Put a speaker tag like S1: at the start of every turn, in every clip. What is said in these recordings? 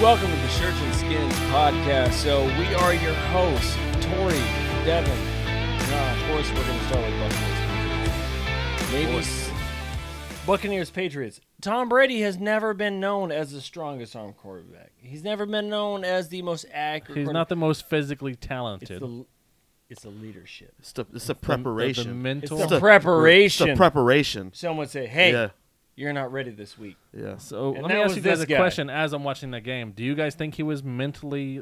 S1: Welcome to the Shirts and Skins podcast. So we are your hosts, Tori, Devin. Now, of course, we're going to start with Buccaneers. Patriots. Maybe s- Buccaneers Patriots. Tom Brady has never been known as the strongest arm quarterback. He's never been known as the most accurate.
S2: He's not the most physically talented.
S1: It's the, it's the leadership.
S3: It's the, it's the
S2: The- the-
S3: preparation.
S2: the
S1: It's
S2: mental.
S1: the
S3: the-
S1: preparation.
S3: It's the preparation.
S1: Someone say, "Hey,
S3: Yeah.
S1: you're not ready this week."
S3: Yeah.
S2: so
S1: And
S2: let me
S1: that
S2: ask
S1: was
S2: you guys
S1: this
S2: a
S1: guy.
S2: question. As I'm watching the game, do you guys think he was mentally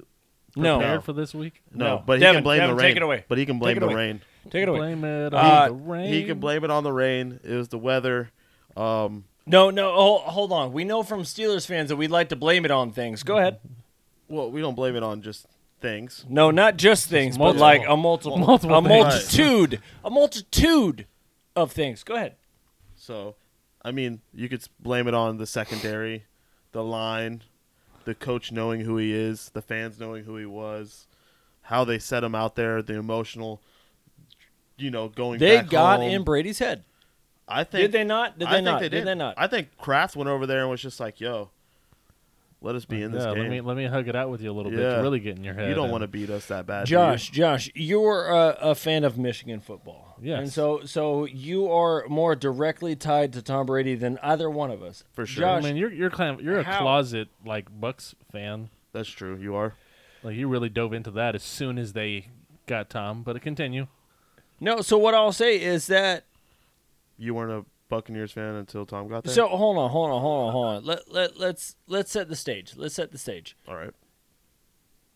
S1: No.
S2: prepared for this week?
S3: No,
S1: No.
S3: but he
S1: Devin,
S3: can blame
S1: Devin,
S3: the
S1: take
S3: rain.
S1: it away.
S3: But he can blame
S1: it
S3: the
S1: away.
S3: rain.
S1: Take it away.
S2: Blame it
S1: Uh,
S2: on the rain.
S3: He can blame it on the rain. It was the weather. Um,
S1: No, no, hold, hold on. We know from Steelers fans that we like to blame it on things. Go ahead.
S3: well, we don't blame it on just things.
S1: No, not just things, but
S2: multiple.
S1: like a multiple,
S2: Multiple
S1: a
S2: things.
S1: multitude, a multitude of things. Go ahead.
S3: So, I mean, you could s- blame it on the secondary, the line, the coach knowing who he is, the fans knowing who he was, how they set him out there, the emotional, you know, going.
S1: They
S3: back
S1: got
S3: home.
S1: in Brady's head.
S3: I think
S1: Did they not? Did
S3: I
S1: they
S3: think
S1: not?
S3: They
S1: did.
S3: did.
S1: they not?
S3: I think Kraft went over there and was just like, "Yo, let us be in this
S2: yeah,
S3: game.
S2: let me let me hug it out with you a little bit.
S3: Yeah.
S2: To really get in your head.
S3: you don't
S2: and-
S3: want to beat us that bad, do you?
S1: Josh, Josh, you're a, a fan of Michigan football.
S2: Yes.
S1: And so, so you are more directly tied to Tom Brady than either one of us.
S3: For sure.
S2: I
S1: Josh,
S2: mean, you're you're kind of, you're a
S1: How-
S2: closet like Bucks fan.
S3: That's true. You are.
S2: Like you really dove into that as soon as they got Tom. But continue.
S1: no. So what I'll say is that
S3: You weren't a Buccaneers fan until Tom got there.
S1: So hold on, hold on, hold on, hold on. Let let let's let's set the stage. Let's set the stage.
S3: all right.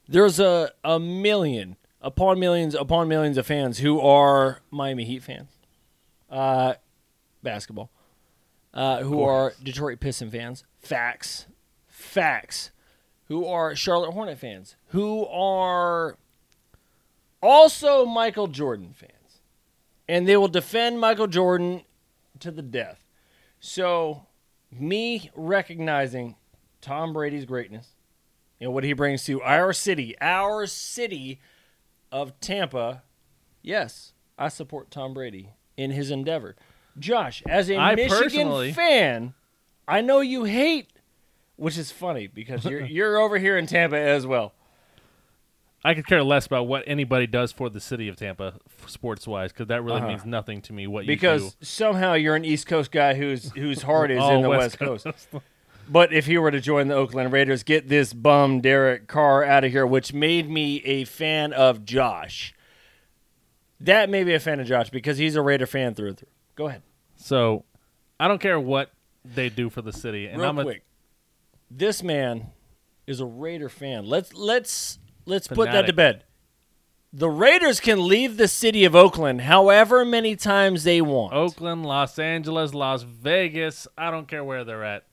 S1: There's a a million upon millions upon millions of fans who are Miami Heat fans, uh, basketball, uh, who are Detroit Piston fans. Facts, facts. Who are Charlotte Hornet fans? Who are also Michael Jordan fans, and they will defend Michael Jordan to the death. So, me recognizing Tom Brady's greatness and what he brings to our city, our city of Tampa, yes, I support Tom Brady in his endeavor. Josh, as a
S2: I
S1: Michigan
S2: personally-
S1: fan, I know you hate, which is funny because you're you're over here in Tampa as well.
S2: I could care less about what anybody does for the city of Tampa, sports wise, because that really
S1: Uh-huh.
S2: means nothing to me. What you
S1: because
S2: do.
S1: somehow you're an East Coast guy whose whose heart is
S2: All
S1: in the West,
S2: West
S1: Coast. but if he were to join the Oakland Raiders, get this bum Derek Carr out of here, which made me a fan of Josh. That made me a fan of Josh because he's a Raider fan through and through. Go ahead,
S2: So I don't care what they do for the city. And
S1: real
S2: I'm a,
S1: quick. This man is a Raider fan. Let's let's let's put that
S2: Fanatic.
S1: to bed. The Raiders can leave the city of Oakland however many times they want.
S2: Oakland, Los Angeles, Las Vegas. I don't care where they're at.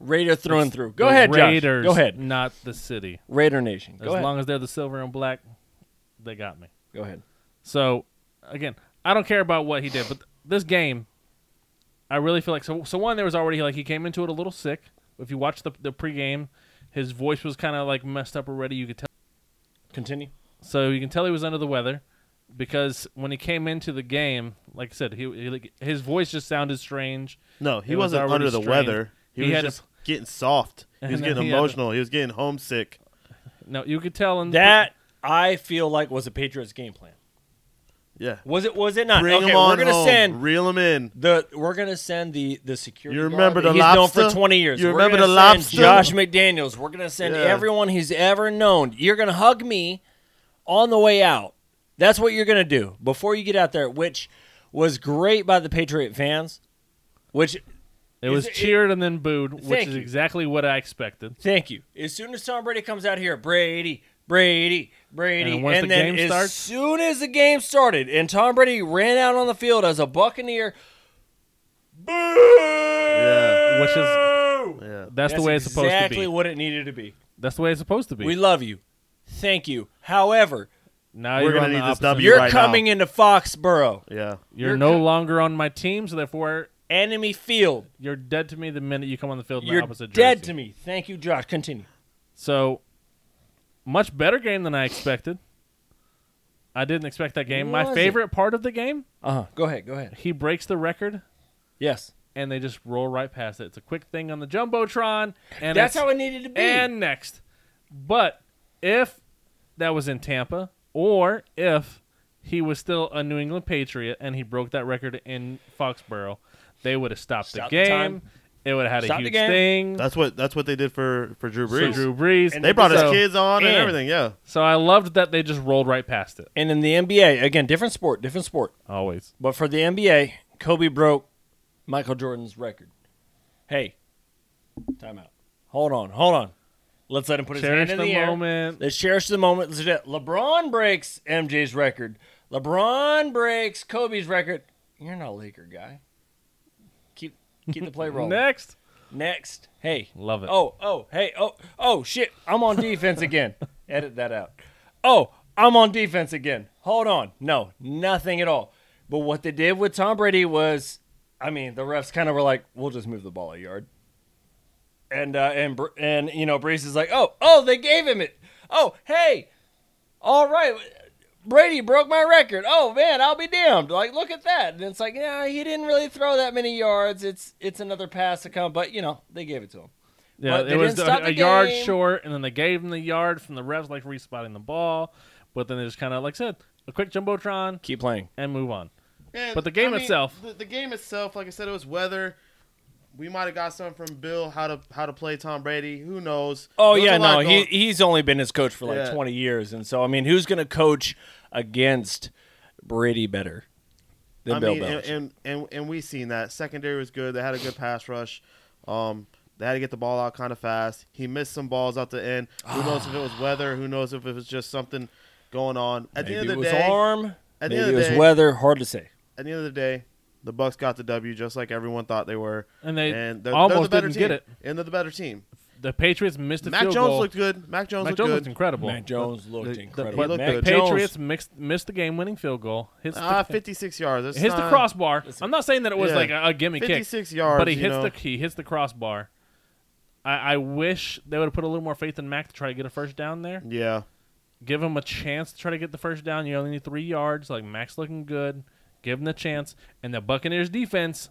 S1: Raider through and through. Go
S2: The
S1: ahead,
S2: Raiders,
S1: Josh. Go ahead.
S2: Not the city.
S1: Raider Nation.
S2: As
S1: Go ahead.
S2: long as they're the silver and black, they got me.
S1: Go ahead.
S2: So again, I don't care about what he did, but this game, I really feel like so. So one, there was already like he came into it a little sick. If you watch the the pregame, his voice was kind of like messed up already. You could tell.
S1: Continue.
S3: Mm-hmm.
S2: So you can tell he was under the weather because when he came into the game, like I said, he, he like, his voice just sounded strange.
S3: No, he
S2: It was
S3: wasn't
S2: already
S3: under the
S2: strained.
S3: weather. He,
S2: He
S3: was
S2: had a-
S3: just getting soft. He
S2: And
S3: was
S2: then
S3: getting
S2: he had a-
S3: emotional. he was getting homesick.
S2: No, you could tell in
S1: That I feel like was a Patriots game plan.
S3: Yeah.
S1: Was it? Was it not?
S3: Bring
S1: okay,
S3: him on
S1: we're gonna
S3: home.
S1: send
S3: Reel him in.
S1: the we're gonna send the the security.
S3: You
S1: guard
S3: remember
S1: that
S3: the
S1: he's known for
S3: lobster?
S1: twenty years.
S3: You
S1: We're
S3: remember
S1: gonna
S3: the
S1: send
S3: lobster?
S1: Josh McDaniels. We're gonna send
S3: Yeah.
S1: everyone he's ever known. You're gonna hug me on the way out. That's what you're gonna do before you get out there, which was great by the Patriot fans. Which
S2: it
S1: is
S2: was
S1: it-
S2: cheered and then booed, which
S1: Thank
S2: is
S1: you.
S2: exactly what I expected.
S1: Thank you. As soon as Tom Brady comes out here, Brady, Brady, Brady,
S2: And once the
S1: then
S2: game
S1: as
S2: starts-
S1: soon as the game started, and Tom Brady ran out on the field as a Buccaneer, boo! Yeah,
S2: which is-
S3: Yeah.
S2: That's, the way it's supposed
S1: Exactly
S2: to be.
S1: what it needed to be.
S2: That's the way it's supposed to be.
S1: We love you. Thank you. However,
S2: now
S3: We're
S2: you're
S3: gonna
S2: on the
S3: need this
S2: opposite
S3: W.
S1: you're
S3: right now.
S1: coming into Foxborough,
S3: Yeah.
S2: You're,
S1: You're
S2: no
S1: co-
S2: longer on my team, so therefore
S1: enemy field.
S2: you're dead to me the minute you come on the field in
S1: You're
S2: the opposite
S1: dead
S2: jersey.
S1: to me. Thank you, Josh. Continue.
S2: So much better game than I expected. I didn't expect that game.
S1: Was
S2: My
S1: it?
S2: favorite part of the game,
S1: Uh huh. Go ahead. Go ahead.
S2: he breaks the record
S1: Yes.
S2: and they just roll right past it. It's a quick thing on the jumbotron, and
S1: That's
S2: it's-
S1: how it needed to be.
S2: and next. But if that was in Tampa, or if he was still a New England Patriot and he broke that record in Foxborough, they would have stopped,
S1: Stop
S2: the
S1: the
S2: game.
S1: time.
S2: it would have had
S1: Stop
S2: a
S1: the
S2: huge
S1: game.
S2: thing.
S3: That's what that's what they did for for Drew
S2: So
S3: Brees.
S2: Drew Brees.
S1: And
S3: they brought
S2: so-
S3: his kids on and,
S1: and-
S3: everything. Yeah,
S2: So I loved that they just rolled right past it.
S1: And in the NBA, again, different sport, different sport.
S2: Always.
S1: But for the NBA, Kobe broke Michael Jordan's record. Hey, timeout. Hold on, hold on. Let's let him put his
S2: Cherish
S1: hand in
S2: the,
S1: the, air.
S2: moment.
S1: Let's cherish the moment. Let's do that. LeBron breaks MJ's record. LeBron breaks Kobe's record. You're not a Laker guy. Keep keep the play rolling.
S2: Next.
S1: Next, hey,
S2: Love it.
S1: Oh, oh, hey, oh, oh, shit! I'm on defense again. Edit that out. Oh, I'm on defense again. Hold on, no, nothing at all. But what they did with Tom Brady was, I mean, the refs kind of were like, "We'll just move the ball a yard," and uh, and Br- and you know, Brees is like, "Oh, oh, they gave him it. Oh, hey, all right." Brady broke my record. Oh man, I'll be damned. Like, look at that. And it's like, yeah, he didn't really throw that many yards. It's it's another pass to come, but you know, they gave it to him.
S2: Yeah,
S1: But they
S2: it was
S1: didn't
S2: a,
S1: stop the
S2: a yard
S1: game.
S2: short, and then they gave him the yard from the refs, like respotting the ball. But then they just kind of, like I said, a quick jumbotron
S1: Keep playing.
S2: and move on.
S3: And,
S2: But the game
S3: I mean,
S2: itself-
S3: the, the game itself, like I said, it was weather. We might have got something from Bill how to how to play Tom Brady. Who knows?
S1: Oh
S3: There was
S1: yeah,
S3: a lot
S1: no, he
S3: going-
S1: he's only been his coach for like
S3: Yeah.
S1: 20 years, and so I mean, who's gonna coach against Brady better than
S3: I
S1: Bill
S3: mean, and,
S1: Belichick?
S3: and and and we seen that secondary was good. They had a good pass rush. Um, they had to get the ball out kind of fast. He missed some balls out the end. Who knows if it
S2: Ah.
S3: was weather? Who knows if it was just something going on? At
S1: maybe
S3: the
S1: it
S3: end of the
S1: was
S3: day,
S1: arm.
S3: at the
S1: Maybe
S3: end of
S1: it
S3: the
S1: was
S3: day-
S1: weather. Hard to say.
S3: at the end of the day, the Bucks got the W just like everyone thought they were,
S2: And they
S3: and they're, they're the
S2: almost
S3: better
S2: didn't
S3: team.
S2: get it.
S3: And they're the better team.
S2: The Patriots missed a
S3: Mac
S2: field
S3: Jones
S2: goal.
S3: looked good. Mac Jones
S2: Mac
S3: looked
S2: Jones
S3: good.
S2: looked incredible.
S1: Mac Jones looked
S3: the-
S1: incredible.
S3: he looked
S1: Mac
S3: good.
S1: Patriots.
S2: Patriots mixed, missed the game-winning field goal. Hits the,
S3: Ah, 56 yards. That's
S2: hits the
S3: not-
S2: crossbar. I'm not saying that it was
S3: Yeah.
S2: like a, a gimme kick,
S3: 56 yards.
S2: but he
S3: you
S2: hits
S3: know.
S2: the he hits the crossbar. I, I wish they would have put a little more faith in Mac to try to get a first down there.
S3: Yeah.
S2: give him a chance to try to get the first down. You only need three yards. Like Max looking good. Give him the chance. And the Buccaneers defense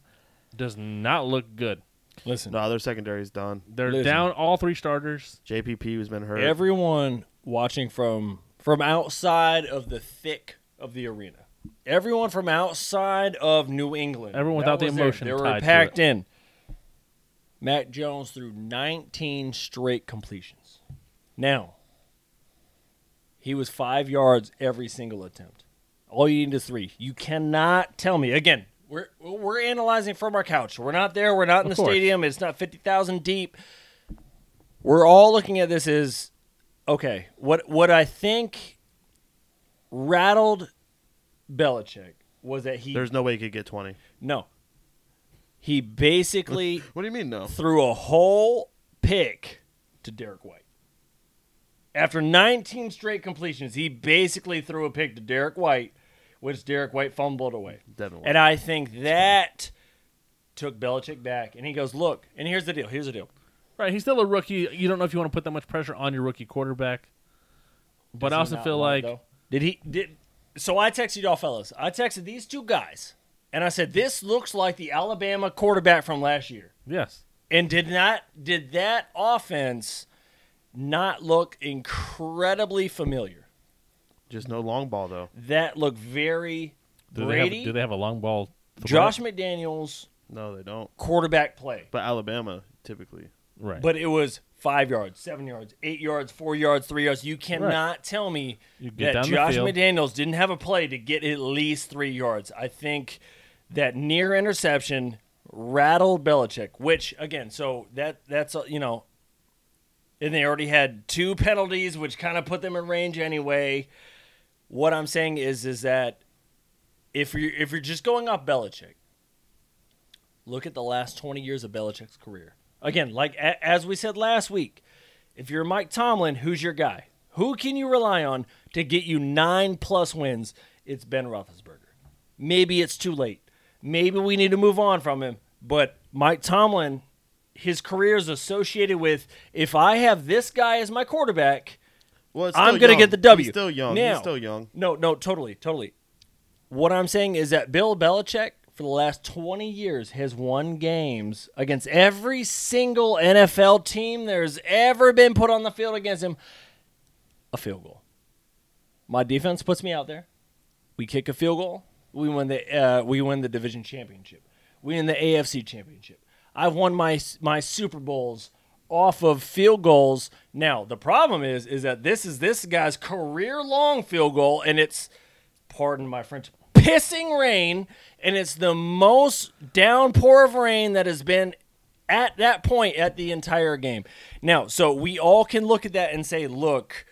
S2: does not look good.
S1: Listen,
S3: No, their secondary's done.
S2: They're
S1: Listen.
S2: down all three starters.
S3: JPP has been hurt.
S1: everyone watching from from outside of the thick of the arena everyone from outside of new england
S2: Everyone
S1: That
S2: without the
S1: was there.
S2: emotion
S1: they
S2: tied
S1: were
S2: to
S1: packed in mac jones threw 19 straight completions now he was five yards every single attempt all you need is three you cannot tell me again we're, we're analyzing from our couch we're not there we're not in
S2: Of
S1: the
S2: course.
S1: stadium it's not 50000 deep we're all looking at this as okay. What what I think rattled Belichick was that he
S3: There's no way he could get 20.
S1: no. He basically
S3: What do you mean, no?
S1: threw a whole pick to Derek White. After 19 straight completions, he basically threw a pick to Derek White, which Derek White fumbled away.
S3: Devin White.
S1: And I think that took Belichick back. And he goes, Look, and here's the deal. Here's the deal.
S2: Right. He's still a rookie. You don't know if you want to put that much pressure on your rookie quarterback. But
S1: Does
S2: I
S1: he
S2: also
S1: not
S2: feel
S1: want
S2: like
S1: it, though? did he did so I texted y'all fellas. I texted these two guys and I said this looks like the Alabama quarterback from last year.
S2: yes.
S1: And did not did that offense not look incredibly familiar?
S3: Just no long ball, though.
S1: That looked very
S2: Do they, have,
S1: Brady,
S2: do they have a long ball? threat?
S1: Josh McDaniels
S3: No, they don't.
S1: quarterback play.
S3: But Alabama, typically.
S2: Right.
S1: But it was five yards, seven yards, eight yards, four yards, three yards. You cannot tell me
S2: You get
S1: that
S2: down the
S1: Josh
S2: field.
S1: McDaniels didn't have a play to get at least three yards. I think that near interception rattled Belichick, which again, so that that's uh, you know, and they already had two penalties, which kind of put them in range anyway. What I'm saying is, is that if you if you're just going off Belichick, look at the last 20 years of Belichick's career. Again, like a- as we said last week, if you're Mike Tomlin, who's your guy? Who can you rely on to get you nine plus wins? It's Ben Roethlisberger. Maybe it's too late. Maybe we need to move on from him. But Mike Tomlin, his career is associated with if I have this guy as my quarterback,
S3: Well, it's
S1: I'm
S3: still
S1: going to
S3: young.
S1: get the W.
S3: He's still young.
S1: Now-
S3: He's still young.
S1: No, no, totally, totally. What I'm saying is that Bill Belichick, for the last 20 years has won games against every single NFL team there's ever been put on the field against him a field goal. My defense puts me out there. We kick a field goal. We win the uh, we win the division championship. We win the AFC championship. I've won my my Super Bowls off of field goals. Now the problem is is that this is this guy's career long field goal, and it's pardon my French pissing rain, and it's the most downpour of rain that has been at that point at the entire game. Now, so we all can look at that and say, look,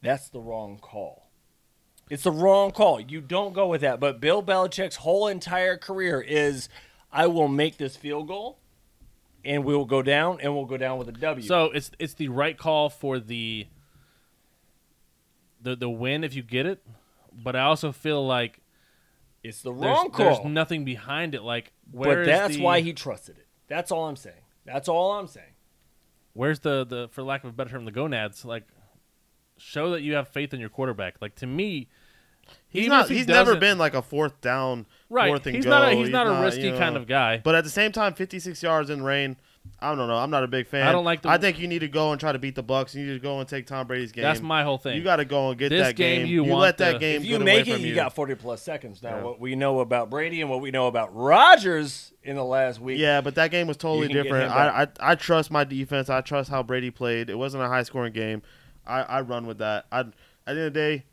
S1: that's the wrong call. It's the wrong call. You don't go with that. But Bill Belichick's whole entire career is I will make this field goal and we will go down and we'll go down with a W.
S2: So it's it's the right call for the the the win if you get it, but I also feel like
S1: it's the
S2: there's,
S1: wrong
S2: there's
S1: call.
S2: nothing behind it. Like where
S1: but
S2: is
S1: that's
S2: the-
S1: why he trusted it. That's all I'm saying. That's all I'm saying.
S2: where's the the for lack of a better term the gonads like show that you have faith in your quarterback. Like to me,
S3: He's
S2: even
S3: not.
S2: if he
S3: he's never
S2: doesn't-
S3: been like a fourth down,
S2: right.
S3: fourth and
S2: he's
S3: go.
S2: not a, he's, not a
S3: you
S2: risky kind
S3: know.
S2: of guy.
S3: But at the same time, 56 yards in rain. I don't know. I'm not a big fan.
S2: I don't like the-
S3: I think you need to go and try to beat the Bucks. You need to go and take Tom Brady's game.
S2: That's my whole thing.
S3: You got to go and get
S2: This
S3: that
S2: game
S3: game.
S2: you want
S3: let
S2: the-
S3: that game.
S1: If you
S3: get
S1: make
S3: away
S1: it,
S3: from
S1: you,
S3: you
S1: got 40 plus seconds. Now,
S3: Yeah.
S1: what we know about Brady and what we know about Rodgers in the last week.
S3: Yeah, but that game was totally
S1: can get him
S3: different. I,
S1: back.
S3: I I trust my defense. I trust how Brady played. It wasn't a high scoring game. I, I run with that. I at the end of the day,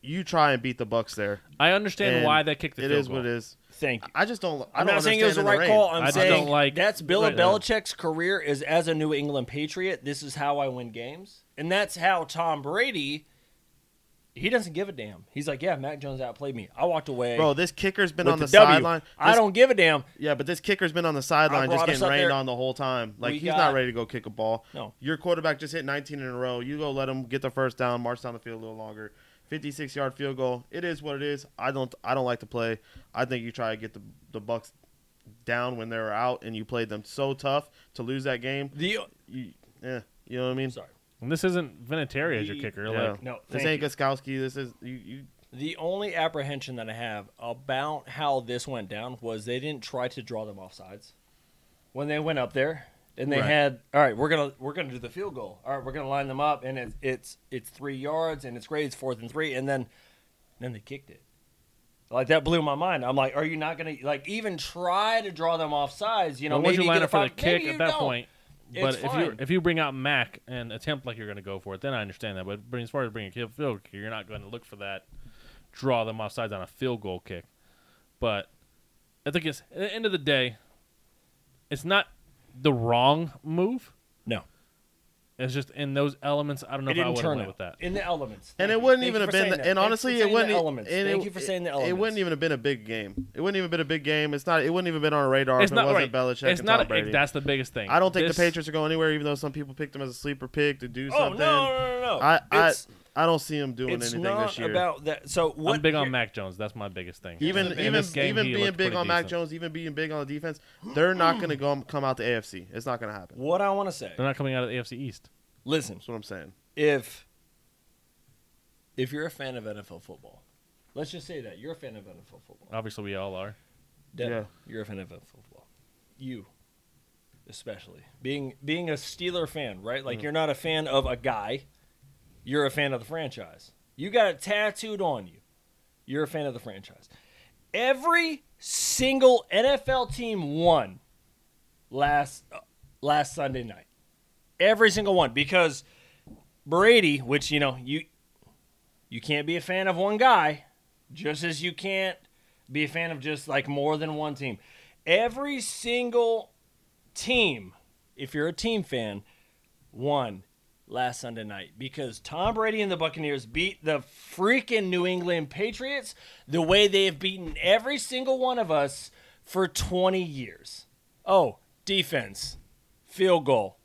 S3: you try and beat the Bucks there.
S2: I understand
S3: And
S2: why they kicked the
S3: It
S2: field
S3: is
S2: goal.
S3: what it is.
S1: Thank you.
S3: I just don't. I
S1: I'm
S3: don't
S1: not saying it was the
S3: understand in
S1: right
S3: rain.
S1: call. I'm
S2: I just
S1: saying
S2: don't like-
S1: that's Bill
S2: Right.
S1: Belichick's career is as a New England Patriot. This is how I win games, and that's how Tom Brady. He doesn't give a damn. He's like, yeah, Mac Jones outplayed me. I walked away.
S3: Bro, this kicker's been
S1: with
S3: on the,
S1: W.
S3: sideline.
S1: I
S3: This-
S1: don't give a damn.
S3: Yeah, but this kicker's been on the sideline
S1: brought
S3: just
S1: us
S3: getting
S1: up
S3: rained
S1: there.
S3: on the whole time. Like
S1: We
S3: he's
S1: got-
S3: not ready to go kick a ball.
S1: No.
S3: Your quarterback just hit 19 in a row. You go let him get the first down, march down the field a little longer. 56 yard field goal. It is what it is. I don't I don't like to play. I think you try to get the the Bucks down when they were out and you played them so tough to lose that game.
S1: The
S3: You yeah, you know what I mean?
S1: sorry,
S2: And this isn't Vinatieri as your
S1: He-
S2: kicker.
S3: Yeah.
S2: Like
S1: no,
S3: this
S1: thank
S3: ain't
S1: you.
S3: Guskowski. This is you, you
S1: the only apprehension that I have about how this went down was they didn't try to draw them off sides when they went up there and they
S3: Right.
S1: had all right we're gonna we're gonna do the field goal all right we're gonna line them up and it's it's it's three yards and it's great it's fourth and three and then then they kicked it like that blew my mind i'm like are you not gonna like even try to draw them off sides you know
S2: Why would
S1: maybe get
S2: you line
S1: a
S2: up for the
S1: five- maybe
S2: kick
S1: you
S2: at that
S1: don't.
S2: point?
S1: It's
S2: But if you
S1: fine.
S2: if you bring out Mac and attempt like you're going to go for it, then I understand that. But bring- as far as bringing a kick- field kick, you're not going to look for that draw them offsides on a field goal kick. But I think it's at the end of the day, it's not the wrong move.
S1: no
S2: It's just in those elements. I don't know
S1: it
S2: if I
S1: didn't
S2: would
S1: turn
S2: play
S1: out
S2: with that.
S1: in the elements
S3: And
S1: Thank you.
S3: it wouldn't
S1: Thank
S3: even
S1: you
S3: have
S1: for
S3: been,
S1: saying
S3: and
S1: that. Thank you for
S3: honestly,
S1: saying
S3: it
S1: the
S3: wouldn't. e-,
S1: elements
S3: and
S1: thank you for saying the elements
S3: It wouldn't even have been a big game. It wouldn't even been a big game. It's not. It wouldn't even been on our radar
S2: It's
S3: if
S2: not
S3: it wasn't
S2: right.
S3: Belichick
S2: it's
S3: and
S2: not.
S3: Tom Brady.
S2: that's the biggest thing.
S3: I don't think
S2: This-
S3: the Patriots are going anywhere, even though some people picked them as a sleeper pick to do
S1: oh no
S3: something.
S1: no no no
S3: I, I,
S1: It's-
S3: I don't see him doing
S1: it's
S3: anything
S1: not
S3: this year.
S1: about that. So what?
S2: I'm big on
S1: here-
S2: Mac Jones. That's my biggest thing.
S3: even
S2: In
S3: even
S2: this game,
S3: even
S2: he
S3: being
S2: looked
S3: big
S2: pretty
S3: on Mac
S2: decent.
S3: Jones, even being big on the defense, they're not going to go come out the AFC. It's not going to happen.
S1: What I want to say.
S2: They're not coming out of the AFC East.
S1: Listen,
S3: That's what I'm saying.
S1: if if you're a fan of NFL football, let's just say that you're a fan of NFL football.
S2: Obviously, we all are.
S1: Devin,
S3: yeah.
S1: you're a fan of NFL football. You, especially being being a Steeler fan, right? Like you're not a fan of a guy. You're a fan of the franchise. You got it tattooed on you. You're a fan of the franchise. Every single NFL team won last uh, last Sunday night. Every single one because Brady, which you know you you can't be a fan of one guy, just as you can't be a fan of just like more than one team. Every single team, if you're a team fan, won last Sunday night because Tom Brady and the Buccaneers beat the freaking New England Patriots the way they have beaten every single one of us for 20 years. Oh, defense, field goal.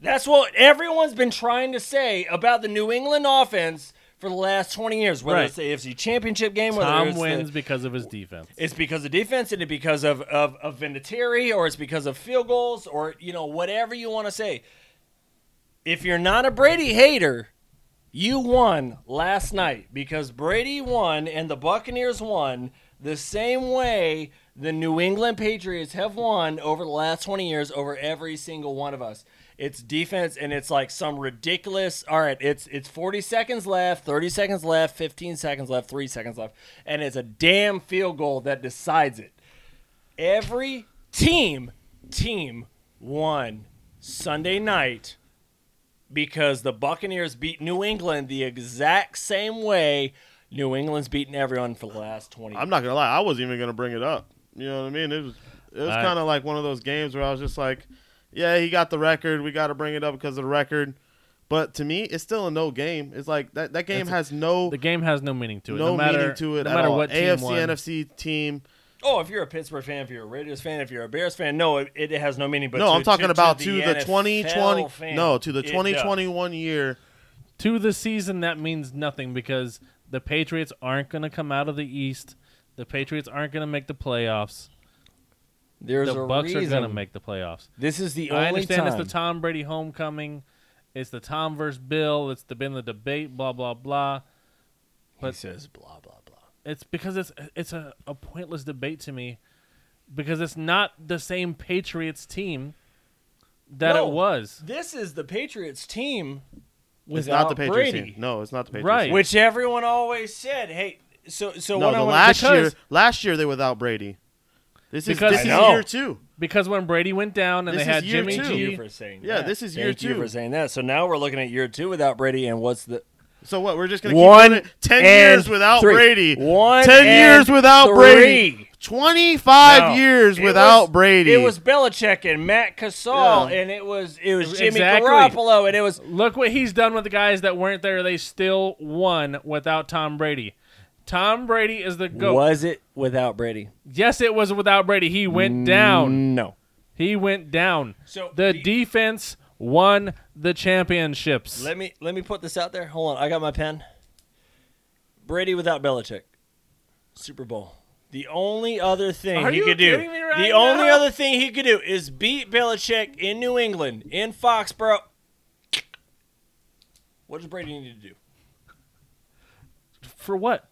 S1: That's what everyone's been trying to say about the New England offense for the last 20 years, whether
S2: Right.
S1: it's the AFC Championship game, whether
S2: Tom
S1: it's
S2: wins
S1: the,
S2: because of his defense.
S1: it's because of defense and it's because of of, of Vinatieri or it's because of field goals or you know whatever you want to say. If you're not a Brady hater, you won last night because Brady won and the Buccaneers won the same way the New England Patriots have won over the last 20 years over every single one of us. It's defense and it's like some ridiculous all right, it's it's 40 seconds left, 30 seconds left, 15 seconds left, 3 seconds left and it's a damn field goal that decides it. Every team team won Sunday night because the Buccaneers beat New England the exact same way New England's beaten everyone for the last 20
S3: I'm not gonna lie, I wasn't even gonna bring it up. You know what I mean? It was it was
S2: I-
S3: kind of like one of those games where I was just like, yeah, he got the record. We got to bring it up because of the record. But to me, it's still a no game. It's like that that game
S2: It's a-
S3: has no
S2: The game has no meaning to it.
S3: no,
S2: matter,
S3: meaning to it
S2: No
S3: at
S2: matter
S3: all.
S2: what team
S3: AFC
S2: won.
S3: NFC team.
S1: Oh, if you're a Pittsburgh fan, if you're a Raiders fan, if you're a Bears fan, no, it, it has no meaning. But
S3: no,
S1: to-
S3: I'm talking about to, the,
S1: NFL
S3: 2020.
S1: fan,
S3: no, to the
S1: it does.
S3: 2021 year.
S2: to the season that means nothing because the Patriots aren't going to come out of the East. The Patriots aren't going to make the playoffs.
S1: There's
S2: the
S1: a
S2: Bucks
S1: reason.
S2: are going to make the playoffs.
S1: This is the only
S2: I understand
S1: time.
S2: it's the Tom Brady homecoming. It's the Tom versus Bill. It's the, been the debate. Blah blah blah.
S1: he says blah blah blah.
S2: It's because it's it's a, a pointless debate to me because it's not the same Patriots team that
S1: No.
S2: it was.
S1: This is the Patriots team
S3: It's
S1: without
S3: not the Patriots
S1: Brady,
S3: team. No, it's not the Patriots.
S2: Right.
S3: team.
S1: which everyone always said. Hey, so so
S3: no,
S1: what
S3: the
S1: I wanna-
S3: last year,
S2: because-
S3: last year they were without Brady. This is
S2: Because-
S3: this
S2: I
S3: is
S1: know.
S3: year two.
S2: Because when Brady went down and
S3: This
S2: they
S3: is
S2: had
S3: year
S2: Jimmy
S1: Thank
S3: two.
S1: you
S2: G,
S1: for saying
S3: Yeah,
S1: that.
S3: this is
S1: Thank
S3: year
S1: you
S3: two.
S1: for saying that. So now we're looking at year two without Brady, and what's the
S3: So what? We're just gonna
S1: One
S3: keep doing it. ten
S1: and
S3: years without
S1: three.
S3: Brady.
S1: One and
S3: ten years without Brady.
S1: three.
S3: Twenty five
S1: No.
S3: years
S1: It
S3: without
S1: was-
S3: Brady.
S1: It was Belichick and Matt Casal,
S3: Yeah.
S1: and it was it was Jimmy
S2: Exactly.
S1: Garoppolo, and it was
S2: look what he's done with the guys that weren't there. They still won without Tom Brady. Tom Brady is the goat.
S1: was it without Brady?
S2: Yes, it was without Brady. He
S1: Mm.
S2: went down.
S1: No.
S2: He went down.
S1: So
S2: the
S1: the-
S2: defense won the championships.
S1: Let me let me put this out there. Hold on, I got my pen. Brady without Belichick, Super Bowl. The only other thing
S2: Are
S1: he
S2: you
S1: could do,
S2: kidding me right
S1: the
S2: now?
S1: only other thing he could do is beat Belichick in New England in Foxborough. What does Brady need to do?
S2: For what?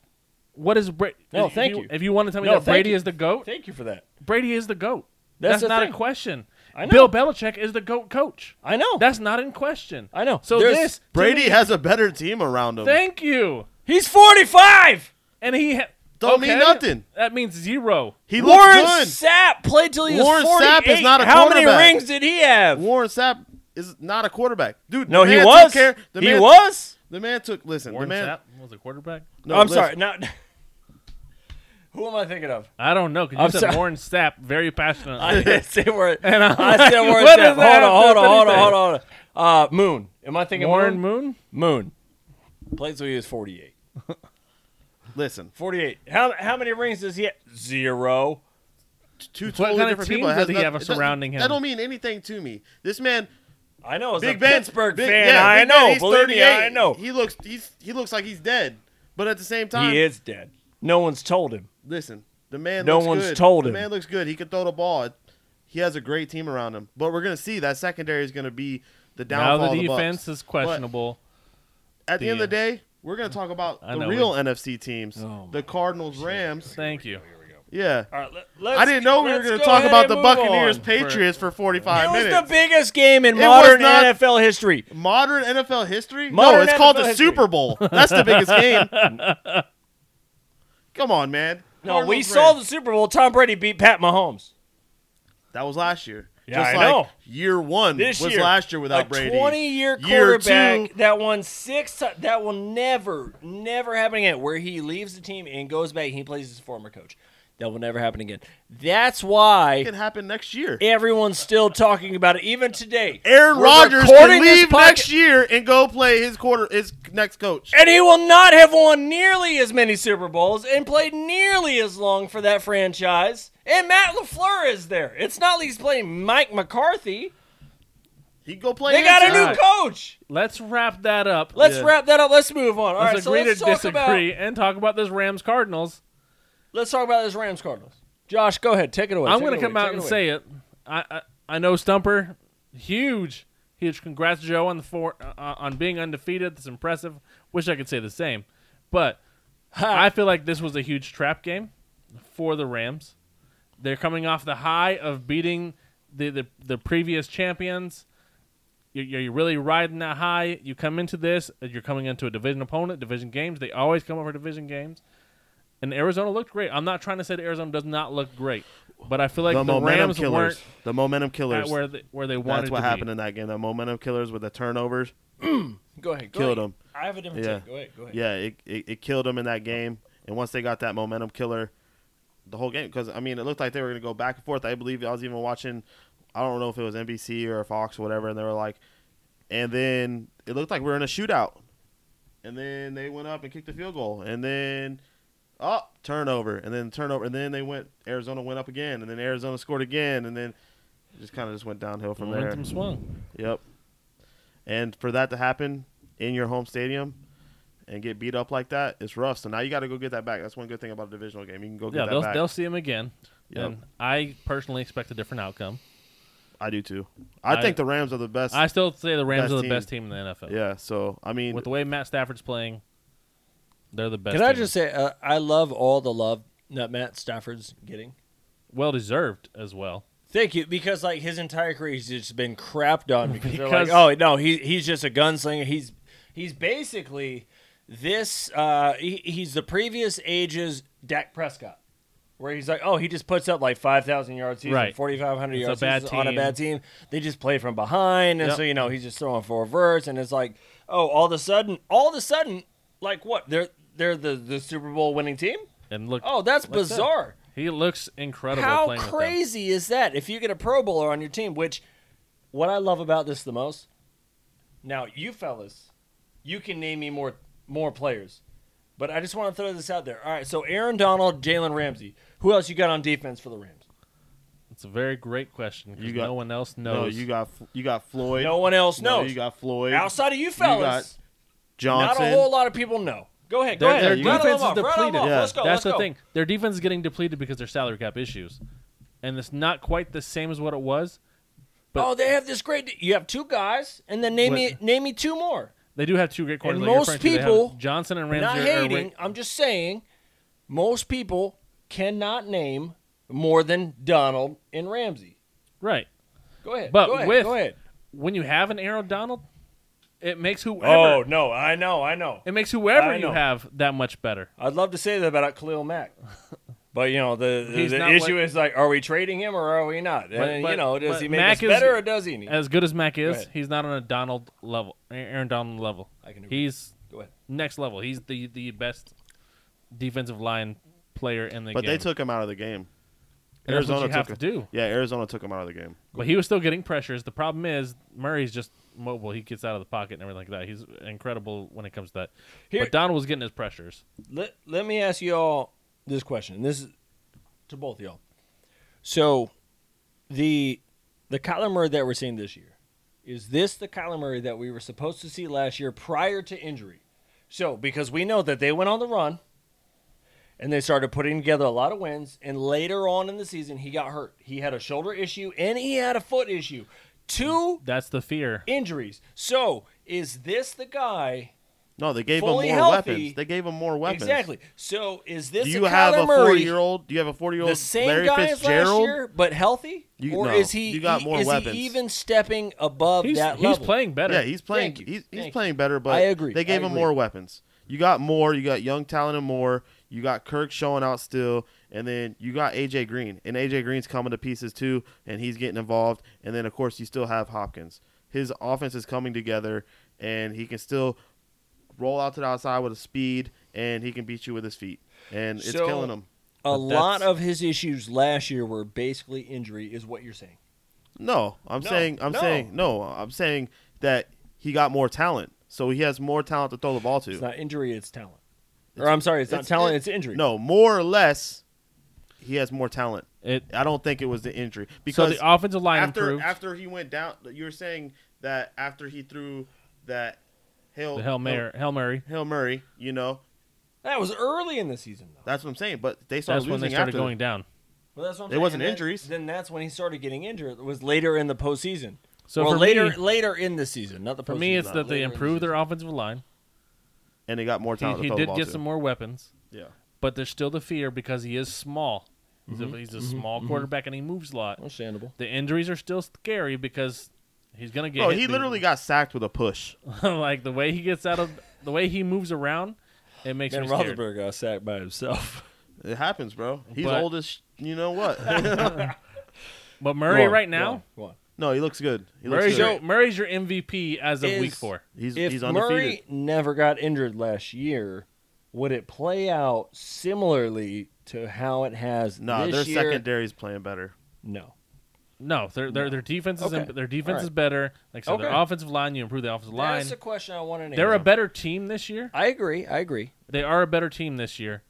S2: What is Brady?
S1: No,
S2: if
S1: thank you.
S2: If you want to tell me
S1: No,
S2: that
S1: thank
S2: Brady
S1: you.
S2: is the goat,
S1: Thank you for that.
S2: Brady is the goat.
S1: That's
S2: That's,
S1: the
S2: not
S1: thing.
S2: a question.
S1: I know.
S2: Bill Belichick is the goat coach.
S1: I know.
S2: That's not in question.
S1: I know.
S2: So
S1: There's-
S2: this to
S3: Brady
S2: me-
S3: has a better team around him.
S2: Thank you.
S1: He's forty-five.
S2: And he ha-
S3: Don't mean
S2: okay,
S3: nothing.
S2: That means zero.
S3: he looks
S1: Warren
S3: good.
S1: Sapp played till he was
S3: Warren
S1: forty-eight.
S3: Sapp is not a
S1: How many
S3: quarterback.
S1: rings did he have?
S3: Warren Sapp is not a quarterback, dude.
S1: No,
S3: the
S1: he
S3: man
S1: was.
S3: Took care, the
S1: he
S3: man,
S1: was.
S3: The man took. Listen,
S2: Warren
S3: the man.
S2: Sapp was a quarterback.
S3: No,
S1: I'm
S3: listen,
S1: sorry. Not. Who am I thinking of?
S2: I don't know because
S1: I'm
S2: you said
S1: sorry.
S2: Warren Sapp very passionately.
S1: I didn't say where.
S2: And I'm
S1: I said
S2: like,
S1: where.
S2: what
S1: it's at.
S2: does that
S1: Hold on, hold
S2: have to
S1: on,
S2: do
S1: hold
S2: with
S1: on, hold on. Uh, Moon. Am I thinking
S2: Warren
S1: Moon?
S2: Moon.
S1: Moon. Played till he was 48.
S3: listen,
S1: 48. How how many rings does he have? Zero.
S3: two
S2: What
S3: totally
S2: kind of
S3: different
S2: team
S3: people. It
S2: does
S3: has
S2: he
S3: noth-
S2: have
S3: it doesn't-
S2: surrounding him?
S3: That don't mean anything to me. This man,
S1: I know. As
S3: Big
S1: a
S3: Ben,
S1: Pittsburgh
S3: Big-
S1: fan,
S3: yeah,
S1: I
S3: Big
S1: know.
S3: Ben, he's
S1: Believe me,
S3: 38.
S1: I know.
S3: He looks. He's he looks like he's dead, but at the same time,
S1: He is dead. No one's told him.
S3: Listen, the man.
S1: No
S3: looks
S1: one's
S3: good.
S1: told him.
S3: The man looks good. He can throw the ball. He has a great team around him. But we're gonna see that secondary is gonna be the
S2: Now the
S3: downfall. of the Bucs.
S2: defense is questionable.
S3: At the, end of
S2: the-
S3: the day, we're gonna talk about
S2: I
S3: the
S2: know,
S3: real NFC teams,
S1: Oh, my
S3: the Cardinals, Rams.
S2: Thank you.
S3: Yeah.
S1: All right, let,
S3: I didn't know we were
S1: going
S3: gonna
S1: to
S3: talk about the Buccaneers
S1: On.
S3: Patriots for 45
S1: It was
S3: minutes.
S1: the biggest game in
S3: It
S1: modern
S3: was not-
S1: NFL history.
S3: Modern NFL history? no,
S1: Modern
S3: it's called
S1: NFL
S3: the
S1: history.
S3: Super Bowl. That's the biggest game. Come on, man.
S1: No, we
S3: Cardinals,
S1: saw
S3: Rams.
S1: the Super Bowl. Tom Brady beat Pat Mahomes.
S3: That was last year.
S1: Yeah,
S3: Just
S1: I
S3: like
S1: know.
S3: Year one
S1: This
S3: was
S1: year,
S3: last year without
S1: a
S3: Brady.
S1: 20 year
S3: Year
S1: quarterback
S3: two-
S1: that won six ti- that will never never happen again where he leaves the team and goes back and he plays his former coach that will never happen again that's
S3: It
S1: why
S3: can happen next year.
S1: everyone's still talking about it even today
S3: Aaron
S1: We're
S3: Rodgers
S1: recording
S3: can
S1: this
S3: leave
S1: podca-
S3: next year and go play his quarter his next coach.
S1: and he will not have won nearly as many Super Bowls and played nearly as long for that franchise. And Matt LaFleur is there. It's not like he's playing Mike McCarthy.
S3: He can go play.
S1: They
S3: his
S1: got a
S3: team.
S1: new
S2: Right.
S1: coach.
S2: Let's wrap that up.
S1: Let's
S3: Yeah.
S1: wrap that up. Let's move on. All
S2: Let's
S1: right, so
S2: agree
S1: let's
S2: to
S1: talk about
S2: disagree and talk about this Rams Cardinals.
S1: Let's talk about this Rams Cardinals. Josh, go ahead. Take it away.
S2: I'm
S1: Take
S2: going
S1: it
S2: to come
S1: away.
S2: out
S1: Take it
S2: and
S1: away.
S2: say it. I, I I know Stumper, huge, huge. Congrats, Joe, on the four uh, on being undefeated. That's impressive. Wish I could say the same, but I feel like this was a huge trap game. for the Rams. They're coming off the high of beating the the, the previous champions. You're, you're really riding that high. You come into this, and you're coming into a division opponent, division games. They always come over division games. And Arizona looked great. I'm not trying to say that Arizona does not look great, but I feel like
S3: the,
S2: the,
S3: momentum
S2: Rams
S3: killers.
S2: weren't
S3: The momentum
S2: at
S3: killers.
S2: where they, where they wanted
S3: That's what
S2: to
S3: happened
S2: be.
S3: in that game. The momentum killers with the turnovers.
S1: Go ahead. Go ahead.
S3: Killed him.
S1: I have a different
S3: Yeah.
S1: take. Go ahead. Go ahead.
S3: Yeah, it, it, it killed them in that game. And once they got that momentum killer, the whole game, because, I mean, it looked like they were going to go back and forth. I believe I was even watching, I don't know if it was NBC or Fox or whatever, and they were like, and then it looked like we were in a shootout. And then they went up and kicked the field goal. And then, oh, turnover. And then turnover. And then they went, Arizona went up again. And then Arizona scored again. And then it just kind of just went downhill from there.
S2: Momentum swung.
S3: Yep. And for that to happen in your home stadium and get beat up like that, it's rough. So now you got to go get that back. That's one good thing about a divisional game. You can go get
S2: Yeah,
S3: that
S2: they'll,
S3: back.
S2: they'll see him again.
S3: Yep.
S2: And I personally expect a different outcome.
S3: I do too. I,
S2: I-
S3: think the Rams are the best.
S2: I still say the Rams
S3: Best
S2: are the
S3: team.
S2: best team in the NFL.
S3: yeah. So I mean,
S2: With the way Matt Stafford's playing, they're the best.
S1: Can I
S2: team.
S1: just say uh, I love all the love that Matt Stafford's getting.
S2: well deserved as well?
S1: Thank you, because like his entire career, he's just been crapped on because, they're like,
S2: Because-
S1: oh no, he he's just a gunslinger. He's he's basically this. Uh, he, he's the previous ages Dak Prescott, where he's like, oh, he just puts up like five thousand yards, he's
S2: Right.
S1: forty five hundred
S2: It's a
S1: yards
S2: bad
S1: seasons on a
S2: team.
S1: bad team. They just play from behind, and
S2: Yep.
S1: so you know he's just throwing for a verse, and it's like, oh, all of a sudden, all of a sudden, like what? They're they're the the Super Bowl winning team.
S2: And look,
S1: Oh, that's
S2: Like that.
S1: bizarre.
S2: he looks incredible.
S1: How
S2: playing With
S1: crazy is that? If you get a Pro Bowler on your team, which what I love about this the most. Now you fellas, you can name me more more players, but I just want to throw this out there. All right, so Aaron Donald, Jalen Ramsey. Who else you got on defense for the Rams?
S2: them. It's a very great question. 'cause
S3: You got-
S2: no one else knows.
S3: no, you got you got Floyd.
S1: No one else
S3: No,
S1: knows.
S3: you got Floyd.
S1: Outside of you fellas,
S3: Johnson.
S1: not a whole lot of people know. Go ahead, go
S2: Their-
S1: ahead.
S2: their
S1: Rattle
S2: defense
S1: them
S2: is
S1: off, rattle them
S2: depleted.
S1: off.
S3: Yeah.
S1: Let's go.
S2: That's
S1: let's
S2: the
S1: go.
S2: thing. Their defense is getting depleted because their salary cap issues, and it's not quite the same as what it was. but-
S1: oh, they have this great. You have two guys, and then name me
S2: What-
S1: name me two more.
S2: They do have two great corners.
S1: And
S2: like you're
S1: most
S2: referring to. They have
S1: people-
S2: Johnson and Ramsey,
S1: not
S2: are- are
S1: hating. I'm just saying, most people cannot name more than Donald and Ramsey.
S2: right.
S1: Go ahead.
S2: But
S1: go ahead,
S2: with
S1: go ahead.
S2: When you have an Aaron Donald, it makes whoever
S1: Oh no, I know, I know.
S2: It makes whoever
S1: I
S2: you
S1: know.
S2: have that much better.
S1: I'd love to say that about Khalil Mack, but you know the
S2: He's
S1: the
S2: not
S1: issue
S2: what-
S1: is like, are we trading him or are we not? and
S2: but-
S1: you know, does
S2: but
S1: he make
S2: Mack
S1: us
S2: is-
S1: better or does he? Need?
S2: As good as Mac is,
S1: ahead.
S2: he's not on a Donald level, Aaron Donald level.
S1: I can agree.
S2: He's
S1: go ahead.
S2: next level. He's the the best defensive line player in the
S3: but
S2: game.
S3: they took him out of the game.
S2: And that's what you have
S3: took
S2: to do.
S3: Yeah, Arizona took him out of the game.
S2: but he was still getting pressures. The problem is Murray's just mobile. He gets out of the pocket and everything like that. He's incredible when it comes to that.
S1: Here-
S2: but Donald was getting his pressures.
S1: let, let me ask y'all this question. This is to both y'all. So the the Kyler Murray that we're seeing this year, is this the Kyler Murray that we were supposed to see last year prior to injury? So because we know that they went on the run and they started putting together a lot of wins, and later on in the season he got hurt. He had a shoulder issue and he had a foot issue. Two
S2: That's the fear.
S1: injuries. So is this the guy
S3: No, they gave
S1: Fully
S3: him more
S1: healthy.
S3: weapons. They gave him more weapons.
S1: Exactly. So is this
S3: Do
S1: a
S3: you have
S1: Kyler
S3: a
S1: Murray
S3: four-year-old? Do you have a forty-year-old
S1: the same
S3: Larry
S1: guy
S3: Fitzgerald?
S1: as last year, but healthy?
S3: You-
S1: or
S3: no,
S1: is he?
S3: you got
S1: he-
S3: more
S1: is
S3: weapons.
S1: he even stepping above
S2: He's,
S1: that
S2: he's
S1: level?
S2: playing better.
S3: Yeah, he's playing.
S1: Thank you.
S3: He's, he's
S1: Thank
S3: playing better, but
S1: I agree.
S3: They gave
S1: I
S3: him
S1: agree.
S3: more weapons. You got more. You got young talent and more. You got Kirk showing out still, and then you got AJ Green, and AJ Green's coming to pieces too, and he's getting involved. And then of course you still have Hopkins. His offense is coming together, and he can still roll out to the outside with a speed, and he can beat you with his feet, and it's
S1: So-
S3: killing him.
S1: A
S2: But
S1: lot
S2: that's-
S1: of his issues last year were basically injury, is what you're saying.
S3: No, I'm
S1: No,
S3: saying I'm
S1: no.
S3: saying no, I'm saying that he got more talent, so he has more talent to throw the ball to.
S1: It's not injury, it's talent. or I'm sorry, it's, not
S3: it's-
S1: talent,
S3: it-
S1: it's injury.
S3: No, more or less, he has more talent.
S2: It,
S3: I don't think it was the injury
S2: so
S3: because
S2: the offensive line
S3: after
S2: improved.
S3: after he went down, you were saying that after he threw that hail
S2: the Hail Mary, Hail Mary.
S3: Hail Murray, you know
S1: that was early in the season, though.
S3: that's what I'm saying. But they started
S2: That's when
S3: losing
S2: they started
S3: after
S2: going down.
S1: Well, that's what I'm
S3: It
S1: saying.
S3: wasn't
S1: And then-
S3: injuries.
S1: Then that's when he started getting injured. It was later in the postseason.
S2: So
S1: or
S2: for
S1: later,
S2: me-
S1: later in the season, not the postseason.
S2: For me, it's
S1: but
S2: that they
S1: later in the
S2: improved
S1: season.
S2: their offensive line.
S3: and they got more
S2: He,
S3: talent.
S2: he
S3: to throw the
S2: did
S3: ball
S2: get
S3: to.
S2: some more weapons.
S3: Yeah,
S2: but there's still the fear because he is small. He's
S3: Mm-hmm.
S2: a, he's a small quarterback and he moves a lot.
S1: Understandable.
S2: The injuries are still scary because he's gonna get.
S3: Bro,
S2: hit
S3: he
S2: the-
S3: literally got sacked with a push.
S2: like the way he gets out of the way he moves around. It makes
S1: Man,
S2: me scared.
S1: Rothenberg got sacked by himself.
S3: It happens, bro. He's
S2: But-
S3: old as sh- you know what.
S2: But Murray
S3: Go on,
S2: right now,
S1: Go on.
S3: no, he looks good. He looks
S2: Murray's
S3: good.
S2: your, Murray's your MVP as of
S1: Is-
S2: week four.
S3: He's
S1: if
S3: he's undefeated.
S1: Murray never got injured last year, would it play out similarly to how it has
S3: nah,
S1: this
S3: their
S1: year?
S3: secondary's playing better.
S1: No.
S2: No, their their their defense is
S1: Okay.
S2: their defense
S1: All
S2: is
S1: right.
S2: better. Like so, their
S1: Okay.
S2: offensive line you improve the offensive line.
S1: That's the question I want to
S2: They're a better team this year.
S1: I agree. I agree.
S2: They are a better team this year.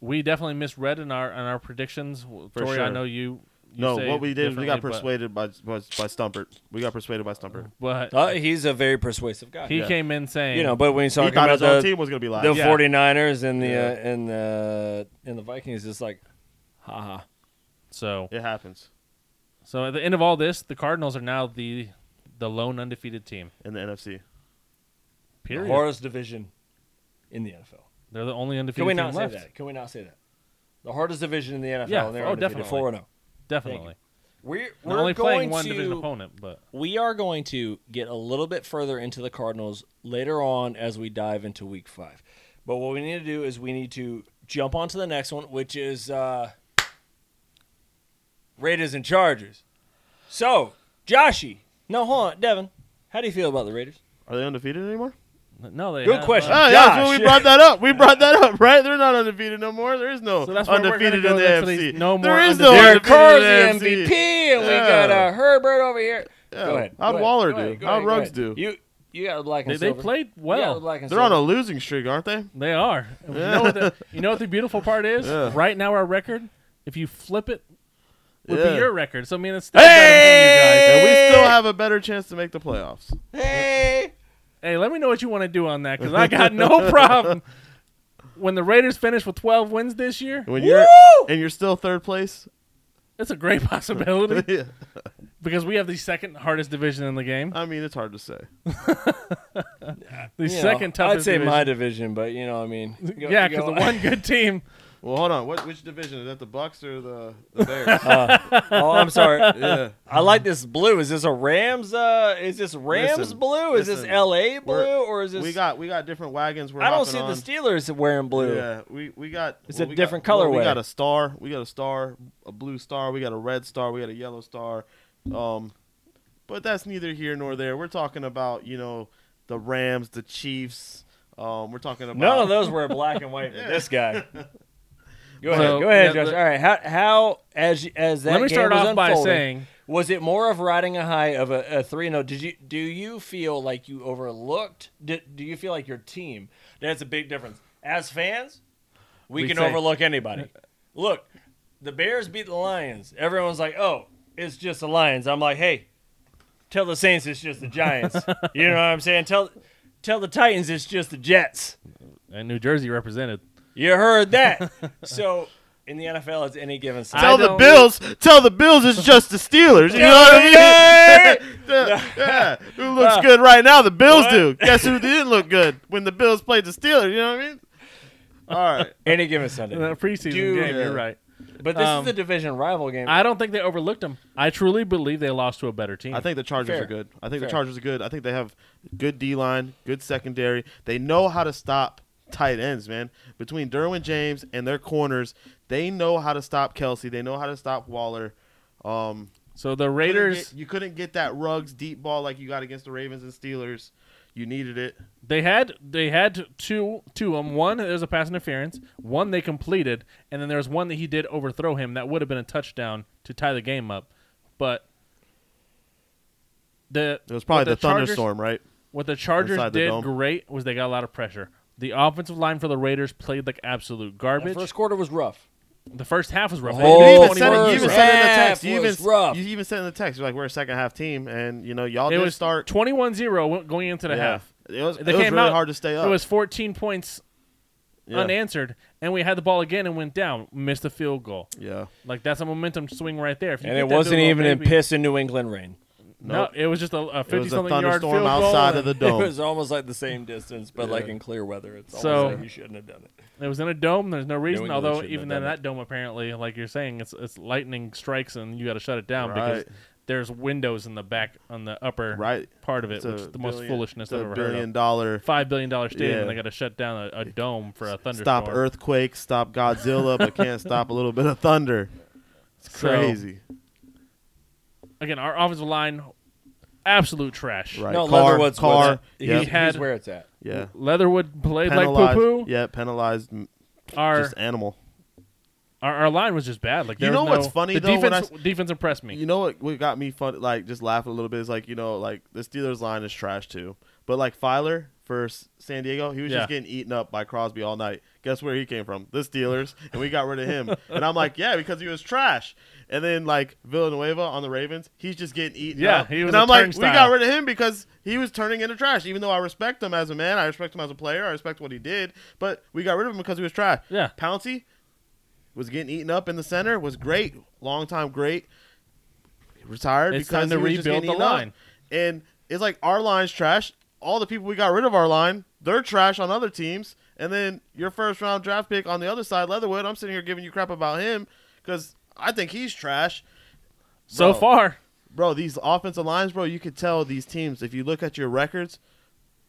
S2: We definitely misread in our in our predictions. Tori, I
S3: sure.
S2: know you. you
S3: No,
S2: say
S3: what we did, we got
S2: differently, but-
S3: persuaded by, by by Stumpert. We got persuaded by Stumpert.
S2: But,
S1: Uh, he's a very persuasive guy.
S2: he
S3: yeah.
S2: came in saying,
S1: Uh, you know, but when he's
S3: He
S1: talking
S3: thought
S1: about
S3: his own
S1: the,
S3: team was gonna be last.
S1: the
S2: Yeah.
S1: 49ers and the
S3: Yeah.
S1: uh, and the and the Vikings, it's like, haha.
S2: so
S3: It happens
S2: so at the end of all this, the Cardinals are now the the lone undefeated team.
S3: in the NFC.
S1: The
S2: Period.
S1: hardest division in the NFL.
S2: They're the only undefeated
S1: Can we
S2: team
S1: not say
S2: left.
S1: that? Can we not say that? The hardest division in the NFL.
S2: Yeah,
S1: and they're
S2: oh,
S1: undefeated,
S2: definitely.
S1: 4 and 0.
S2: Definitely.
S1: We're,
S2: They're
S1: we're
S2: only
S1: going
S2: playing one
S1: to,
S2: division opponent, but
S1: We are going to get a little bit further into the Cardinals later on as we dive into week five. But what we need to do is we need to jump on to the next one, which is uh, Raiders and Chargers. So, Joshy. No, hold on. Devin, how do you feel about the Raiders?
S3: Are they undefeated anymore?
S2: no, they
S1: Good
S2: have,
S1: question.
S2: uh,
S3: Oh, yeah, that's what
S1: Josh.
S3: we brought that up. We brought that up, right? They're not undefeated no more. There is no
S2: So that's where we're
S3: undefeated
S2: gonna
S3: in
S2: go
S3: the
S2: next to
S3: AFC.
S2: these no more
S3: there is no
S1: Derek
S2: undefeated.
S1: Carr's E
S3: undefeated
S1: the
S3: in
S1: MVP,
S3: the AFC.
S1: and we
S3: Yeah.
S1: got uh, Herbert over here.
S3: Yeah.
S1: Go ahead.
S3: How'd
S1: Go ahead.
S3: Waller
S1: Go ahead.
S3: do?
S1: Go
S3: How'd
S1: ahead. Go
S3: Ruggs
S1: ahead.
S3: do?
S1: You, you got a black and
S2: they, they
S1: silver.
S2: played
S1: You got a
S2: well.
S1: black and
S3: They're on
S1: silver.
S3: a losing streak, aren't they?
S2: They are. You, know what the, you know what the beautiful part is?
S3: Yeah.
S2: Right now, our record, if you flip it, would
S3: Yeah.
S2: be your record. So I mean, it's still better than you guys.
S3: And we still have a better chance to make the playoffs.
S1: Hey!
S2: Hey, let me know what you want to do on that because I got no problem. When the Raiders finish with 12 wins this year,
S3: When you're
S1: Woo!
S3: and you're still third place.
S2: it's a great possibility
S3: Yeah.
S2: because we have the second hardest division in the game,
S3: I mean, it's hard to say.
S2: the
S1: You know,
S2: second toughest.
S1: I'd say
S2: division.
S1: my division, but you know, I mean, go-
S2: yeah,
S1: go-
S2: because the one good team.
S3: Well, hold on. What which division is that? The Bucks or the, the Bears?
S1: Oh, I'm sorry.
S3: yeah.
S1: I like this blue. Is this a Rams? Uh, is this Rams
S3: Listen,
S1: blue? Is this
S3: listen,
S1: L.A. blue?
S3: we're-
S1: Or is this?
S3: We got we got different wagons. We're
S1: I don't
S3: hopping
S1: see
S3: on.
S1: the Steelers wearing blue.
S3: Yeah, we we got.
S1: It's a
S3: we
S1: different
S3: got, well,
S1: colorway.
S3: We got a star. We got a star, a blue star. We got a red star. We got a yellow star. Um, but that's neither here nor there. We're talking about you know the Rams, the Chiefs. Um, we're talking about
S1: None of those were black and white. But this guy. Go ahead.
S2: So,
S1: go ahead,
S2: yeah,
S1: Josh.
S2: the-
S1: All right. How how as as that
S2: Let me
S1: game
S2: start
S1: was
S2: off by
S1: unfolding,
S2: saying
S1: was it more of riding a high of a, a 3-0 did you do you feel like you overlooked do, do you feel like your team that's a big difference as fans we,
S2: We
S1: can
S2: say-
S1: overlook anybody look the bears beat the lions everyone's like oh it's just the lions i'm like hey tell the saints it's just the giants you know what i'm saying tell tell the titans it's just the jets
S2: and New Jersey represented.
S1: you heard that so in the nfl it's any given Sunday.
S3: Tell
S2: I
S3: the
S2: don't-
S3: Bills, tell the Bills it's just the Steelers. You know what I mean? yeah. Who looks good right now? The Bills
S1: What?
S3: do. Guess who didn't look good when the Bills played the Steelers? You know what I mean? All right.
S1: any given sunday
S2: In that preseason
S1: Dude.
S2: game,
S3: Yeah.
S2: you're right.
S1: but this
S2: Um,
S1: is a division rival game
S2: I don't think they overlooked them. I truly believe they lost to a better team.
S3: I think the Chargers
S1: Fair.
S3: are good. I think
S1: Fair.
S3: the Chargers are good. I think they have good D line, good secondary. They know how to stop tight ends, man. Between Derwin James and their corners, they know how to stop Kelsey. They know how to stop Waller. Um,
S2: so. The
S3: couldn't
S2: Raiders
S3: get- you couldn't get that Ruggs deep ball like you got against the Ravens and Steelers. You needed it.
S2: they had they had two two of them. One there's a pass interference. One they completed, and then there was one that he did overthrow him that would have been a touchdown to tie the game up. But the
S3: It was probably
S2: what
S3: the,
S2: Chargers-
S3: thunderstorm, right?
S2: What the Chargers
S3: Inside the
S2: did
S3: dome.
S2: great was they got a lot of pressure. The offensive line for the Raiders played like absolute
S1: the
S2: garbage.
S1: first quarter was rough
S2: the first half was rough.
S1: The whole
S3: you
S1: Oh,
S3: even said, it, you even
S1: first
S3: said it in the
S1: half
S3: text. You even,
S1: was rough.
S3: you even said in the text, you're like, we're a second half team, and you know y'all
S2: it
S3: didn't
S2: was
S3: start
S2: 21-0 going into the
S3: Yeah.
S2: half.
S3: It was,
S2: They
S3: it was
S2: came
S3: really
S2: out-
S3: hard to stay up.
S2: It was 14 points
S3: yeah.
S2: unanswered, and we had the ball again and went down, missed a field goal.
S3: yeah.
S2: Like that's a momentum swing right there. If you
S1: And
S2: get
S1: it
S2: that
S1: wasn't
S2: field goal,
S1: even in
S2: maybe-
S1: piss in New England rain.
S3: Nope.
S2: No, it was just a, a
S3: it was a
S2: fifty-something yard field
S3: thunderstorm
S2: goal.
S3: outside of
S2: and
S3: the dome.
S1: It was almost like the same distance, but like
S3: Yeah.
S1: in clear weather, it's almost
S2: So-
S1: like you shouldn't have done it.
S2: It was in a dome. There's no reason.
S1: England
S2: although
S1: shouldn't
S2: even
S1: have
S2: then,
S1: done
S2: that dome apparently, like you're saying, it's it's lightning strikes and you got to shut it down
S3: Right.
S2: because there's windows in the back on the upper
S3: right.
S2: part of it,
S3: It's
S2: which
S3: a
S2: is the most
S3: billion-
S2: foolishness
S3: it's a
S2: I've ever heard
S3: billion
S2: of.
S3: dollar
S2: Five billion dollar stadium,
S3: Yeah.
S2: and they got to shut down a, a dome for a thunderstorm.
S3: stop earthquake, stop Godzilla, but can't stop a little bit of thunder. It's
S2: So-
S3: crazy.
S2: Again, our offensive line, absolute trash.
S3: right.
S1: no,
S3: car,
S1: Leatherwood's
S3: car.
S1: He's,
S3: Yep.
S2: He had-
S1: he's where it's at.
S3: Yeah.
S2: Leatherwood played like
S3: Penalized.
S2: poo poo.
S3: Yeah, penalized. m-
S2: Our,
S3: just animal.
S2: our our line was just bad. Like
S3: You
S2: there
S3: know
S2: was no,
S3: what's funny,
S2: The
S3: though, when
S2: defense defense impressed me.
S3: You know what? What got me fun, like just laughing a little bit is like you know like the Steelers line is trash too, but like Filer for S- San Diego, he was just
S2: Yeah.
S3: getting eaten up by Crosby all night. Guess where he came from? The Steelers, and we got rid of him. and I'm like, yeah, because he was trash. And then like Villanueva on the Ravens, he's just getting eaten
S2: Yeah,
S3: up.
S2: he was
S3: and
S2: a
S3: I'm like, we
S2: turnstile.
S3: got rid of him because he was turning into trash. Even though I respect him as a man, I respect him as a player, I respect what he did, but we got rid of him because he was trash.
S2: Yeah.
S3: Pouncey was getting eaten up in the center, was great, long time great. Retired
S2: It's
S3: because
S2: time to
S3: he was just
S2: rebuild
S3: getting
S2: the
S3: eaten up.
S2: line.
S3: And it's like our line's trash. All the people we got rid of our line, they're trash on other teams. And then your first round draft pick on the other side, Leatherwood, I'm sitting here giving you crap about him because I think he's trash.
S2: so
S3: Bro.
S2: far,
S3: Bro, these offensive lines, bro, you could tell these teams, if you look at your records,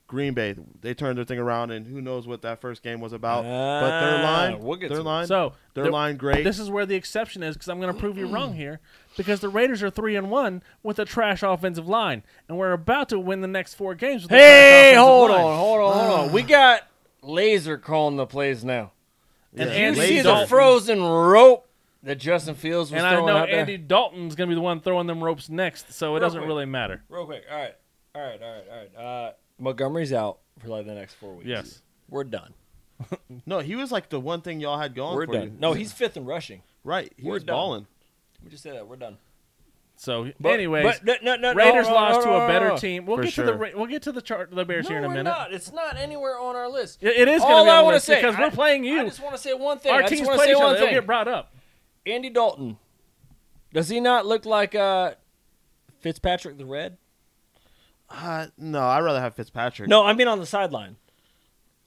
S3: Green Bay, they turned their thing around, and who knows what that first game was about. but their
S1: Ah,
S3: line,
S1: we'll get
S3: their
S1: to it.
S3: line,
S2: So
S3: their
S2: the-
S3: line, great.
S2: This is where the exception is because I'm going to prove you wrong here because the Raiders are three and one with a trash offensive line, and we're about to win the next four games. With a
S1: Hey,
S2: trash offensive Ah.
S1: hold
S2: line.
S1: on, hold on, hold on. We got laser calling the plays now.
S2: And
S3: Yeah.
S1: You
S2: Andy
S1: see the
S2: Dalton,
S1: frozen rope that Justin Fields was
S2: and I
S1: throwing
S2: know
S1: out there.
S2: Andy Dalton's going to be the one throwing them ropes next, so it
S1: Real
S2: doesn't
S1: quick.
S2: really matter.
S1: Real quick. All right. All right. All right. All right. Uh, Montgomery's out for like the next four weeks.
S2: Yes.
S1: We're done.
S3: No, he was like the one thing y'all had going
S1: We're
S3: for
S1: done.
S3: you.
S1: No, he's fifth in rushing.
S3: right. He
S1: we're
S3: was
S1: done.
S3: balling.
S1: Let me just say that. We're done.
S2: So,
S1: But-
S2: anyways,
S1: but no, no, no, no,
S2: Raiders
S1: no, no, no,
S2: lost to
S1: no,
S2: a better
S1: no.
S2: team. We'll
S3: For
S2: get to the
S3: sure.
S2: Ra- we'll get to the char- the Bears
S1: No,
S2: here in a
S1: we're
S2: minute.
S1: not. It's not anywhere on our list.
S2: It- it is going to
S1: All
S2: be on
S1: I
S2: the
S1: wanna
S2: list
S1: say-
S2: because
S1: I-
S2: we're playing you.
S1: I just want to say one thing.
S2: Our
S1: I just
S2: teams
S1: want to
S2: play
S1: say
S2: each
S1: one
S2: other. They'll
S1: thing.
S2: get brought up.
S1: Andy Dalton. Does he not look like uh, Fitzpatrick the Red?
S3: Uh, no, I'd rather have Fitzpatrick.
S1: No, I mean on the sideline.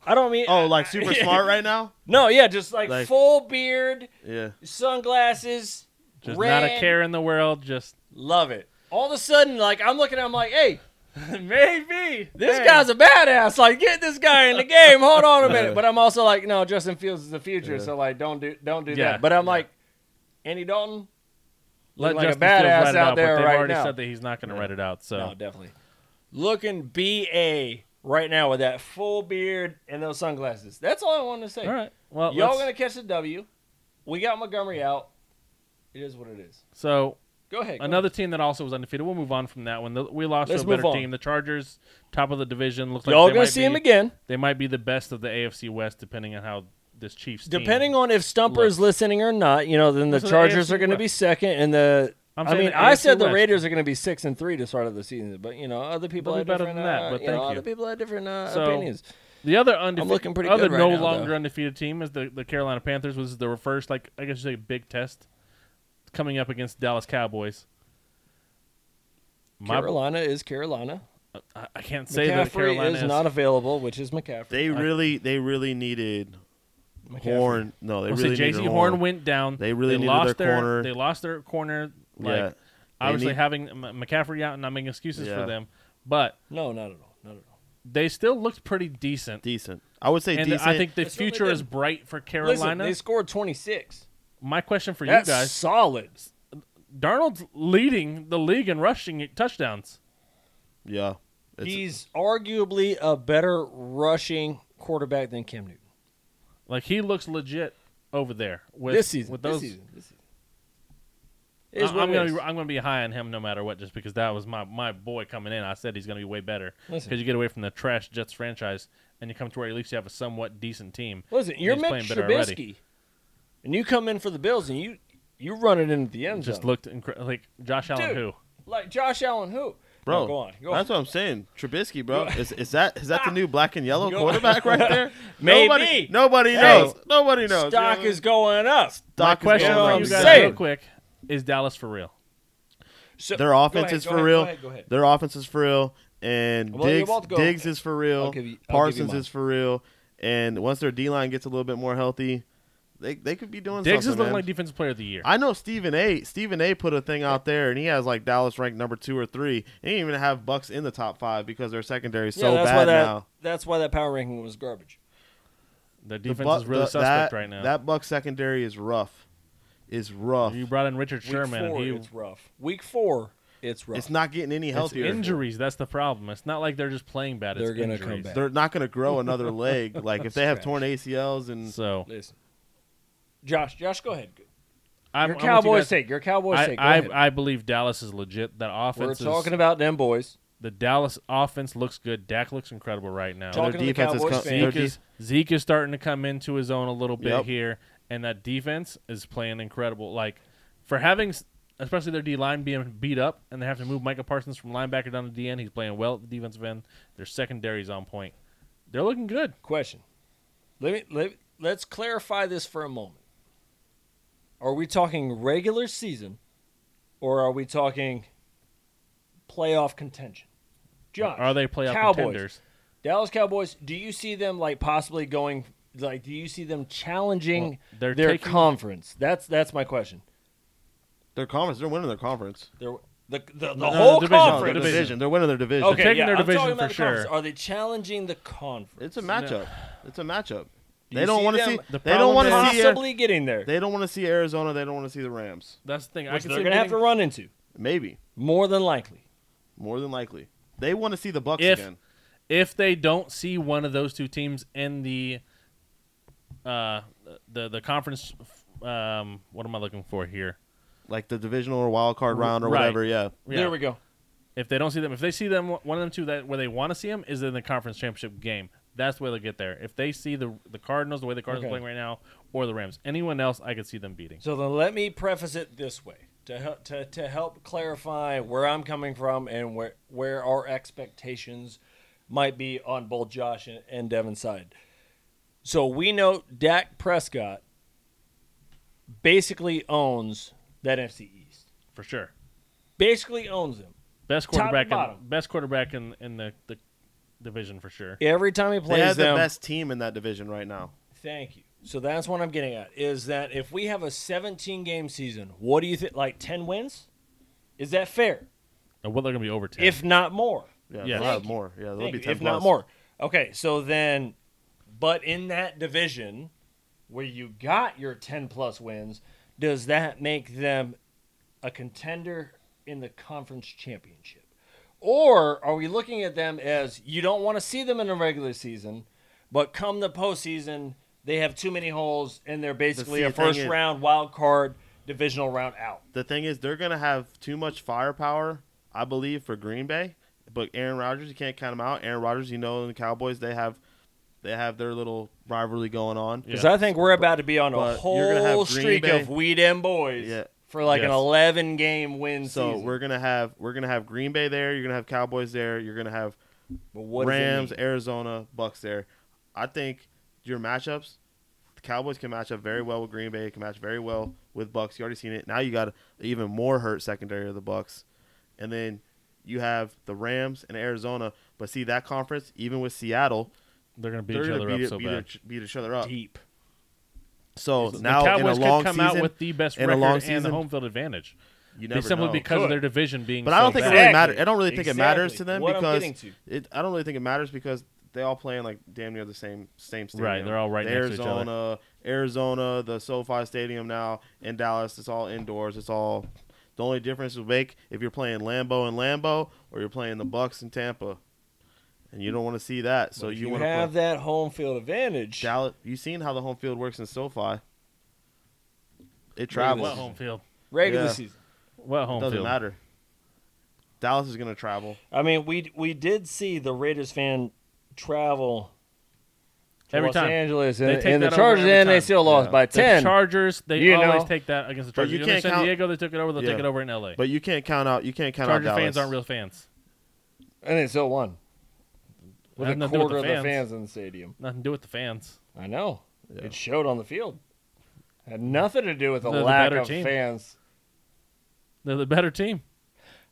S1: I don't mean.
S3: Oh, like super smart right now?
S1: No, yeah, just like,
S3: Like-
S1: full beard,
S3: Yeah.
S1: sunglasses,
S2: Just
S1: red.
S2: not a care in the world. Just
S1: Love it. All of a sudden, like I'm looking, at him like, hey,
S2: maybe
S1: This guy's a badass. Like, get this guy in the game. Hold on a minute. But I'm also like, no, Justin Fields is the future. So like, don't do don't do
S2: Yeah,
S1: that. But I'm
S2: yeah.
S1: like, Andy Dalton,
S2: Let
S1: look like
S2: Justin
S1: a
S2: Fields write
S1: badass out
S2: it out,
S1: there
S2: but they've
S1: right
S2: already
S1: now.
S2: said that he's not going to write it out. So
S1: No, definitely looking ba right now with that full beard and those sunglasses. That's all I wanted to say.
S2: all right, well,
S1: Y'all
S2: let's-
S1: gonna catch the W. We got Montgomery out. It is what it is.
S2: so
S1: Go ahead. go
S2: another team that also was undefeated. We'll move on from that one. The- We lost
S1: Let's
S2: to a better
S1: move on.
S2: team. The Chargers, top of the division, looks
S1: ahead.
S2: like
S1: Y'all
S2: they
S1: gonna
S2: might
S1: see
S2: be,
S1: him again.
S2: They might be the best of the AFC West, depending on how this Chiefs. team-
S1: Depending on if Stumper is
S2: looks.
S1: listening or not, you know, then the
S2: So the
S1: Chargers
S2: AFC
S1: are going to
S2: West.
S1: be second, and the
S2: I'm
S1: i
S2: saying
S1: mean,
S2: the
S1: I
S2: AFC
S1: said the
S2: West.
S1: Raiders are going to be six and three to start of the season, but you know, other people
S2: They'll be
S1: have
S2: better
S1: different,
S2: than that,
S1: uh,
S2: but
S1: you
S2: thank
S1: know,
S2: you.
S1: other people have different uh,
S2: So-
S1: opinions.
S2: the other undefe-
S1: looking pretty
S2: other
S1: good right
S2: no
S1: now,
S2: longer
S1: though.
S2: undefeated team is the, the Carolina Panthers was their first like I guess you say big test coming up against Dallas Cowboys. My,
S1: Carolina is Carolina.
S2: I, I can't say that
S1: McCaffrey
S2: Carolina
S1: is not available, which is McCaffrey.
S3: They really they really needed
S1: McCaffrey.
S3: Horn. No, they
S2: Well,
S3: really
S2: see,
S3: needed
S2: J.C.
S3: Horn.
S2: Horn went down.
S3: They really needed
S2: lost
S3: their corner.
S2: They lost their corner. Like
S3: Yeah. They
S2: obviously
S3: need-
S2: having M- McCaffrey out and not making excuses
S3: Yeah.
S2: for them, but
S1: No, not at all. Not at all.
S2: they still looked pretty decent.
S3: decent. I would say
S2: and
S3: decent.
S2: I think the
S1: That's what they
S2: future is
S1: did.
S2: bright for
S1: Listen,
S2: Carolina.
S1: they scored twenty six.
S2: My question for
S1: That's
S2: you guys:
S1: solid.
S2: Darnold's leading the league in rushing touchdowns.
S3: yeah. It's-
S1: He's arguably a better rushing quarterback than Cam Newton
S2: Like he looks legit over there with
S1: this season.
S2: With those,
S1: this season. This season. It
S2: I,
S1: is what
S2: am
S1: it
S2: gonna
S1: is.
S2: be, I'm gonna be high on him no matter what, just because that was my my boy coming in. I said he's gonna be way better because
S1: Listen.
S2: you get away from the trash Jets franchise and you come to where at least you have a somewhat decent team.
S1: Listen,
S2: And
S1: you're
S2: he's
S1: Mitch
S2: playing better already.
S1: Trubisky, and you come in for the Bills, and you you run it into the end zone.
S2: Just looked incre- like Josh Allen.
S1: Dude.
S2: Who
S1: like Josh Allen, who?
S3: bro,
S1: No, go on, go
S3: that's
S1: on.
S3: what I'm saying. Trubisky, bro, is, is that is that the new black and yellow
S1: Go-
S3: quarterback right there?
S1: Maybe.
S3: Nobody, nobody
S1: Hey,
S3: knows. Nobody knows.
S1: Stock
S3: You know?
S1: is going up.
S3: Stock
S2: question
S3: going
S1: what
S2: for
S3: up.
S1: I'm
S2: you guys
S1: saying.
S2: real quick is Dallas for real?
S1: So
S3: Their offense
S1: ahead,
S3: is
S1: go
S3: for
S1: ahead,
S3: real.
S1: Go ahead, go ahead.
S3: Their offense is for real, and
S1: Well, you're
S3: Diggs,
S1: about to go.
S3: Diggs is for real.
S1: I'll give you- I'll give you
S3: Parsons
S1: mine.
S3: is for real, and once their D line gets a little bit more healthy, they they could be doing
S2: Diggs is
S3: something.
S2: looking
S3: man.
S2: like defensive player of the year.
S3: I know Stephen A. Stephen A. put a thing out there, and he has like Dallas ranked number two or three. He didn't even have Bucks in the top five because their secondary is so
S1: yeah, that's
S3: bad
S1: why that,
S3: now.
S1: That's why that power ranking was garbage.
S2: the
S3: The
S2: defense
S3: Buc-
S2: is really
S3: the-
S2: suspect
S3: that-
S2: right now.
S3: That Bucks secondary is rough. Is rough.
S2: you brought in Richard
S1: Week
S2: Sherman.
S1: four,
S2: and he,
S1: it's rough. Week four, it's rough.
S3: It's not getting any
S2: it's
S3: healthier.
S2: injuries. That's the problem. It's not like they're just playing bad. It's
S1: They're gonna come
S2: injuries.
S1: back.
S3: They're not going to grow another leg. Like if they have
S1: Scratch.
S3: torn ACLs and
S2: So
S1: Listen, Josh, Josh, go ahead. your
S2: I'm, I'm with you
S1: Cowboys'
S2: guys.
S1: sake. Your Cowboys'
S2: I,
S1: sake. Go ahead.
S2: I, I believe Dallas is legit. That
S1: We're
S2: offense.
S1: talking
S2: is,
S1: about them boys.
S2: the Dallas offense looks good. Dak looks incredible right now.
S1: Talking to the
S3: defense is
S1: Cowboys
S3: co-
S1: fans.
S3: their
S2: Zeke is, Zeke is starting to come into his own a little bit
S3: Yep.
S2: here, and that defense is playing incredible. Like for having, s- especially their D line being beat up, and they have to move Micah Parsons from linebacker down to DN. He's playing well at the defensive end. Their secondary is on point. They're looking good.
S1: Question. Let me let, let's clarify this for a moment. Are we talking regular season or are we talking playoff contention? Josh,
S2: Are they playoff
S1: Cowboys.
S2: contenders?
S1: Dallas Cowboys, do you see them like possibly going like do you see them challenging
S2: Well, they're
S1: their
S2: taking-
S1: conference? That's that's my question.
S3: their conference, they're winning their conference.
S1: They're the the, the
S2: no,
S1: whole
S2: division,
S3: No, their
S1: conference.
S2: division.
S3: division. They're winning their division.
S1: Okay,
S2: taking
S1: yeah,
S2: their
S1: I'm
S2: division
S1: talking about
S2: for
S1: the conference.
S2: sure.
S1: Are they challenging the conference?
S3: It's a matchup. It's a matchup.
S1: Do you
S3: they don't
S1: see
S3: want to
S1: them-
S3: see.
S2: the
S3: they
S2: problem
S3: don't want to see. uh,
S1: possibly getting there.
S3: They don't want to see Arizona. They don't want to see the Rams.
S2: That's the thing. I
S1: which
S2: can
S1: they're
S2: see
S1: going to have to
S2: getting-
S1: run into
S3: Maybe
S1: more than likely.
S3: more than likely. They want to see the Bucks
S2: If-
S3: again.
S2: if they don't see one of those two teams in the uh the the conference um what am I looking for here?
S3: like the divisional or wild card round or
S2: Right.
S3: whatever. Yeah,
S2: Yeah.
S1: There we go.
S2: If they don't see them, if they see them one of them two that where they want to see them is in the conference championship game. That's where they'll get there. If they see the the Cardinals the way the Cardinals
S1: Okay.
S2: are playing right now or the Rams, anyone else I could see them beating.
S1: So then let me preface it this way to help, to, to help clarify where I'm coming from and where where our expectations might be on both Josh and, and Devin's side. So we know Dak Prescott basically owns that NFC East.
S2: For sure.
S1: Basically owns them.
S2: Best
S1: Top to
S2: quarterback
S1: bottom.
S2: in, best quarterback in in the, the division for sure.
S1: Every time he
S3: they
S1: plays
S3: have the
S1: them,
S3: best team in that division right now.
S1: Thank you. So that's what I'm getting at is that if we have a 17 game season, what do you think? Like 10 wins? Is that fair?
S2: And what they're going to be over 10.
S1: If not more.
S3: Yeah,
S2: Yeah.
S3: they'll have
S1: Thank you.
S3: more. Yeah, they'll
S1: Thank
S3: be
S1: you.
S3: ten
S1: if
S3: plus.
S1: not more. Okay, so then, but in that division where you got your 10 plus wins, does that make them a contender in the conference championship? Or are we looking at them as you don't want to see them in the regular season, but come the postseason, they have too many holes and they're basically
S3: see,
S1: a
S3: the thing
S1: first
S3: is-
S1: round wild card divisional round out?
S3: The thing is, they're gonna have too much firepower, I believe, for Green Bay. But Aaron Rodgers, you can't count him out. Aaron Rodgers, you know, and the Cowboys, they have, they have their little rivalry going on.
S2: Yeah.
S1: Because I think we're about to be on a
S3: But you're gonna have
S1: whole
S3: Green
S1: streak
S3: Bay-
S1: of weed and boys
S3: Yeah.
S1: for like an
S2: Yes.
S1: 11 game win
S3: So
S1: season.
S3: we're gonna have we're gonna have Green Bay there. You're gonna have Cowboys there. You're gonna have
S1: But what does it
S3: Rams,
S1: mean?
S3: Arizona, Bucks there. I think your matchups, the Cowboys can match up very well with Green Bay, can match very well with Bucks. You already seen it. Now you got an even more hurt secondary of the Bucks. And then you have the Rams and Arizona. But see that conference, even with Seattle,
S2: they're going to beat
S3: they're
S2: each
S3: gonna
S2: other
S3: beat,
S2: up
S3: it-
S2: so
S3: beat,
S2: bad.
S3: each- beat each other up.
S1: deep.
S3: So
S2: The
S3: now in a
S2: Cowboys
S3: long
S2: could come
S3: season,
S2: out with the best
S3: in a
S2: record
S3: long
S2: and the
S3: season-
S2: home field advantage.
S3: you
S2: Be
S3: never
S2: simply
S3: know.
S2: because of
S1: Could.
S2: their division being.
S3: But
S2: so
S3: I don't think
S2: bad.
S3: it really
S1: Exactly.
S3: matters. I don't really think
S1: Exactly.
S3: it matters to them
S1: What I'm
S3: because
S1: getting to.
S3: it. I don't really think it matters because they all play in like damn near the same same stadium.
S2: Right, they're all right next to each other.
S3: Arizona, Arizona, the SoFi Stadium now, and Dallas. It's all indoors. It's all. The only difference will make if you're playing Lambo and Lambo, or you're playing the Bucks and Tampa, and you don't want to see that. So
S1: But if
S3: you,
S1: you
S3: want to
S1: have
S3: play
S1: that home field advantage.
S3: Dallas. You've seen how the home field works in SoFi. It
S1: Regular
S2: What
S3: travels.
S2: home field?
S1: regular
S3: Yeah.
S1: season.
S2: What home
S3: Doesn't
S2: field?
S3: matter. Dallas is going to travel.
S1: I mean, we we did see the Raiders fan travel to
S2: Every
S1: Los
S2: time.
S1: Angeles
S2: They
S1: and,
S2: take
S1: and the
S2: that over
S1: Chargers,
S2: every
S1: and they
S2: time.
S1: still lost
S3: Yeah.
S1: by
S2: The
S1: ten.
S2: Chargers, they
S1: You
S2: always
S1: know.
S2: take that against the
S3: But
S2: Chargers. You
S3: you
S2: know, in
S3: can't
S2: San
S3: count-
S2: Diego, they took it over. They'll
S3: Yeah.
S2: take it over in L.A.
S3: But you can't count out. You can't count
S2: Charger
S3: out Dallas.
S2: fans aren't real fans.
S1: and they still won with
S2: Has
S1: a
S2: nothing to do with
S1: quarter
S2: the
S1: of the
S2: fans.
S1: fans in the stadium.
S2: Nothing to do with the fans.
S1: I know
S3: Yeah.
S1: it showed on the field. Had nothing to do with the
S2: They're the
S1: lack
S2: better
S1: of
S2: team.
S1: fans.
S2: They're the better team.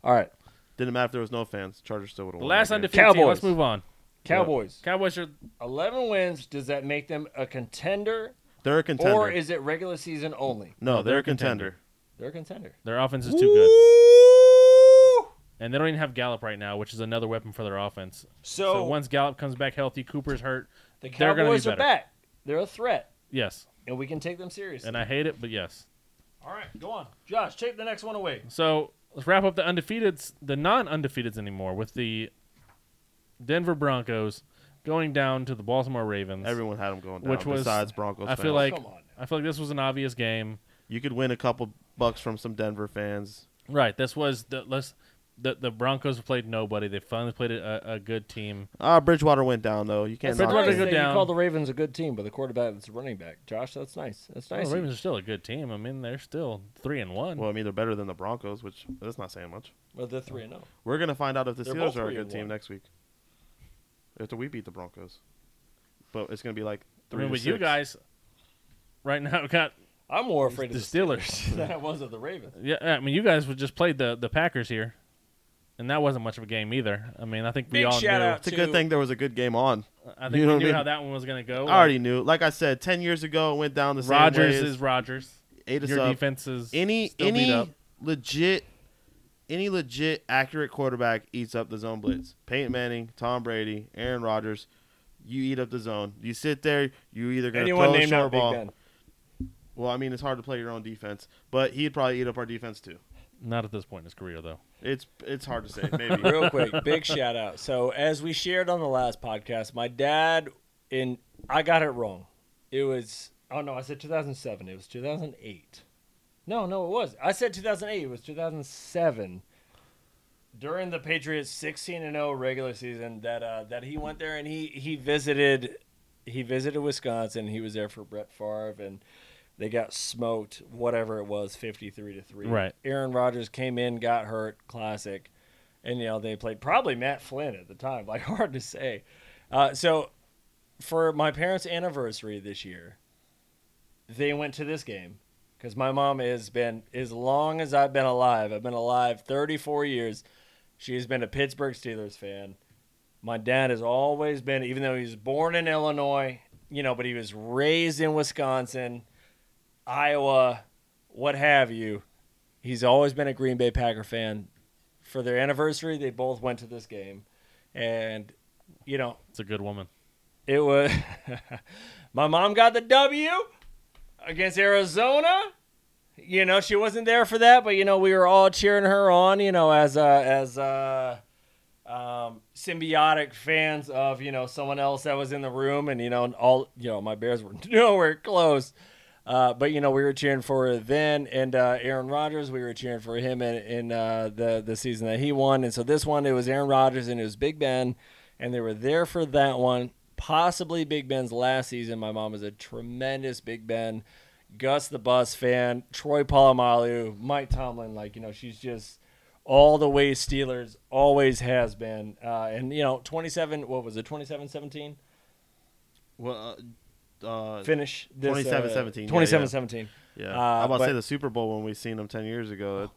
S1: All right,
S3: Didn't matter if there was no fans. Chargers still would have
S2: The
S3: won.
S2: last
S3: that game.
S2: undefeated team. Let's
S1: Cowboys.
S2: move on.
S1: Cowboys.
S2: Cowboys are
S1: Eleven wins. Does that make them a contender,
S3: They're a contender.
S1: or is it regular season only?
S2: No,
S3: no, they're,
S2: they're a
S3: a contender.
S1: They're a contender.
S2: their offense is too good, and they don't even have Gallup right now, which is another weapon for their offense.
S1: So,
S2: so once Gallup comes back healthy, Cooper's hurt.
S1: the
S2: they're gonna be
S1: Cowboys are
S2: better.
S1: back. They're a threat,
S2: Yes,
S1: and we can take them seriously.
S2: and I hate it, but yes.
S1: All right, go on, Josh. Take the next one away.
S2: So let's wrap up the undefeateds, the non-undefeateds anymore, with the Denver Broncos going down to the Baltimore Ravens.
S3: Everyone had them going down.
S2: Which was-
S3: besides Broncos.
S2: I feel
S3: fans.
S2: like
S1: Come on.
S2: I feel like this was an obvious game.
S3: you could win a couple bucks from some Denver fans.
S2: Right. This was the let's the the Broncos played nobody. They finally played a, a good team.
S3: Ah, Bridgewater went down though. You can't.
S1: That's
S2: They're
S3: knock
S2: Bridgewater-
S1: nice
S2: about to go
S1: that
S2: down.
S1: you call the Ravens a good team, but the quarterback is running back. Josh, that's nice. That's
S2: Oh,
S1: nice.
S2: the Ravens are still a good team. I mean, they're still three and
S3: it.
S2: one.
S3: Well, I mean they're better than the Broncos, which that's not saying much.
S1: Well, they're three and oh. zero.
S3: We're gonna find out if the
S1: They're
S3: Steelers
S1: both
S3: are a
S1: three and
S3: good team
S1: one.
S3: next week. After we beat the Broncos, but it's gonna be like
S2: I
S3: three.
S2: mean,
S3: to
S2: with you
S3: six.
S2: guys right now got
S1: I'm more afraid
S2: the
S1: of the
S2: Steelers.
S1: Steelers than I was of the Ravens.
S2: yeah, I mean, you guys would just played the the Packers here, and that wasn't much of a game either. I mean, I think we
S1: Big
S2: all
S1: shout
S2: knew.
S1: out.
S3: It's a good
S1: to-
S3: thing there was a good game on.
S2: I think
S3: You know
S2: we
S3: what I
S2: knew
S3: mean?
S2: how that one was going to go.
S3: I already knew. Like I said, ten years ago, it went down the same
S2: Rodgers
S3: way as-
S2: is Rodgers.
S3: ate us
S2: Your
S3: up.
S2: defense is
S3: Any
S2: still beat up.
S3: any legit, any legit accurate quarterback eats up the zone blitz. Peyton Manning, Tom Brady, Aaron Rodgers, you eat up the zone. You sit there. You either gonna
S1: Anyone
S3: throw a
S1: named
S3: short
S1: out Big
S3: ball.
S1: Ben?
S3: Well, I mean, it's hard to play your own defense, but he'd probably eat up our defense too.
S2: Not at this point in his career, though.
S3: It's it's hard to say. Maybe
S1: Real quick, big shout out. So as we shared on the last podcast, my dad in I got it wrong. It was oh no, I said 2007. It was 2008. No, no, it was. I said 2008. It was 2007. During the Patriots 16 and 0 regular season, that uh, that he went there and he he visited he visited Wisconsin. He was there for Brett Favre and. They got smoked, whatever it was, fifty-three to three.
S2: Right.
S1: Aaron Rodgers came in, got hurt, classic and you know they played probably Matt Flynn at the time. Like hard to say. Uh, so for my parents' anniversary this year, they went to this game because my mom has been as long as I've been alive. I've been alive 34 years. She has been a Pittsburgh Steelers fan. My dad has always been, even though he was born in Illinois, you know, but he was raised in Wisconsin, Iowa, what have you. He's always been a Green Bay Packer fan. For their anniversary, they both went to this game. And, you know,
S2: It's a good woman.
S1: it was my mom got the W against Arizona. You know, she wasn't there for that, but you know, we were all cheering her on, you know, as uh as uh um, symbiotic fans of, you know, someone else that was in the room and you know, and all you know, my bears were nowhere close. Uh, but you know, we were cheering for her then and uh, Aaron Rodgers, we were cheering for him in, in uh, the the season that he won. And so this one it was Aaron Rodgers and it was Big Ben and they were there for that one. Possibly Big Ben's last season. My mom is a tremendous Big Ben, Gus the Bus fan, Troy Polamalu, Mike Tomlin. Like you know, she's just all the way Steelers. Always has been. Uh, and you know, twenty-seven. What was it? 27-17?
S3: well, uh, uh,
S1: Finish this.
S3: 27-17, yeah, yeah.
S1: Twenty-seven seventeen.
S3: yeah.
S1: uh,
S3: I'm about to say
S1: but-
S3: the Super Bowl when we seen them ten years ago. It,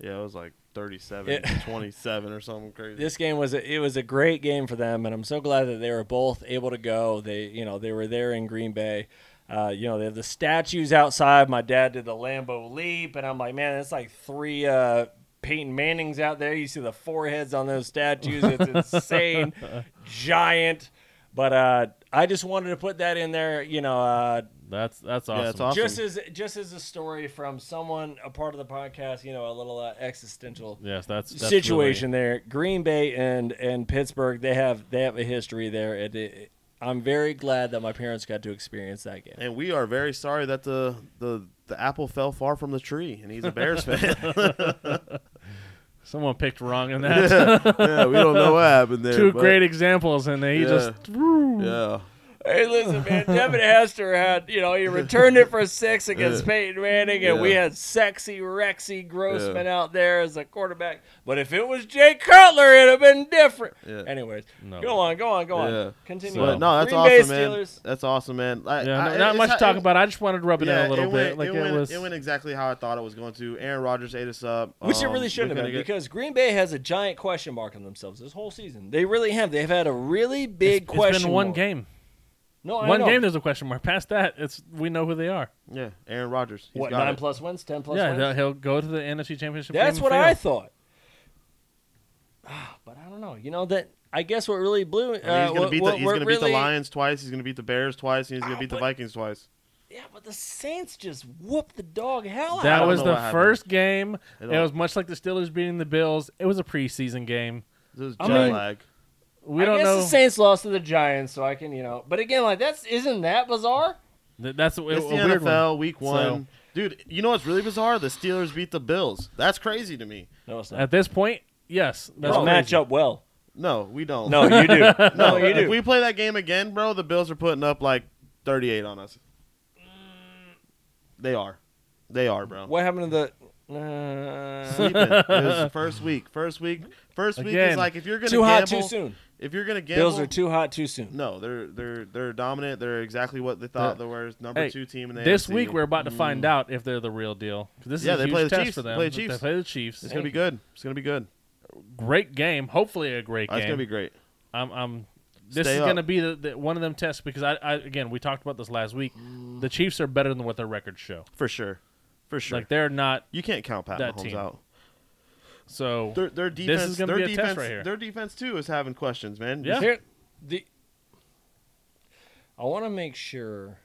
S3: yeah, it was like 37,
S1: It-
S3: 27 or something crazy.
S1: This game was a, it was a great game for them, and I'm so glad that they were both able to go. They you know they were there in Green Bay. Uh, you know they have the statues outside. My dad did the Lambo leap, and I'm like, man, it's like three uh, Peyton Manning's out there. You see the foreheads on those statues. It's insane, giant. But uh, I just wanted to put that in there. You know, uh,
S2: That's that's awesome.
S3: Yeah, it's awesome.
S1: just as just as a story from someone a part of the podcast. You know, a little uh, existential
S2: Yes, that's, that's
S1: situation there. Green Bay and and Pittsburgh, they have they have a history there. It, it, I'm very glad that my parents got to experience that game.
S3: And we are very sorry that the, the the apple fell far from the tree, and he's a Bears fan.
S2: really- Someone picked wrong in that.
S3: yeah, we don't know what happened there.
S2: Two
S3: but-
S2: great examples, and they
S3: Yeah.
S2: just
S3: Yeah,
S1: Hey, listen, man. Devin Hester had, you know, he returned it for six against Peyton Manning, and we
S3: Yeah.
S1: had sexy Rexy Grossman
S3: Yeah.
S1: out there as a quarterback. But if it was Jay Cutler, it'd have been different.
S3: Yeah.
S1: Anyways,
S2: No.
S1: go on, go on, go on.
S3: Yeah.
S1: Continue.
S3: But no, that's
S1: Green
S3: awesome,
S1: Bay
S3: man.
S1: Steelers.
S3: That's awesome, man. Like,
S2: Yeah,
S3: I-
S2: no, not
S3: it's
S2: much
S3: how-
S2: to talk about. I just wanted to rub it in a little
S3: it
S2: bit.
S3: went,
S2: Like it,
S3: it, went,
S2: was.
S3: it went exactly how I thought it was going to. Aaron Rodgers ate us up,
S1: Which it
S3: Um,
S1: really shouldn't
S3: they're
S1: have been
S3: gonna get-
S1: because Green Bay has a giant question mark on themselves this whole season. They really have. They've had a really big
S2: it's
S1: question.
S2: been one
S1: mark.
S2: game.
S1: No, I
S2: One
S1: know.
S2: game. There's a question mark. Past that, it's we know who they are.
S3: yeah, Aaron Rodgers. He's
S1: what
S3: got
S1: nine
S3: it.
S1: plus wins, ten plus
S2: yeah,
S1: wins.
S2: they'll- he'll go to the NFC Championship.
S1: That's
S2: game
S1: what
S2: and
S1: I
S2: fail.
S1: thought. Ah, but I don't know. You know that I guess what really blew. Uh,
S3: I mean, he's gonna
S1: what-
S3: beat the
S1: what-
S3: he's
S1: what
S3: gonna beat
S1: really-
S3: the Lions twice. He's gonna beat the Bears twice. and He's
S1: Ah,
S3: gonna beat the
S1: but-
S3: Vikings twice.
S1: Yeah, but the Saints just whooped the dog hell out.
S2: That
S1: of
S2: was
S1: them.
S3: know
S2: the
S3: what happened.
S2: first game.
S3: I
S2: It
S3: don't-
S2: was much like the Steelers beating the Bills. It was a preseason game.
S3: This is
S2: I
S3: jet
S2: mean-
S3: lag.
S2: We
S1: I
S2: don't
S1: guess
S2: know.
S1: the Saints lost to the Giants, so I can you know. But again, like that's isn't that bizarre?
S2: Th- That's a, a
S3: It's the
S2: weird
S3: NFL
S2: one.
S3: Week One, dude. You know what's really bizarre? The Steelers beat the Bills. That's crazy to me.
S1: No, it's
S2: At this point, yes, that's
S1: Those
S2: crazy.
S1: match up well.
S3: No, we don't.
S1: No, you do. no, you
S3: if
S1: do.
S3: we play that game again, bro, the Bills are putting up like 38 on us. They are, they are, bro.
S1: What happened to the? Uh,
S3: Sleeping. it was the first week. First week. First week
S2: Again,
S3: is like if you're gonna
S1: too
S3: gamble,
S1: hot, too soon.
S3: If you're gonna gamble,
S1: Bills are too hot, too soon.
S3: No, they're they're they're dominant. They're exactly what they thought they were. Number
S2: Hey,
S3: two team in the
S2: This
S3: AFC.
S2: week, we're about to find out if they're the real deal. 'Cause This is
S3: Mm. Yeah,
S2: a
S3: they
S2: huge
S3: play the
S2: test
S3: Chiefs.
S2: for them.
S3: Play the
S2: They
S3: Chiefs.
S2: play the Chiefs.
S3: It's gonna be good. It's gonna be good.
S2: great game. Hopefully, a great
S3: Oh,
S2: game.
S3: it's gonna be great.
S2: I'm, I'm this
S3: Stay
S2: is
S3: up.
S2: going to be the, the, one of them tests because I, I again we talked about this last week. The Chiefs are better than what their records show.
S3: For sure. For sure.
S2: Like they're not
S3: you can't count Pat
S2: that
S3: Mahomes
S2: team.
S3: out.
S2: so.
S3: Their their
S2: This is
S3: defense
S2: gonna
S3: their
S2: be a test
S3: defense
S2: right here.
S3: their defense too is having questions, man.
S2: Yeah.
S1: Here, the, I want to make sure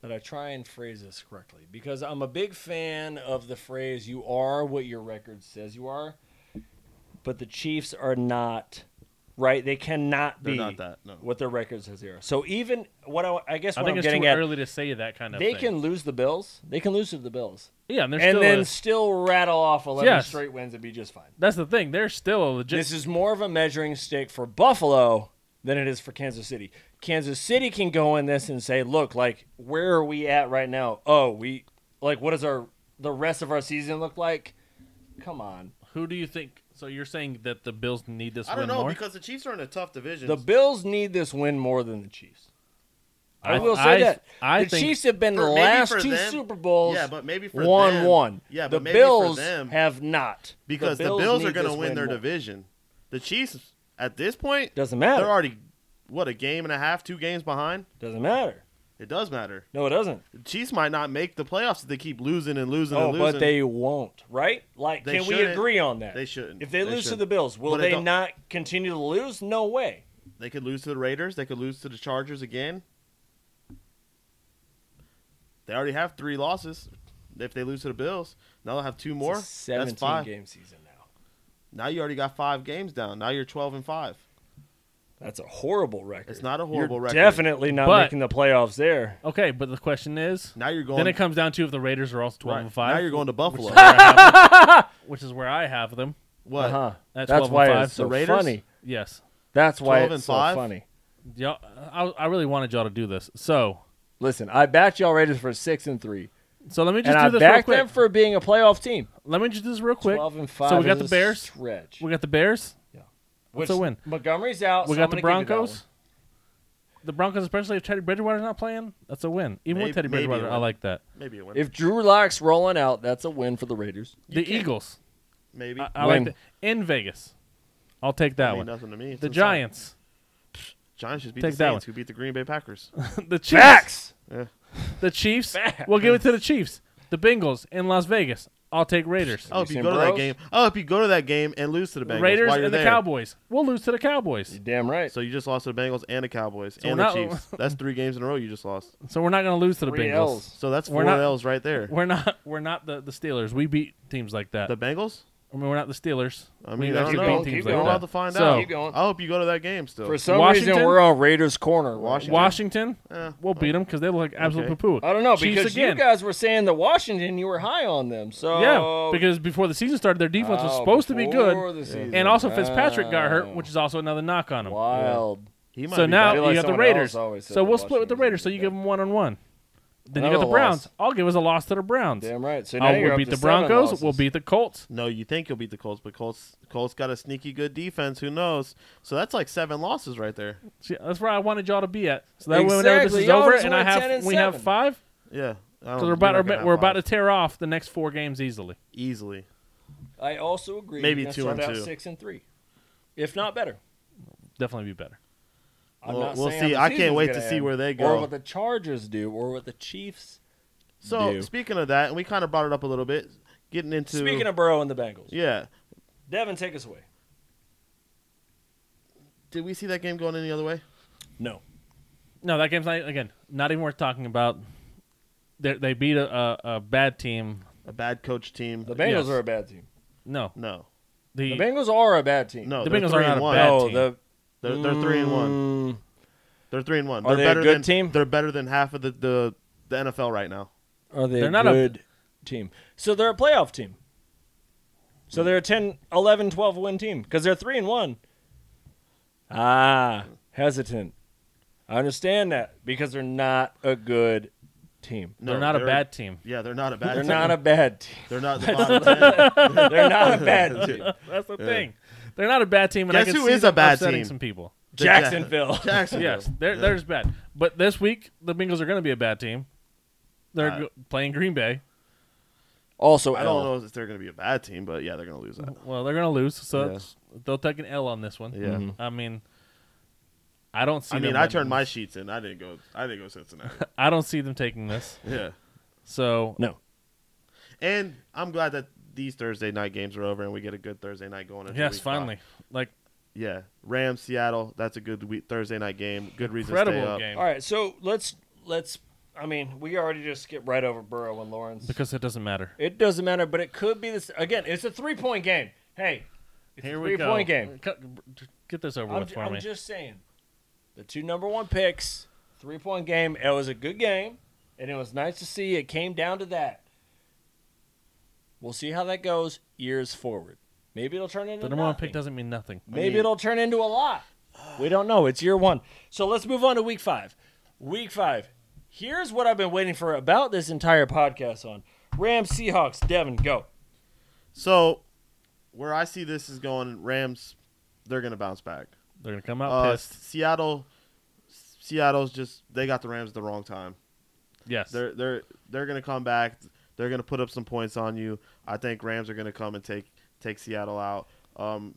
S1: that I try and phrase this correctly because I'm a big fan of the phrase "you are what your record says you are," but the Chiefs are not. Right, they cannot
S3: They're
S1: be
S3: not that, no.
S1: what their record says they are. So even what I, I guess
S2: I
S1: what
S2: think
S1: I'm
S2: it's
S1: getting
S2: too
S1: at,
S2: early to say that kind of
S1: they
S2: thing.
S1: can lose the Bills. They can lose to the Bills,
S2: yeah, and they're
S1: and
S2: still
S1: then
S2: a-
S1: still rattle off 11
S2: Yes.
S1: straight wins and be just fine.
S2: that's the thing. They're still a legit.
S1: this is more of a measuring stick for Buffalo than it is for Kansas City. Kansas City can go in this and say, "Look, like where are we at right now? Oh, we like what does our the rest of our season look like? Come on,
S2: who do you think? So you're saying that the Bills need this
S3: I
S2: win
S3: don't know
S2: more?
S3: because the Chiefs are in a tough division.
S1: the Bills need this win more than the Chiefs. I,
S2: I-
S1: will say
S2: I-
S1: that
S2: I
S1: the
S2: think-
S1: Chiefs have been
S3: For-
S1: the
S3: maybe
S1: last
S3: for
S1: two
S3: them-
S1: Super Bowls.
S3: yeah, but maybe for
S1: one
S3: them-
S1: one.
S3: Yeah,
S1: the
S3: but maybe for
S1: Bills
S3: them-
S1: have not
S3: because the Bills, are
S1: need
S3: going to
S1: this
S3: win their
S1: more.
S3: division. The Chiefs at this point
S1: Doesn't matter.
S3: They're already what a game and a half, two games behind.
S1: Doesn't matter.
S3: It does matter.
S1: No, it doesn't.
S3: The Chiefs might not make the playoffs if they keep losing and losing
S1: Oh,
S3: and losing.
S1: but they won't, right? Like,
S3: They
S1: can we
S3: shouldn't.
S1: agree on that?
S3: They shouldn't.
S1: If they,
S3: They
S1: lose to
S3: shouldn't.
S1: the Bills, will
S3: But it
S1: they
S3: don't-
S1: not continue to lose? No way.
S3: They could lose to the Raiders. They could lose to the Chargers again. They already have three losses. If they lose to the Bills, now they'll have two more.
S1: It's a
S3: That's five.
S1: game season now.
S3: Now you already got five games down. Now you're twelve and five.
S1: That's a horrible record.
S3: It's not a horrible
S1: You're
S3: record.
S1: Definitely not
S2: But-
S1: making the playoffs there.
S2: okay, but the question is,
S3: Now you're going.
S2: then it comes down to if the Raiders are also twelve
S3: right,
S2: and five. Uh-huh.
S3: Now you're going to Buffalo.
S2: which is where I have them.
S3: what?
S1: Uh-huh. That's
S2: At 12 and
S1: why
S2: five.
S1: it's so
S3: The Raiders?
S1: funny.
S2: Yes,
S1: That's why
S3: 12 and
S1: it's so
S3: five?
S1: funny.
S2: y'all. I, I really wanted y'all to do this. So,
S1: Listen, I backed y'all Raiders for six and three,
S2: so let me
S1: and
S2: just do
S1: I
S2: this real
S1: backed
S2: quick.
S1: them for being a playoff team.
S2: Let me just do this real quick.
S1: Twelve and five.
S2: So we got
S1: is
S2: the
S1: a
S2: Bears.
S1: Stretch.
S2: We got the Bears.
S1: Which-
S2: a win.
S1: Montgomery's out.
S2: We
S1: so
S2: got
S1: I'm
S2: the
S1: gonna give you that
S2: Broncos.
S1: one.
S2: The Broncos, especially if Teddy Bridgewater's not playing, that's a win. Even
S3: Maybe-
S2: with Teddy
S3: maybe a
S2: Bridgewater, I
S3: win.
S2: like that.
S3: Maybe it went.
S1: If Drew Locke's rolling out, that's a win for the Raiders.
S2: the Eagles,
S3: Maybe.
S2: I, I
S1: Win.
S2: like that. In Vegas, I'll take that
S3: Mean
S2: one.
S3: nothing to me. It's
S2: The
S3: inside.
S2: Giants,
S3: Giants should beat
S2: Take
S3: the
S2: that
S3: Saints,
S2: one.
S3: who beat the Green Bay Packers.
S2: the Chiefs,
S1: Facts.
S2: the Chiefs.
S1: Facts.
S2: We'll give it to the Chiefs. The Bengals in Las Vegas. I'll take Raiders.
S3: Oh,
S1: you
S3: if you
S1: seen
S3: go to that
S1: Burrows?
S3: game. Oh, if you go to that game and lose to the Bengals
S2: Raiders
S3: while you're
S2: and the
S3: there.
S2: Cowboys. We'll lose to the Cowboys,
S1: You're damn right.
S3: So you just lost to the Bengals and the Cowboys
S2: So
S3: and
S2: we're
S3: the
S2: not-
S3: Chiefs. That's three games in a row you just lost.
S2: so we're not going to lose to the
S1: Three
S2: Bengals.
S1: L's.
S3: So that's
S2: We're
S3: 4
S2: not-
S3: L's right there.
S2: We're not. We're not the, the Steelers. We beat teams like that.
S3: The Bengals?
S2: I mean, we're not the Steelers.
S3: I mean,
S2: we
S3: I don't
S2: actually
S3: know.
S2: beat
S1: Keep
S2: teams
S3: We're
S1: going.
S2: like
S3: about
S2: that.
S3: to find
S2: So-
S3: out.
S1: Keep going.
S3: I hope you go to that game still.
S1: For some
S2: Washington?
S1: reason, we're on Raiders' corner.
S3: Washington.
S2: Washington,
S3: Eh,
S2: we'll beat them because they look like absolute
S3: Okay.
S2: poo poo.
S1: I don't know
S2: Chiefs
S1: because
S2: again.
S1: you guys were saying that Washington, you were high on them. So
S2: yeah, because before the season started, their defense was
S1: Oh,
S2: supposed to be
S1: before
S2: good,
S1: the season.
S2: and also Fitzpatrick got hurt,
S1: Oh,
S2: which is also another knock on him.
S1: wild.
S3: He might
S2: So
S3: be
S2: now
S3: back.
S2: you
S4: like
S2: got the
S4: someone
S2: Raiders.
S4: else always said
S2: So
S4: that
S2: we'll split with the
S4: Washington
S2: Raiders.
S4: would
S2: So
S4: be
S2: you give
S4: back.
S2: them one on one. Then you
S4: Another
S2: got the Browns.
S4: loss.
S2: I'll give us a loss to the Browns.
S4: Damn right. So now
S2: I'll,
S4: you're
S2: Oh, we'll
S4: up
S2: beat
S4: to
S2: the
S4: seven
S2: Broncos. We'll
S4: losses.
S2: beat the Colts.
S3: No, you think you'll beat the Colts, but Colts Colts got a sneaky good defense. Who knows? So that's like seven losses right there.
S2: See, that's where I wanted y'all to be at. So that way, whenever this
S1: Exactly.
S2: is
S1: Y'all
S2: over,
S1: just
S2: and I
S1: went 10
S2: have
S1: and
S2: we have
S1: seven.
S2: five.
S3: Yeah, I
S2: So
S3: don't-
S2: we're
S3: you're
S2: about
S3: not gonna
S2: we're, we're
S3: have
S2: about to
S3: five.
S2: tear off the next four games easily.
S3: easily.
S1: I also agree.
S3: Maybe
S1: you're gonna
S3: two
S1: start
S3: and
S1: out
S3: two.
S1: six and three, if not better.
S2: Definitely be better.
S1: I'm
S3: We'll-
S1: not
S3: we'll
S1: saying
S3: see.
S1: how the
S3: I can't
S1: season's
S3: wait
S1: gonna
S3: to see
S1: end,
S3: where they
S1: or
S3: go.
S1: what the Chargers do, or what the Chiefs.
S3: So
S1: do.
S3: speaking of that, and we kind of brought it up a little bit, getting into
S1: Speaking of Burrow and the Bengals,
S3: yeah.
S1: Devin, take us away.
S3: Did we see that game going any other way?
S1: No,
S2: No, that game's not again. Not even worth talking about. They they beat a, a, a bad team.
S3: A bad coach team.
S1: the Bengals
S2: Yes.
S1: are a bad team.
S2: No,
S3: no,
S2: the,
S1: The Bengals are a bad team.
S3: no.
S2: The
S3: they're
S2: Bengals are
S3: three
S2: not
S3: and
S2: a
S3: one.
S2: bad
S1: oh,
S2: team.
S1: the
S3: They're, they're three and one.
S1: Mm,
S3: They're three and one.
S1: Are
S3: they're
S1: they a
S3: better
S1: good
S3: than,
S1: team?
S3: They're better than half of the the, the NFL right now.
S1: Are they?
S2: They're
S1: a
S2: not a-
S1: good team. So they're a playoff team. So they're a 10, 11, 12 win team because they're three and one. Ah, hesitant. I understand that because they're not a good team.
S3: No,
S2: they're not a bad team.
S3: Yeah, they're not a bad.
S1: They're
S3: team.
S1: not a bad team.
S3: They're not the bottom ten.
S1: They're not a bad team.
S2: That's the thing. They're not a bad team. And I
S3: Guess
S2: can
S3: who
S2: see
S3: is a
S2: them
S3: bad
S2: upsetting
S3: team?
S2: Some people.
S3: The
S1: Jacksonville.
S3: Jackson.
S2: Yes, they're they're just bad. But this week the Bengals are going to be a bad team. They're
S3: Uh,
S2: go- playing Green Bay.
S1: Also,
S3: I don't
S1: L.
S3: know if they're going to be a bad team, but yeah, they're going to lose that.
S2: Well, they're going to lose, so
S3: Yeah.
S2: it's- they'll take an L on this one.
S3: Yeah. Mhm.
S2: I mean, I don't see.
S3: I mean,
S2: them
S3: I
S2: winning.
S3: turned my sheets in. I didn't go. I didn't go Cincinnati.
S2: I don't see them taking this.
S3: yeah,
S2: So
S1: No.
S3: and I'm glad that these Thursday night games are over and we get a good Thursday night going. into
S2: yes,
S3: week five.
S2: finally, like
S3: Yeah, Rams Seattle. That's a good week, Thursday night game. Good reason to stay
S2: incredible
S3: up.
S2: game
S1: All right, so let's let's. I mean, we already just skipped right over Burrow and Lawrence.
S2: because it doesn't matter.
S1: It doesn't matter, but it could be this again. It's a three point game. Hey, it's
S2: Here
S1: a
S2: we
S1: three
S2: go.
S1: point game.
S2: Cut- Get this over
S1: I'm,
S2: with
S1: ju-
S2: for
S1: I'm
S2: me.
S1: just saying, the two number one picks, three point game. It was a good game, and it was nice to see. It came down to that. We'll see how that goes years forward. Maybe it'll turn into
S2: the number one
S1: nothing.
S2: pick doesn't mean nothing.
S1: Maybe it'll turn into a lot. We don't know. It's year one. So let's move on to week five. Week five. Here's what I've been waiting for about this entire podcast on Rams, Seahawks, Devin, go.
S3: So, where I see this is going, Rams, they're going to bounce back.
S2: They're going to come out
S3: Uh,
S2: pissed.
S3: Seattle, Seattle's just they got the Rams at the wrong time.
S2: Yes,
S3: They're they're they're going to come back. They're going to put up some points on you. I think Rams are going to come and take take Seattle out. Um,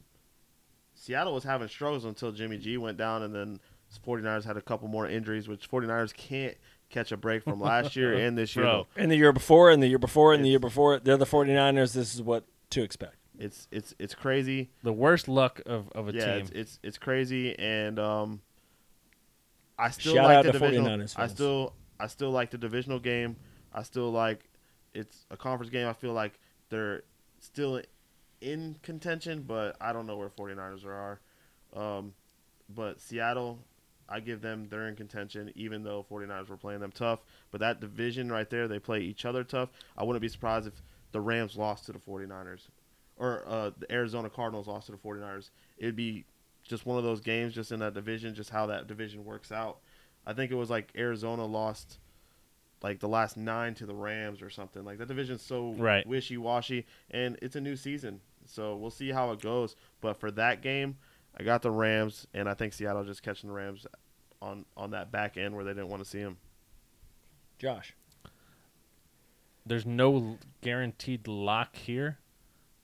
S3: Seattle was having struggles until Jimmy G went down, and then 49ers had a couple more injuries, which 49ers can't catch a break from last year and this year.
S2: Bro.
S1: And the year before, and the year before, and the year before, they're the 49ers. This is what to expect.
S3: It's it's it's crazy.
S2: the worst luck of, of a
S3: yeah,
S2: team.
S3: It's, it's it's crazy, and um, I still
S1: Shout
S3: like
S1: out
S3: the
S1: to
S3: divisional.
S1: 49ers
S3: I
S1: fans.
S3: still I still like the divisional game. I still like it's a conference game. I feel like they're still in contention, but I don't know where 49ers are. Um, but Seattle, I give them they're in contention, even though 49ers were playing them tough. But that division right there, they play each other tough. I wouldn't be surprised if the Rams lost to the 49ers or uh, the Arizona Cardinals lost to the 49ers. It'd be just one of those games just in that division, just how that division works out. I think it was like Arizona lost like the last nine to the Rams or something. Like that division's so
S2: Right.
S3: wishy washy, and it's a new season, so we'll see how it goes. But for that game, I got the Rams, and I think Seattle just catching the Rams on on that back end where they didn't want to see him.
S1: Josh.
S2: There's no l- guaranteed lock here,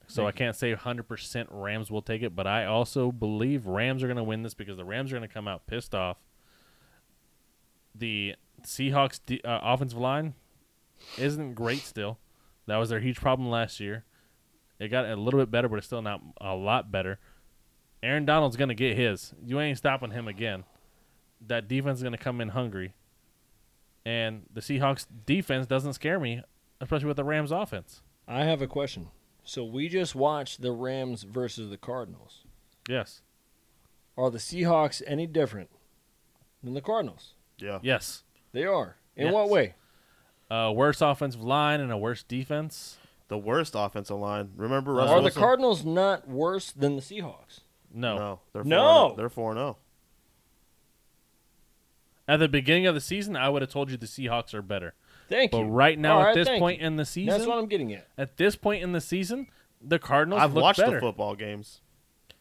S2: so I can't say 100% Rams will take it. But I also believe Rams are going to win this because the Rams are going to come out pissed off. The Seahawks d uh, offensive line isn't great still. That was their huge problem last year. It got a little bit better, but it's still not a lot better. Aaron Donald's going to get his. You ain't stopping him again. That defense is going to come in hungry. And the Seahawks defense doesn't scare me, especially with the Rams offense.
S1: I have a question. So we just watched the Rams versus the Cardinals.
S2: Yes.
S1: Are the Seahawks any different than the Cardinals?
S3: Yeah,
S2: Yes.
S1: They are. In
S2: Yes.
S1: what way?
S2: A worse offensive line and a worse defense.
S3: the worst offensive line. Remember,
S2: Uh,
S3: Russell
S1: Are the
S3: Wilson?
S1: Cardinals not worse than the Seahawks?
S2: No.
S3: No, they're oh.
S1: No.
S3: four and- they're four and zero.
S2: At the beginning of the season, I would have told you the Seahawks are better.
S5: Thank
S2: But
S5: you.
S2: right now,
S5: All
S2: at this
S5: thank
S2: point
S5: you.
S2: in the season,
S5: that's what I'm getting at.
S2: at this point in the season, the Cardinals
S3: I've
S2: look
S3: watched
S2: better.
S3: the football games.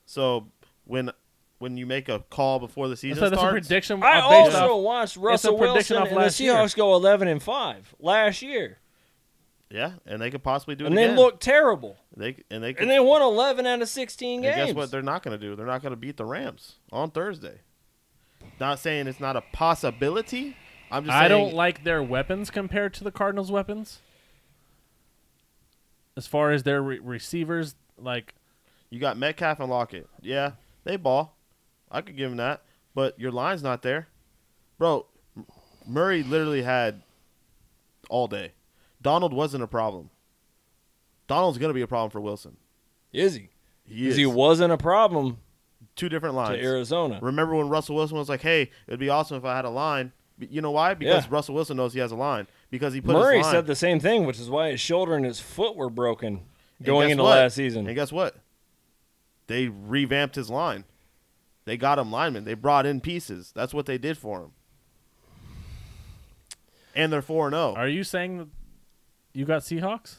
S3: So when when you make a call before the season
S2: So that's a
S3: starts,
S2: prediction.
S5: I
S2: uh, based
S5: also
S2: off-
S5: watched Russell
S2: prediction
S5: Wilson
S2: off
S5: and the
S2: last year.
S5: Seahawks go 11 and five last year,
S3: yeah, and they could possibly do it
S5: and
S3: again.
S5: they looked terrible,
S3: they and they could,
S5: and they won 11 out of 16
S3: and
S5: games.
S3: guess what? They're not going to do. They're not going to beat the Rams on Thursday. Not saying it's not a possibility. I'm just.
S2: I
S3: saying,
S2: don't like their weapons compared to the Cardinals' weapons. As far as their re- receivers, like
S3: You got Metcalf and Lockett. Yeah, they ball. I could give him that, but your line's not there, bro. M- Murray literally had all day. Donald wasn't a problem. Donald's gonna be a problem for Wilson.
S5: is he?
S3: He
S5: Because
S3: is.
S5: he wasn't a problem
S3: two different
S5: to
S3: lines.
S5: Arizona.
S3: Remember when Russell Wilson was like, "Hey, it'd be awesome if I had a line." B- You know why? Because
S5: Yeah.
S3: Russell Wilson knows he has a line because he put
S5: Murray
S3: his line.
S5: said the same thing, which is why his shoulder and his foot were broken
S3: And
S5: going
S3: guess
S5: into
S3: what?
S5: last season.
S3: And guess what? They revamped his line. They got him linemen. They brought in pieces. That's what they did for him. And oh. they're four zero.
S2: are you saying that you got Seahawks?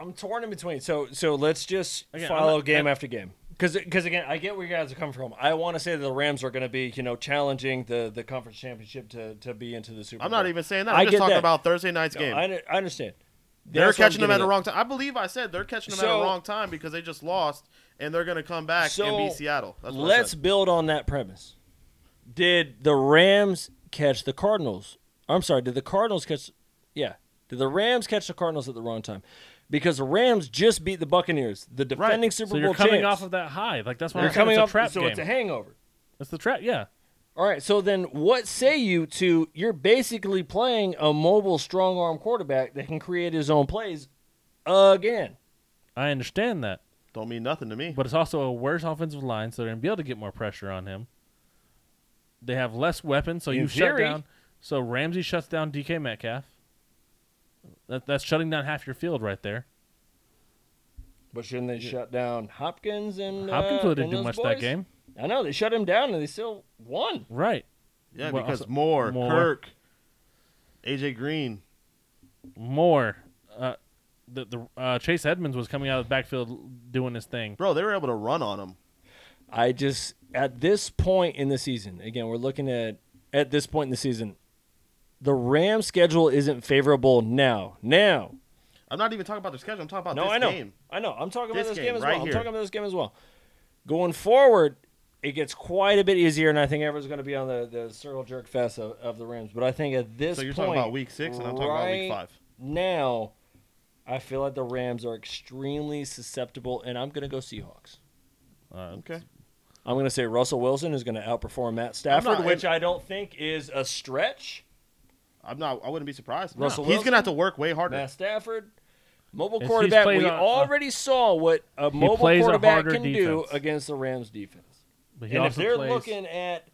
S5: I'm torn in between. So so let's just
S2: Again, I'm
S5: follow
S2: not-
S5: game
S2: I-
S5: after game. Because again, I get where you guys are coming from. I want to say that the Rams are going to be you know challenging the the conference championship to to be into the Super.
S3: I'm
S5: Bowl.
S3: not even saying that. I'm
S5: I
S3: just
S5: get
S3: talking
S5: that.
S3: about Thursday night's
S5: No,
S3: game.
S5: I, under- I understand.
S3: they're
S5: That's what I'm
S3: catching them at
S5: getting
S3: the wrong time. I believe I said they're catching them at
S5: So-
S3: the wrong time because they just lost and they're going to come back and
S5: So,
S3: beat Seattle. That's what I
S5: Let's
S3: said.
S5: build on that premise. Did the Rams catch the Cardinals? I'm sorry, did the Cardinals catch yeah. Did the Rams catch the Cardinals at the wrong time? Because the Rams just beat the Buccaneers, the defending Super
S2: So
S5: Bowl
S2: you're coming
S5: champs.
S2: off of that high, like that's why
S5: You're
S2: I'm saying
S5: coming
S2: it's
S5: off
S2: a trap
S5: so
S2: game.
S5: it's a hangover.
S2: It's the trap, yeah.
S5: All right, so then what say you to you're basically playing a mobile strong arm quarterback that can create his own plays again.
S2: I understand that,
S3: Don't mean nothing to me.
S2: but it's also a worse offensive line, so they're gonna be able to get more pressure on him. They have less weapons, so
S5: In
S2: you
S5: theory.
S2: shut down. So Ramsey shuts down DK Metcalf. That, that's shutting down half your field right there.
S5: But shouldn't they shut down Hopkins and
S2: Hopkins
S5: uh,
S2: really didn't
S5: and
S2: do
S5: those
S2: much
S5: boys?
S2: that game,
S5: I know they shut him down and they still won.
S2: right?
S3: yeah,
S2: well,
S3: because
S2: also-
S3: Moore,
S2: Moore.
S3: Kirk, AJ Green,
S2: More, uh, the the uh, Chase Edmonds was coming out of the backfield doing his thing.
S3: bro, they were able to run on him.
S5: I just at this point in the season, again, we're looking at at this point in the season, the Rams schedule isn't favorable now. Now,
S3: I'm not even talking about their schedule. I'm talking about
S5: no,
S3: this
S5: I know,
S3: game.
S5: I know. I'm talking
S3: This
S5: about this game,
S3: game
S5: as
S3: right
S5: well.
S3: here.
S5: I'm talking about this game as well. Going forward, it gets quite a bit easier, and I think everyone's going to be on the, the circle jerk fest of, of the Rams. But I think at this
S3: So you're
S5: point,
S3: talking about week six, and I'm talking about week
S5: right
S3: five.
S5: now, I feel like the Rams are extremely susceptible, and I'm going to go Seahawks.
S2: Uh,
S3: Okay.
S5: I'm going to say Russell Wilson is going to outperform Matt Stafford,
S3: not-
S5: which I don't think is a stretch.
S3: I'm not. I wouldn't be surprised.
S5: Russell
S3: He's
S5: Wilson?
S3: gonna have to work way harder.
S5: Matt Stafford, mobile
S2: Yes, he's
S5: quarterback.
S2: played
S5: We
S2: a- a-
S5: already saw what a mobile
S2: plays a
S5: quarterback
S2: harder
S5: can do
S2: defense.
S5: against the Rams defense.
S2: But he
S5: And if
S2: also
S5: they're
S2: plays-
S5: looking at,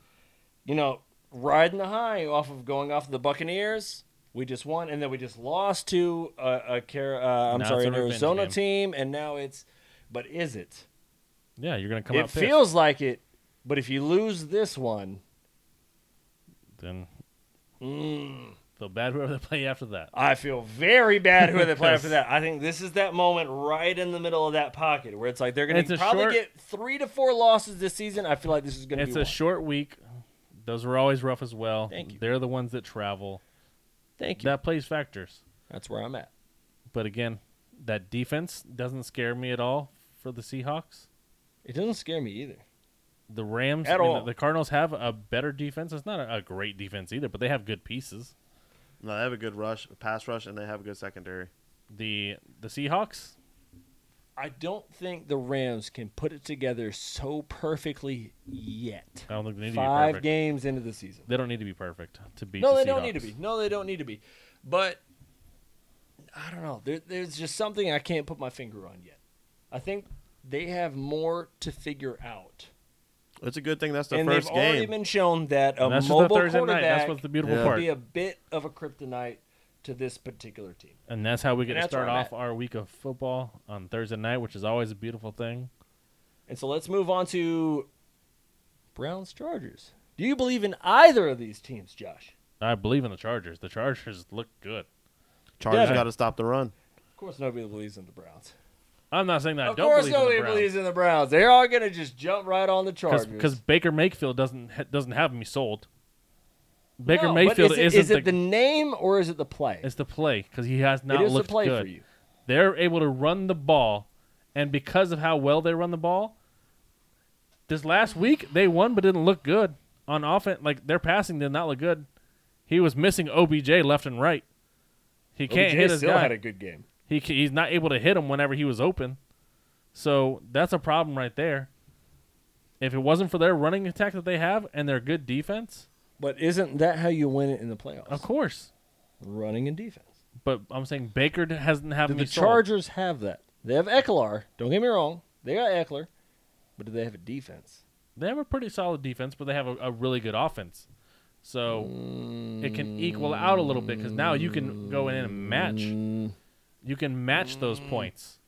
S5: you know, riding the high off of going off the Buccaneers, we just won, and then we just lost to a, a Car- uh, I'm
S2: Now
S5: sorry,
S2: it's a
S5: an
S2: revenge
S5: Arizona team, and now it's, but is it?
S2: yeah, you're gonna come
S5: it
S2: out. pissed.
S5: feels like it, but if you lose this one,
S2: then
S5: mm,
S2: feel bad whoever they play after that.
S5: I feel very bad who they play after that. I think this is that moment right in the middle of that pocket where it's like they're going
S2: It's
S5: to
S2: a
S5: probably
S2: short-
S5: get three to four losses this season. I feel like this is going to be
S2: It's a
S5: one.
S2: short week. Those are always rough as well.
S5: Thank you.
S2: They're the ones that travel.
S5: Thank you.
S2: That plays factors.
S5: That's where I'm at.
S2: But again, that defense doesn't scare me at all for the Seahawks.
S5: It doesn't scare me either.
S2: The Rams
S5: At
S2: I mean,
S5: all.
S2: The Cardinals have a better defense. It's not a, a great defense either, but they have good pieces.
S3: No, they have a good rush, a pass rush, and they have a good secondary.
S2: The the Seahawks,
S5: I don't think the Rams can put it together so perfectly yet.
S2: I don't think they need to be
S5: Five
S2: perfect.
S5: games into the season.
S2: They don't need to be perfect to beat.
S5: No,
S2: the
S5: they don't need to
S2: Seahawks.
S5: be. No, they don't need to be. But I don't know. There, there's just something I can't put my finger on yet. I think they have more to figure out.
S3: It's a good thing that's their
S5: and
S3: first
S5: they've already
S3: game.
S5: been shown that a
S2: And that's just the
S5: mobile
S2: Thursday night.
S5: quarterback
S2: That's what's the beautiful
S3: Yeah.
S5: will
S2: part.
S5: be a bit of a kryptonite to this particular team.
S2: And that's how we get
S5: And
S2: to
S5: that's where
S2: start
S5: I'm
S2: off
S5: at.
S2: our week of football on Thursday night, which is always a beautiful thing.
S5: And so let's move on to Browns Chargers.
S1: Do you believe in either of these teams, Josh?
S2: I believe in the Chargers. The Chargers look good.
S3: Chargers
S1: Devin.
S3: got to stop the run.
S1: Of course, nobody believes in the Browns.
S2: I'm not saying that. I
S1: of
S2: don't
S1: course,
S2: believe
S1: nobody
S2: in the Browns.
S1: believes in the Browns. They're all going to just jump right on the Chargers.
S2: because Baker Mayfield doesn't ha- doesn't have me sold. Baker
S1: No, but
S2: Mayfield
S1: is it,
S2: isn't
S1: is it the,
S2: the,
S1: name or is it the play?
S2: it's the play because he has
S1: It
S2: not
S1: is the
S2: looked
S1: play
S2: good.
S1: for you.
S2: They're able to run the ball, and because of how well they run the ball, this last week they won but didn't look good on offense. Like their passing did not look good. He was missing OBJ left and right. He can't
S1: OBJ
S2: hit his
S1: still
S2: guy.
S1: had a good game.
S2: He ca- he's not able to hit him whenever he was open. So that's a problem right there. If it wasn't for their running attack that they have and their good defense,
S1: But isn't that how you win it in the playoffs?
S2: of course.
S1: Running and defense.
S2: But I'm saying Baker d- hasn't have
S1: Do
S2: me
S1: the
S2: sold.
S1: Chargers have that? They have Eckler. Don't get me wrong. They got Eckler. But do they have a defense?
S2: They have a pretty solid defense, but they have a, a really good offense. So it can equal out a little bit because now you can go in and match. You can match those points.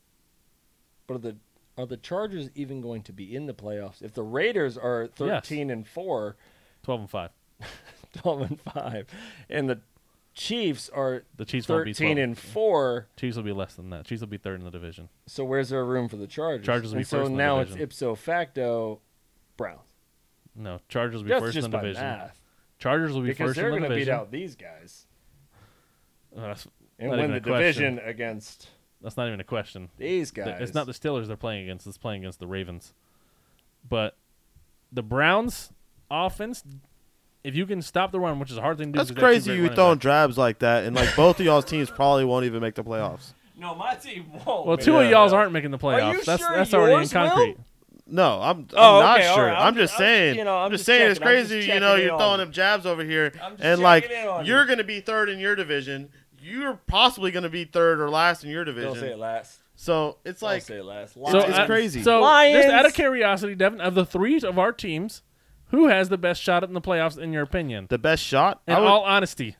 S1: But are the are the Chargers even going to be in the playoffs if the Raiders are 13 and 4,
S2: Twelve and five.
S1: 12 and 5 and the Chiefs are
S2: The Chiefs won't be
S1: 13
S2: 12.
S1: and 4,
S2: Chiefs will be less than that. Chiefs will be third in the division.
S1: so where's there room for the Chargers?
S2: Chargers will be
S1: and so
S2: first in the
S1: now
S2: division.
S1: it's ipso facto Browns.
S2: No, Chargers will be
S1: That's
S2: first
S1: just
S2: in the
S1: by
S2: division.
S1: math
S2: Chargers will be
S1: because
S2: first
S1: they're
S2: in the
S1: going to beat
S2: division.
S1: out these guys
S2: Uh, that's,
S1: and
S2: Not
S1: win
S2: even
S1: the
S2: a question.
S1: division against
S2: that's not even a question.
S1: these
S2: Th-
S1: guys.
S2: It's not the Steelers they're playing against. It's playing against the Ravens. But the Browns' offense, if you can stop the run, which is a hard thing to do,
S3: That's
S2: 'cause they have two
S3: crazy.
S2: great
S3: You
S2: running
S3: throwing
S2: backs.
S3: drabs like that, and like both of y'all's teams probably won't even make the playoffs.
S1: No, my team won't.
S2: Well, two of
S3: Yeah.
S2: y'all's aren't making the
S1: Are
S2: playoffs.
S1: you
S2: that's
S1: sure
S2: that's already in
S1: yours will?
S2: concrete.
S3: No, I'm, I'm
S1: Oh,
S3: not
S1: okay, all
S3: sure.
S1: right.
S3: I'm,
S1: I'm
S3: just
S1: ju- I'm-
S3: saying.
S1: you know, I'm
S3: just
S1: just
S3: saying it's
S1: checking. I'm
S3: crazy.
S1: just
S3: you know,
S1: checking
S3: you're
S1: in
S3: throwing
S1: on
S3: them jabs over here,
S1: I'm just
S3: and like
S1: checking in on
S3: you're
S1: you.
S3: going to be third in your division. You're possibly going to be third or last in your division.
S1: Don't say it last.
S3: So it's
S1: Don't
S3: like
S1: say it last.
S3: So,
S1: Lions.
S3: it's
S2: I-
S3: crazy.
S2: So
S1: Lions.
S2: just out of curiosity, Devin, of the three of our teams, who has the best shot at in the playoffs in your opinion?
S3: the best shot.
S2: In
S3: I would,
S2: all honesty,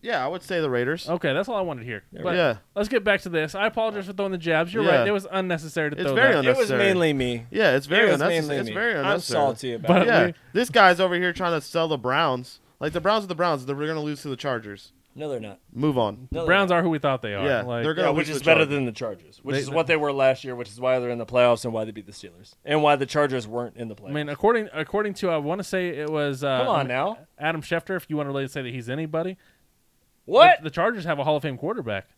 S3: yeah, I would say the Raiders.
S2: okay, that's all I wanted to hear.
S1: There we
S2: But
S1: go.
S3: yeah,
S2: let's get back to this. I apologize for throwing the jabs. You're
S3: Yeah.
S2: right; it was unnecessary to
S3: It's
S2: throw
S3: very
S2: that.
S3: un-
S1: it was
S3: unnecessary.
S1: mainly me.
S3: yeah, it's very
S1: it was
S3: unnecessary.
S1: mainly
S3: It's
S1: me.
S3: very
S1: I'm
S3: unnecessary.
S1: salty about
S2: But-
S1: it.
S3: Yeah,
S2: we-
S3: this guy's over here trying to sell the Browns. Like the Browns are the Browns. They're going to lose to the Chargers.
S1: No, they're not.
S3: Move on.
S1: No,
S2: the
S1: they're
S2: Browns
S1: not.
S2: are who we thought they are.
S3: Yeah,
S2: Like,
S3: they're
S1: Yeah,
S3: gonna
S1: which
S3: lose
S1: is
S3: the
S1: better
S3: Chargers.
S1: than the Chargers, which
S2: They-
S1: is what they were last year, which is why they're in the playoffs and why they beat the Steelers and why the Chargers weren't in the playoffs.
S2: I mean, according according to I want to say it was uh,
S1: Come on now,
S2: Adam Schefter. If you want to really say that he's anybody,
S1: what?
S2: The, the Chargers have a Hall of Fame quarterback.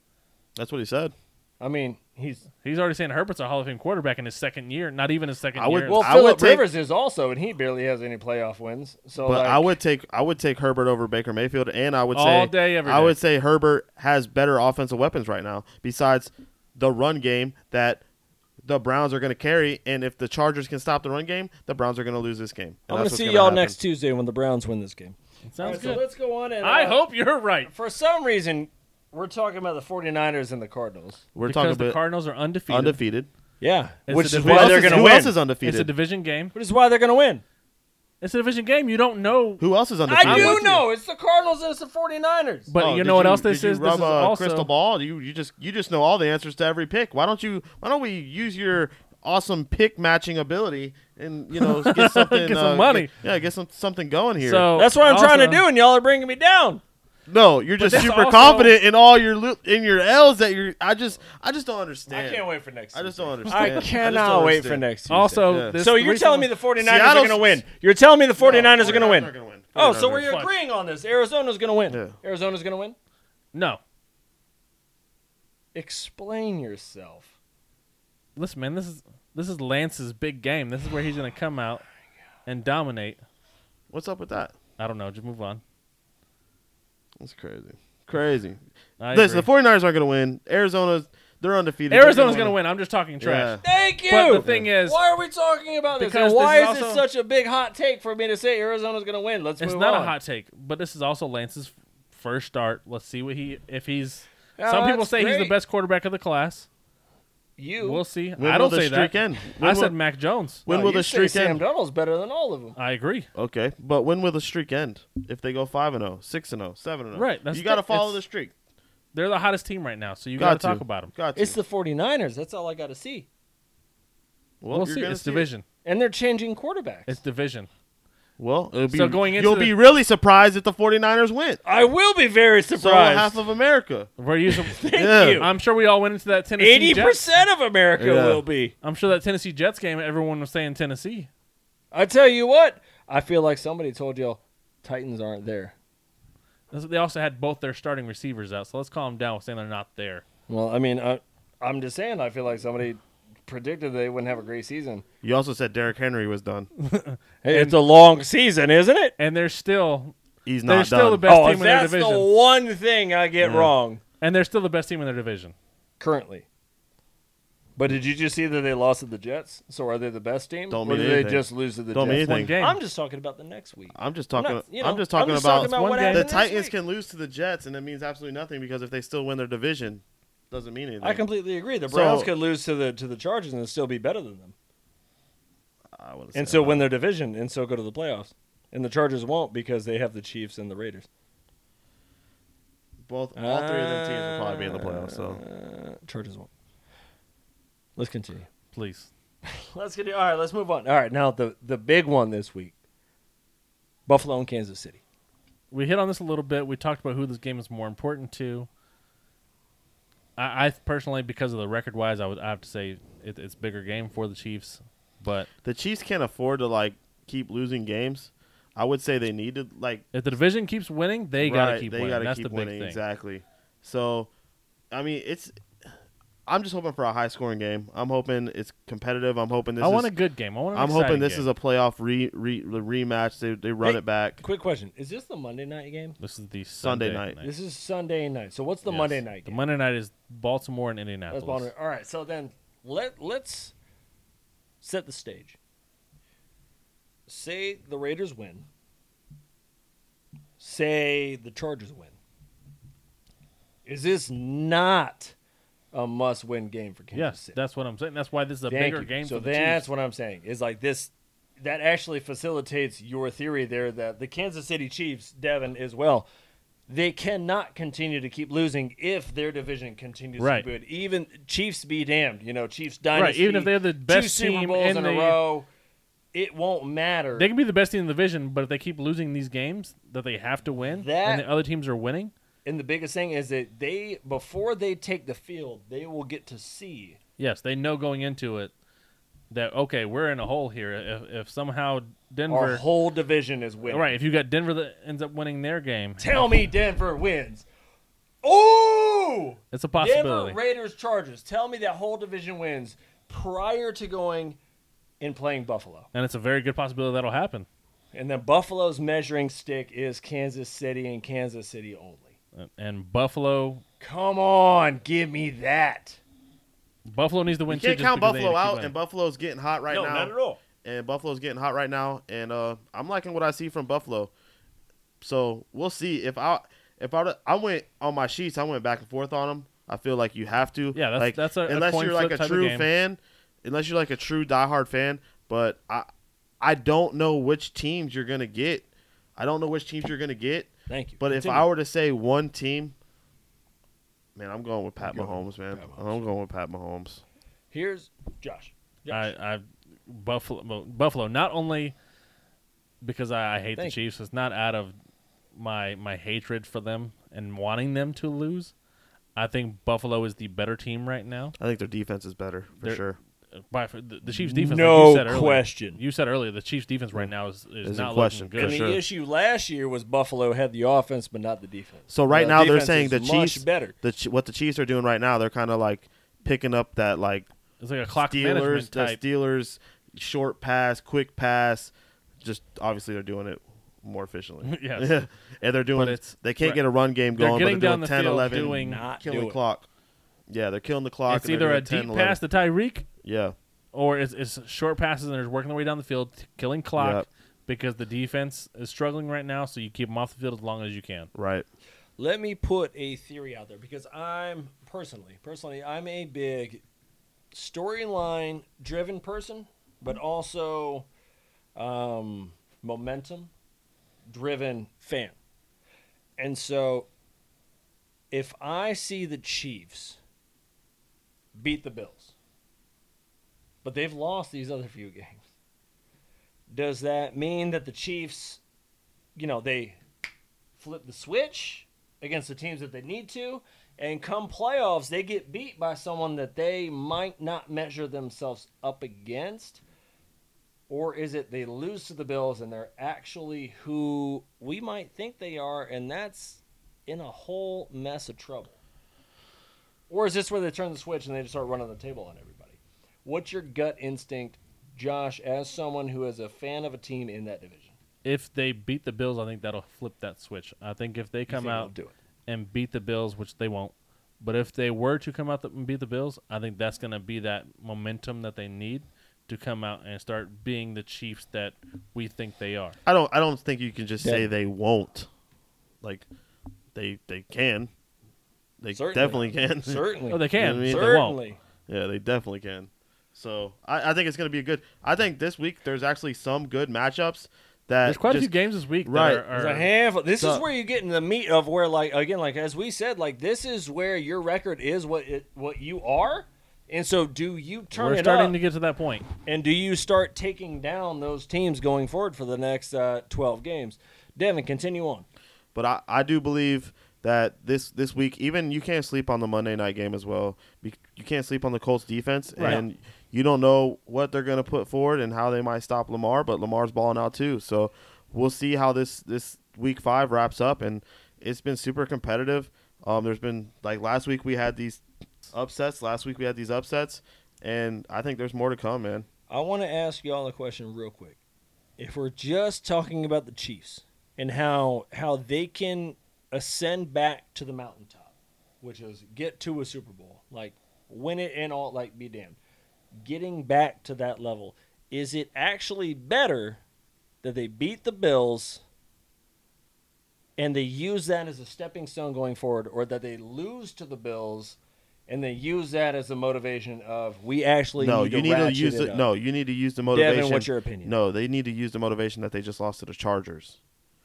S3: That's what he said.
S1: I mean, he's
S2: He's already saying Herbert's a Hall of Fame quarterback in his second year, not even his second
S3: I would-
S2: year.
S1: well.
S3: I would
S1: Philip
S3: take-
S1: Rivers is also, and he barely has any playoff wins. So,
S3: But
S1: like,
S3: I would take I would take Herbert over Baker Mayfield, and I would
S2: All
S3: say
S2: day, every
S3: I
S2: day.
S3: would say Herbert has better offensive weapons right now, besides the run game that the Browns are going to carry. And if the Chargers can stop the run game, the Browns are going to lose this game.
S1: I'm
S3: And
S1: gonna
S3: that's what's
S1: see
S3: gonna
S1: y'all
S3: happen.
S1: next Tuesday when the Browns win this game.
S2: Sounds
S1: So
S2: good.
S1: let's go on. And
S2: I
S1: uh,
S2: hope you're right.
S1: for some reason we're talking about the 49ers and the Cardinals.
S3: We're
S2: because
S3: talking
S2: the
S3: about
S2: Cardinals are undefeated.
S3: undefeated.
S1: Yeah,
S2: It's
S1: which
S2: the
S1: is
S2: division-
S1: why they're
S2: Who
S3: else is-
S1: going to
S3: who
S1: win.
S3: else is undefeated?
S2: It's a division game.
S1: which is why they're going to win.
S2: It's a division game. You don't know.
S3: Who else is undefeated?
S1: I
S2: I'm
S1: do
S2: with you.
S1: know it's the Cardinals and it's the 49ers.
S2: But
S3: Oh,
S2: you
S3: did
S2: know what else
S3: did
S2: this
S3: you
S2: is? This
S3: rub
S2: is
S3: a
S2: also
S3: crystal ball. You you just you just know all the answers to every pick. Why don't you Why don't we use your awesome pick matching ability and you know get something
S2: Get some
S3: uh,
S2: money.
S3: get- yeah, get some something going here.
S2: So
S1: That's what I'm trying to
S2: also-
S1: do, and y'all are bringing me down.
S3: No, you're just
S2: this
S3: super
S2: also-
S3: confident in all your lo- in your L's that you're. I just I just don't understand.
S1: I can't wait for next.
S3: I just don't
S1: Tuesday.
S3: understand. I
S1: I
S3: just
S1: cannot
S3: don't
S1: wait
S3: understand.
S1: for next. Tuesday.
S2: Also,
S3: Yeah.
S2: this
S1: so you're
S2: reason-
S1: telling me the 49ers are
S3: Seattle's-
S1: going to win? You're telling me the 49ers are going to
S3: 49ers
S1: win?
S3: are gonna win.
S1: Oh, so
S3: 49ers.
S1: we're
S2: Fuck.
S1: agreeing on this? Arizona's going to win.
S3: Yeah.
S1: Arizona's going to win.
S2: no.
S1: Explain yourself.
S2: Listen, man. This is this is Lance's big game. This is where he's going to come out and dominate.
S3: What's up with that?
S2: I don't know. Just move on.
S3: That's crazy. Crazy.
S2: I
S3: Listen,
S2: agree.
S3: the 49ers aren't going to win. Arizona's they're undefeated. They're
S2: Arizona's
S3: gonna
S2: going to win. I'm just talking trash.
S1: Thank you.
S2: But the thing is,
S1: why are we talking about this?
S2: Because
S1: And why
S2: this is
S1: is it
S2: also-
S1: such a big hot take for me to say Arizona's going to win? Let's
S2: it's
S1: move
S2: not
S1: on.
S2: a hot take, but this is also Lance's first start. Let's see what he if he's.
S1: Oh,
S2: some people
S1: that's
S2: say he's the
S1: great.
S2: best quarterback of the class.
S1: You.
S2: We'll see.
S3: When
S2: I
S3: will
S2: don't
S3: the
S2: say that.
S3: streak end? When
S2: I
S3: will-
S2: said Mac Jones.
S3: When
S1: No,
S3: will
S1: you
S3: the
S1: say
S3: streak
S1: Sam
S3: end?
S1: Donald's better than all of them.
S2: I agree.
S3: Okay, but when will the streak end? If they go five and 0, 6 and 0, 7 and 0.
S2: Right, that's
S3: you got to
S2: the-
S3: follow
S2: it's-
S3: the streak.
S2: They're the hottest team right now, so you
S3: Got
S2: got to talk
S3: to.
S2: about them.
S3: Got to.
S1: It's the 49ers. That's all I got to see.
S2: We'll,
S3: you're
S2: see.
S3: gonna
S2: It's
S3: see it.
S2: division.
S1: And they're changing quarterbacks.
S2: It's division.
S3: Well, it'll be,
S2: So going into
S3: you'll
S2: the-
S3: be really surprised if the 49ers win.
S1: I will be very
S3: So
S1: surprised.
S3: half of America.
S2: We're using.
S1: Thank
S3: Yeah.
S1: you.
S2: I'm sure we all went into that Tennessee.
S1: Eighty
S2: Jets.
S1: percent of America
S3: Yeah.
S1: will be.
S2: I'm sure that Tennessee Jets game. Everyone was saying Tennessee.
S1: I tell you what, I feel like somebody told y'all Titans aren't there.
S2: That's- They also had both their starting receivers out, so let's calm down with saying they're not there.
S1: Well, I mean, I, I'm just saying. I feel like somebody predicted they wouldn't have a great season.
S3: You also said Derrick Henry was done.
S1: Hey, it's a long season, isn't it?
S2: And they're still
S3: He's
S2: they're
S3: not
S2: still the
S3: done.
S2: best
S1: oh,
S2: team
S1: if
S2: in their
S1: that's the
S2: division.
S1: one thing I get wrong
S2: and they're still the best team in their division.
S1: currently. But did you just see that they lost to the Jets? So are they the best team,
S3: Don't
S1: or
S3: mean
S1: did they
S3: anything.
S1: just lose to the
S3: Don't mean
S1: Jets?
S3: anything.
S2: One game.
S1: I'm just talking about the next week.
S3: I'm just talking.
S1: Not- you know,
S3: I'm just talking
S1: I'm just
S3: about,
S1: talking about
S2: one
S1: what
S2: game.
S1: happened
S3: the
S1: next
S3: Titans
S1: week.
S3: can lose to the Jets, and it means absolutely nothing because if they still win their division, doesn't mean anything.
S1: I completely agree. The
S3: So-
S1: Browns could lose to the to the Chargers and still be better than them,
S3: I wouldn't
S1: and
S3: say
S1: so
S3: that.
S1: win their division and so go to the playoffs. And the Chargers won't because they have the Chiefs and the Raiders.
S3: both all three of them teams will probably be in the playoffs. So
S1: Uh, Chargers won't. Let's continue.
S2: Please,
S1: Let's continue. All right, let's move on. All right, now the the big one this week: Buffalo and Kansas City.
S2: we hit on this a little bit. We talked about who this game is more important to. I, I personally, because of the record wise, I would I have to say it, it's bigger game for the Chiefs. But
S3: the Chiefs can't afford to like keep losing games. I would say they need to like
S2: if the division keeps winning, they gotta
S3: Right,
S2: keep
S3: they
S2: winning.
S3: gotta
S2: That's
S3: keep
S2: the big
S3: winning,
S2: thing.
S3: Exactly. So, I mean, it's. I'm just hoping for a high scoring game. I'm hoping it's competitive. I'm hoping this.
S2: I
S3: is,
S2: want a good game. I want. An
S3: I'm hoping
S2: exciting
S3: this
S2: game.
S3: is a playoff re, re the rematch. They they run
S1: Hey,
S3: it back.
S1: Quick question: Is this the Monday night game?
S2: This is the
S3: Sunday
S2: Sunday,
S3: night.
S1: This is Sunday night. So what's the
S2: Yes.
S1: Monday night
S2: The
S1: game?
S2: Monday night is Baltimore and
S1: That's
S2: Indianapolis.
S1: Baltimore. All right. So then let let's set the stage. Say the Raiders win. Say the Chargers win. Is this not a must-win game for Kansas
S2: Yes,
S1: City?
S2: that's what I'm saying. That's why this is a
S1: Thank
S2: bigger
S1: you.
S2: game.
S1: So
S2: for the
S1: that's
S2: Chiefs.
S1: what I'm saying. Is like this that actually facilitates your theory there that the Kansas City Chiefs, Devin as well, they cannot continue to keep losing if their division continues
S2: Right.
S1: to be good. Even Chiefs be damned, you know, Chiefs dynasty.
S2: even if they're the
S1: two
S2: best
S1: Super
S2: team
S1: Bowls in,
S2: in
S1: a
S2: the-
S1: row, it won't matter.
S2: They can be the best team in the division, but if they keep losing these games that they have to win,
S1: That-
S2: and the other teams are winning,
S1: and the biggest thing is that they before they take the field, they will get to see
S2: yes, they know going into it that okay, we're in a hole here. If, if somehow
S1: our
S2: Denver,
S1: whole division is winning.
S2: right? If you got Denver that ends up winning their game,
S1: Tell me Denver wins. Ooh!
S2: it's a
S1: Denver
S2: possibility.
S1: Raiders Chargers. Tell me that whole division wins prior to going and playing Buffalo.
S2: and it's a very good possibility that'll happen.
S1: And then Buffalo's measuring stick is Kansas City and Kansas City only.
S2: And- And Buffalo,
S1: Come on, give me that.
S2: Buffalo needs to win.
S3: You can't
S2: too, just
S3: count
S2: because they
S3: Buffalo
S2: keep
S3: out,
S2: winning.
S3: and Buffalo's getting hot right now.
S1: all.
S3: And Buffalo's getting hot right now, and uh, I'm liking what I see from Buffalo. So we'll see if I if I I went on my sheets, I went back and forth on them. I feel like you have to.
S2: Yeah, that's-
S3: like,
S2: that's a- a
S3: unless
S2: coin
S3: you're like
S2: flip
S3: a
S2: type of
S3: true
S2: game.
S3: fan, unless you're like a true diehard fan. But I I don't know which teams you're gonna get. I don't know which teams you're gonna get.
S1: Thank you.
S3: But if
S1: Continue.
S3: I were to say one team, man, I'm going with Pat
S1: You're going
S3: Mahomes,
S1: with
S3: man.
S1: Pat Mahomes.
S3: I'm going with Pat Mahomes.
S1: here's Josh. Josh.
S2: I, I Buffalo well, Buffalo not only because I, I hate
S1: Thank
S2: the Chiefs, it's not out of my my hatred for them and wanting them to lose. I think Buffalo is the better team right now.
S3: I think their defense is better for
S2: They're-
S3: sure.
S2: By f- the, the Chiefs defense,
S1: No
S2: like you said earlier-
S1: question.
S2: You said earlier the Chiefs defense right now is,
S3: Is in
S2: is not
S3: question,
S2: looking
S1: and
S2: good.
S3: for
S1: the
S3: sure.
S1: issue last year was Buffalo had the offense but not the defense.
S3: So right
S1: The
S3: now they're
S1: defense
S3: saying
S1: is
S3: the
S1: much
S3: Chiefs
S1: better.
S3: The Ch- what the Chiefs are doing right now, they're kind of like picking up that like
S2: It's like a clock
S3: Steelers,
S2: management
S3: the
S2: type.
S3: Steelers short pass, quick pass. Just obviously they're doing it more efficiently.
S2: Yes.
S3: and they're doing
S2: But
S3: it.
S2: it's-
S3: They can't
S2: right.
S3: get a run game
S2: They're
S3: going.
S2: getting
S3: but they're
S2: down
S3: doing
S2: the
S3: 10,
S2: field
S3: 11,
S2: doing-
S1: Not
S3: killing
S1: do
S3: the
S1: it.
S3: clock. Yeah, they're killing the clock.
S2: It's
S3: and
S2: either
S3: they're
S2: a
S3: doing
S2: deep
S3: 10,
S2: pass to Tyreek
S3: Yeah,
S2: or it's, it's short passes and they're working their way down the field, t- killing clock
S3: Yep.
S2: because the defense is struggling right now. So you keep them off the field as long as you can.
S3: right.
S1: let me put a theory out there because I'm personally, personally, I'm a big storyline driven person, but also um, momentum driven fan. And so if I see the Chiefs beat the Bills, but they've lost these other few games,
S5: Does that mean that the Chiefs, you know, they flip the switch against the teams that they need to, and come playoffs, they get beat by someone that they might not measure themselves up against? Or is it they lose to the Bills and they're actually who we might think they are, and that's in a whole mess of trouble? Or is this where they turn the switch and they just start running the table on everybody? What's your gut instinct, Josh, as someone who is a fan of a team in that division?
S2: If they beat the Bills, I think that'll flip that switch. I think if they come
S5: think they'll
S2: out
S5: do it?
S2: and beat the Bills, which they won't, but if they were to come out and beat the Bills, I think that's going to be that momentum that they need to come out and start being the Chiefs that we think they are.
S3: I don't. I don't think you can just say
S5: Yeah.
S3: they won't. Like, they they can. They
S5: Certainly.
S3: definitely can.
S5: Certainly.
S2: Oh, they can.
S3: You know what I mean?
S2: They won't.
S5: Certainly.
S3: yeah, they definitely can. So I, I think it's going to be a good. I think this week there's actually some good matchups that
S2: There's quite a few
S3: just-
S2: games this week.
S3: right.
S2: That
S5: There's
S2: are,
S5: a
S2: are,
S5: handful. This is
S3: So-
S5: where you get in the meat of where, like, again, like as we said, like this is where your record is what it, what you are, and so do you turn
S2: we're
S5: it
S2: starting
S5: up,
S2: to get to that point.
S5: and do you start taking down those teams going forward for the next uh, twelve games? Devin, continue on.
S3: But I, I do believe that this this week, even you can't sleep on the Monday night game as well. Be- You can't sleep on the Colts defense,
S5: Right.
S3: and you don't know what they're going to put forward and how they might stop Lamar. But Lamar's balling out too, so we'll see how this this week five wraps up. And it's been super competitive. Um, there's been like last week we had these upsets. Last week we had these upsets, and I think there's more to come, man.
S5: I want to ask y'all a question real quick. If we're just talking about the Chiefs and how how they can ascend back to the mountaintop, which is get to a Super Bowl, like win it and all, like be damned. Getting back to that level, is it actually better that they beat the Bills and they use that as a stepping stone going forward, or that they lose to the Bills and they use that as a motivation of we actually
S3: No,
S5: need
S3: you
S5: to
S3: need to
S5: ratchet
S3: use
S5: it
S3: the,
S5: up?
S3: no, you need to use the motivation.
S5: what's your opinion?
S3: No, they need to use the motivation that they just lost to the Chargers.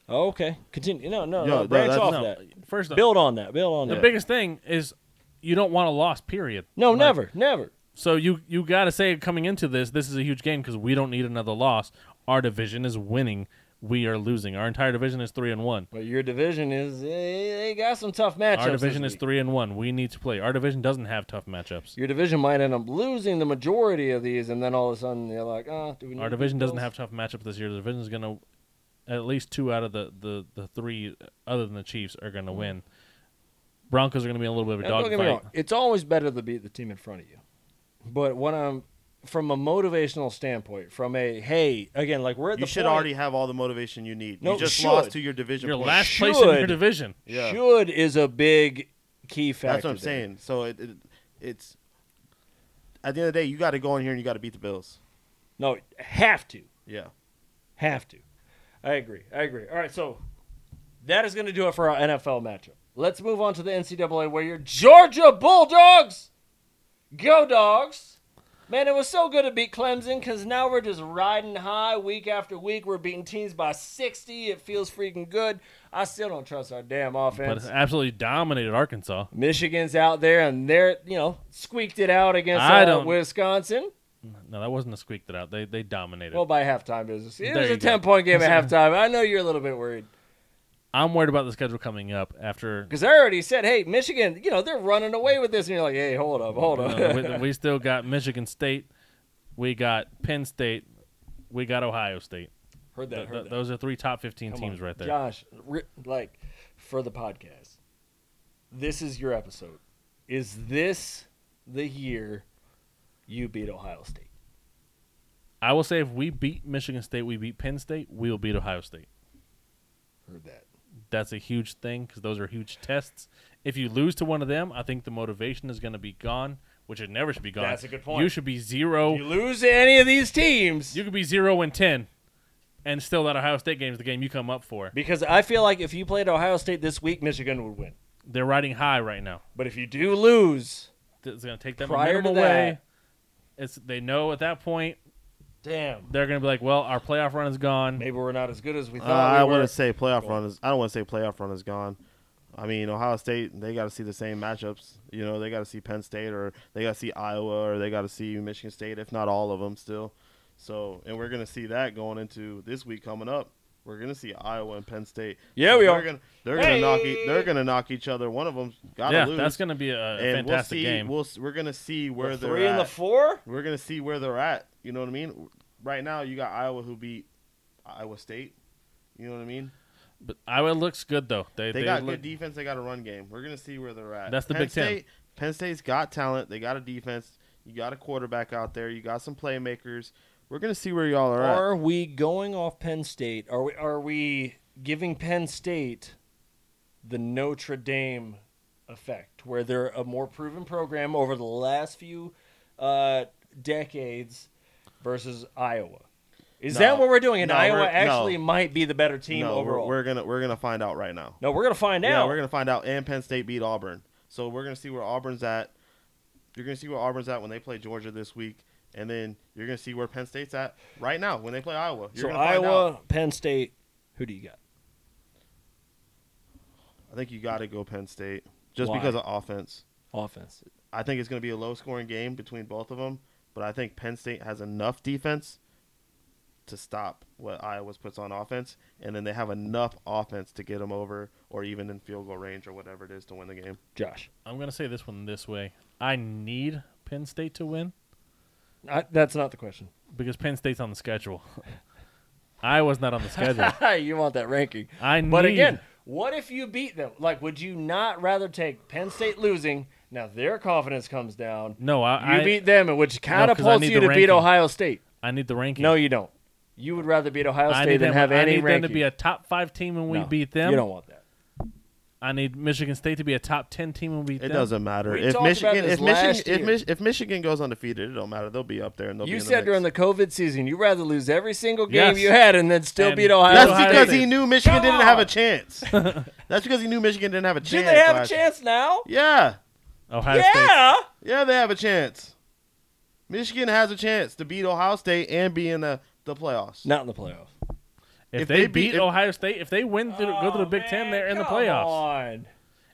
S5: Oh, okay. Continue. No, no,
S3: No,
S5: no.
S3: no,
S5: branch
S3: that's-
S5: off
S2: no,
S5: that.
S2: First, off,
S5: Build on that. Build on
S2: the
S5: that.
S2: biggest thing is you don't want a loss. Period.
S5: no,
S2: Like,
S5: never, never.
S2: So you you got to say coming into this, this is a huge game because we don't need another loss. Our division is winning. We are losing. Our entire division is three and one.
S5: But your division is they, they got some tough matchups.
S2: Our division
S5: this
S2: is
S5: week.
S2: three and one. We need to play. Our division doesn't have tough matchups.
S5: Your division might end up losing the majority of these, and then all of a sudden you're like, oh, do we need
S2: Our
S5: to
S2: division
S5: beat
S2: doesn't
S5: those?"
S2: have tough matchups this year. The division is gonna at least two out of the the the three other than the Chiefs are
S5: Mm-hmm.
S2: gonna win. Broncos are gonna be a little bit of a
S5: Now, don't get me
S2: dogfight.
S5: wrong. It's always better to beat the team in front of you. But when I'm from a motivational standpoint, from a hey, again, like we're at
S3: You
S5: the
S3: should
S5: point-
S3: already have all the motivation you need.
S5: No,
S3: you just
S5: should.
S3: lost to your division.
S2: Your
S3: point.
S2: last place in your
S5: Should.
S2: division.
S3: Yeah.
S5: should is a big key factor.
S3: That's what I'm
S5: there.
S3: saying. So it, it, it's at the end of the day, you got to go in here and you got to beat the Bills.
S5: No, have to.
S3: Yeah.
S5: Have to. I agree. I agree. All right, so that is going to do it for our NFL matchup. Let's move on to the NCAA where your Georgia Bulldogs go dogs. Man, it was so good to beat Clemson because now we're just riding high week after week. We're beating teams by 60. It feels freaking good. I still don't trust our damn
S2: But uh,
S5: offense.
S2: it's absolutely dominated Arkansas.
S5: Michigan's out there and they're, you know, squeaked it out against
S2: I
S5: uh,
S2: don't-
S5: Wisconsin.
S2: No, that wasn't a squeak that out. They they dominated.
S5: Well, by halftime, it was, it
S2: There
S5: was
S2: you
S5: a
S2: go.
S5: 10 point game at halftime. I know you're a little bit worried.
S2: I'm worried about the schedule coming up after.
S5: Because I already said, hey, Michigan, you know, they're running away with this. And you're like, hey, hold up, hold up.
S2: Uh, we, we still got Michigan State, we got Penn State, we got Ohio State.
S5: heard that,
S2: Th-
S5: heard
S2: th-
S5: that.
S2: those are three top 15
S5: Come
S2: teams
S5: on.
S2: right there.
S5: Josh, re- like, for the podcast, this is your episode. Is this the year you beat Ohio State?
S2: I will say if we beat Michigan State, we beat Penn State, we'll beat Ohio State.
S5: Heard that.
S2: That's a huge thing because those are huge tests. If you lose to one of them, I think the motivation is going to be gone, which it never should be gone.
S5: That's a good point.
S2: You should be zero.
S5: You lose to any of these teams.
S2: You could be zero and ten, and still that Ohio State game is the game you come up for.
S5: because I feel like if you played Ohio State this week, Michigan would win.
S2: They're riding high right now.
S5: But if you do lose,
S2: It's going to take that
S5: Prior to
S2: momentum away.
S5: that-
S2: It's they know at that point
S5: damn,
S2: they're going to be like, well, our playoff run is gone.
S5: maybe we're not as good as we
S3: Uh,
S5: thought. we
S3: I
S5: were.
S3: want to say playoff run is. I don't want to say playoff run is gone. I mean, Ohio State they got to see the same matchups. You know, they got to see Penn State or they got to see Iowa or they got to see Michigan State, if not all of them still. So, and we're gonna see that going into this week coming up. We're gonna see Iowa and Penn State.
S5: Yeah, we
S3: they're
S5: are.
S3: Gonna, they're gonna knock.
S5: Hey!
S3: E- they're gonna knock each other. One of them's gotta
S2: yeah,
S3: lose.
S2: that's going to be a
S3: and
S2: fantastic
S3: we'll see,
S2: game.
S3: We'll, s- we're gonna see where
S5: the
S3: they're
S5: three
S3: at.
S5: and the four.
S3: We're gonna see where they're at. You know what I mean? Right now, you got Iowa who beat Iowa State. You know what I mean?
S2: but Iowa looks good though. They,
S3: They,
S2: they
S3: got
S2: look-
S3: good defense. They got a run game. We're gonna see where they're at.
S2: That's the
S3: Penn
S2: Big Ten.
S3: State, Penn State's got talent. They got a defense. You got a quarterback out there. You got some playmakers. We're gonna see where y'all are at.
S5: Are we going off Penn State? Are we are we giving Penn State the Notre Dame effect, where they're a more proven program over the last few uh, decades versus Iowa? Is
S3: No.
S5: that what we're doing? And
S3: No,
S5: Iowa
S3: we're- no.
S5: actually might be the better team
S3: no, we're-
S5: overall.
S3: We're, gonna we're gonna find out right now.
S5: no, we're gonna find
S3: Yeah,
S5: out.
S3: we're gonna find out. And Penn State beat Auburn, so we're gonna see where Auburn's at. You're gonna see where Auburn's at when they play Georgia this week, and then you're gonna see where Penn State's at right now when they play Iowa. You're
S5: so
S3: gonna find
S5: Iowa,
S3: out.
S5: Penn State, who do you got?
S3: I think you got to go Penn State just
S5: Why?
S3: because of offense.
S5: Offense.
S3: I think it's going to be a low scoring game between both of them, but I think Penn State has enough defense to stop what Iowa's puts on offense, and then they have enough offense to get them over or even in field goal range or whatever it is to win the game.
S5: Josh.
S2: I'm going to say this one this way. I need Penn State to win
S5: I, that's not the question.
S2: because Penn State's on the schedule. Iowa's not on the schedule.
S5: you want that ranking.
S2: I need
S5: But again, what if you beat them? Like, would you not rather take Penn State losing? Now their confidence comes down.
S2: No, I
S5: you
S2: I,
S5: beat them, which kind of
S2: 'cause I
S5: pulls
S2: need
S5: you
S2: the
S5: to beat
S2: ranking.
S5: Ohio State.
S2: I need the ranking.
S5: No, you don't. You would rather beat Ohio
S2: I
S5: State
S2: need
S5: than
S2: them,
S5: have any
S2: I need
S5: ranking.
S2: them to be a top 5 team when we
S5: No,
S2: beat them.
S5: You don't want that.
S2: I need Michigan State to be a top 10 team when we beat
S3: It
S2: them.
S3: doesn't matter
S5: We
S3: if
S5: talked about this
S3: Michigan if Michigan
S5: last
S3: if,
S5: year.
S3: Mich- if Michigan goes undefeated, it don't matter. They'll be up there and they'll be
S5: You
S3: in
S5: said
S3: the
S5: during
S3: mix.
S5: the COVID season, you'd rather lose every single game
S2: Yes.
S5: you had and then still
S2: And
S5: beat Ohio
S3: That's
S5: State.
S3: because
S2: State.
S3: he knew Michigan
S5: Come
S3: didn't have a
S5: on.
S3: chance. That's because he knew Michigan didn't have a
S5: Do
S3: chance.
S5: they have a
S3: last-
S5: chance now?
S3: Yeah.
S2: Ohio State.
S5: Yeah.
S3: Yeah, they have a chance. Michigan has a chance to beat Ohio State and be in the, the playoffs.
S5: Not in the playoffs.
S2: If,
S3: If
S2: they,
S3: they
S2: beat
S3: beat-
S2: Ohio State, if they win through, go to the Big Ten, they're in the playoffs.
S5: Oh, On.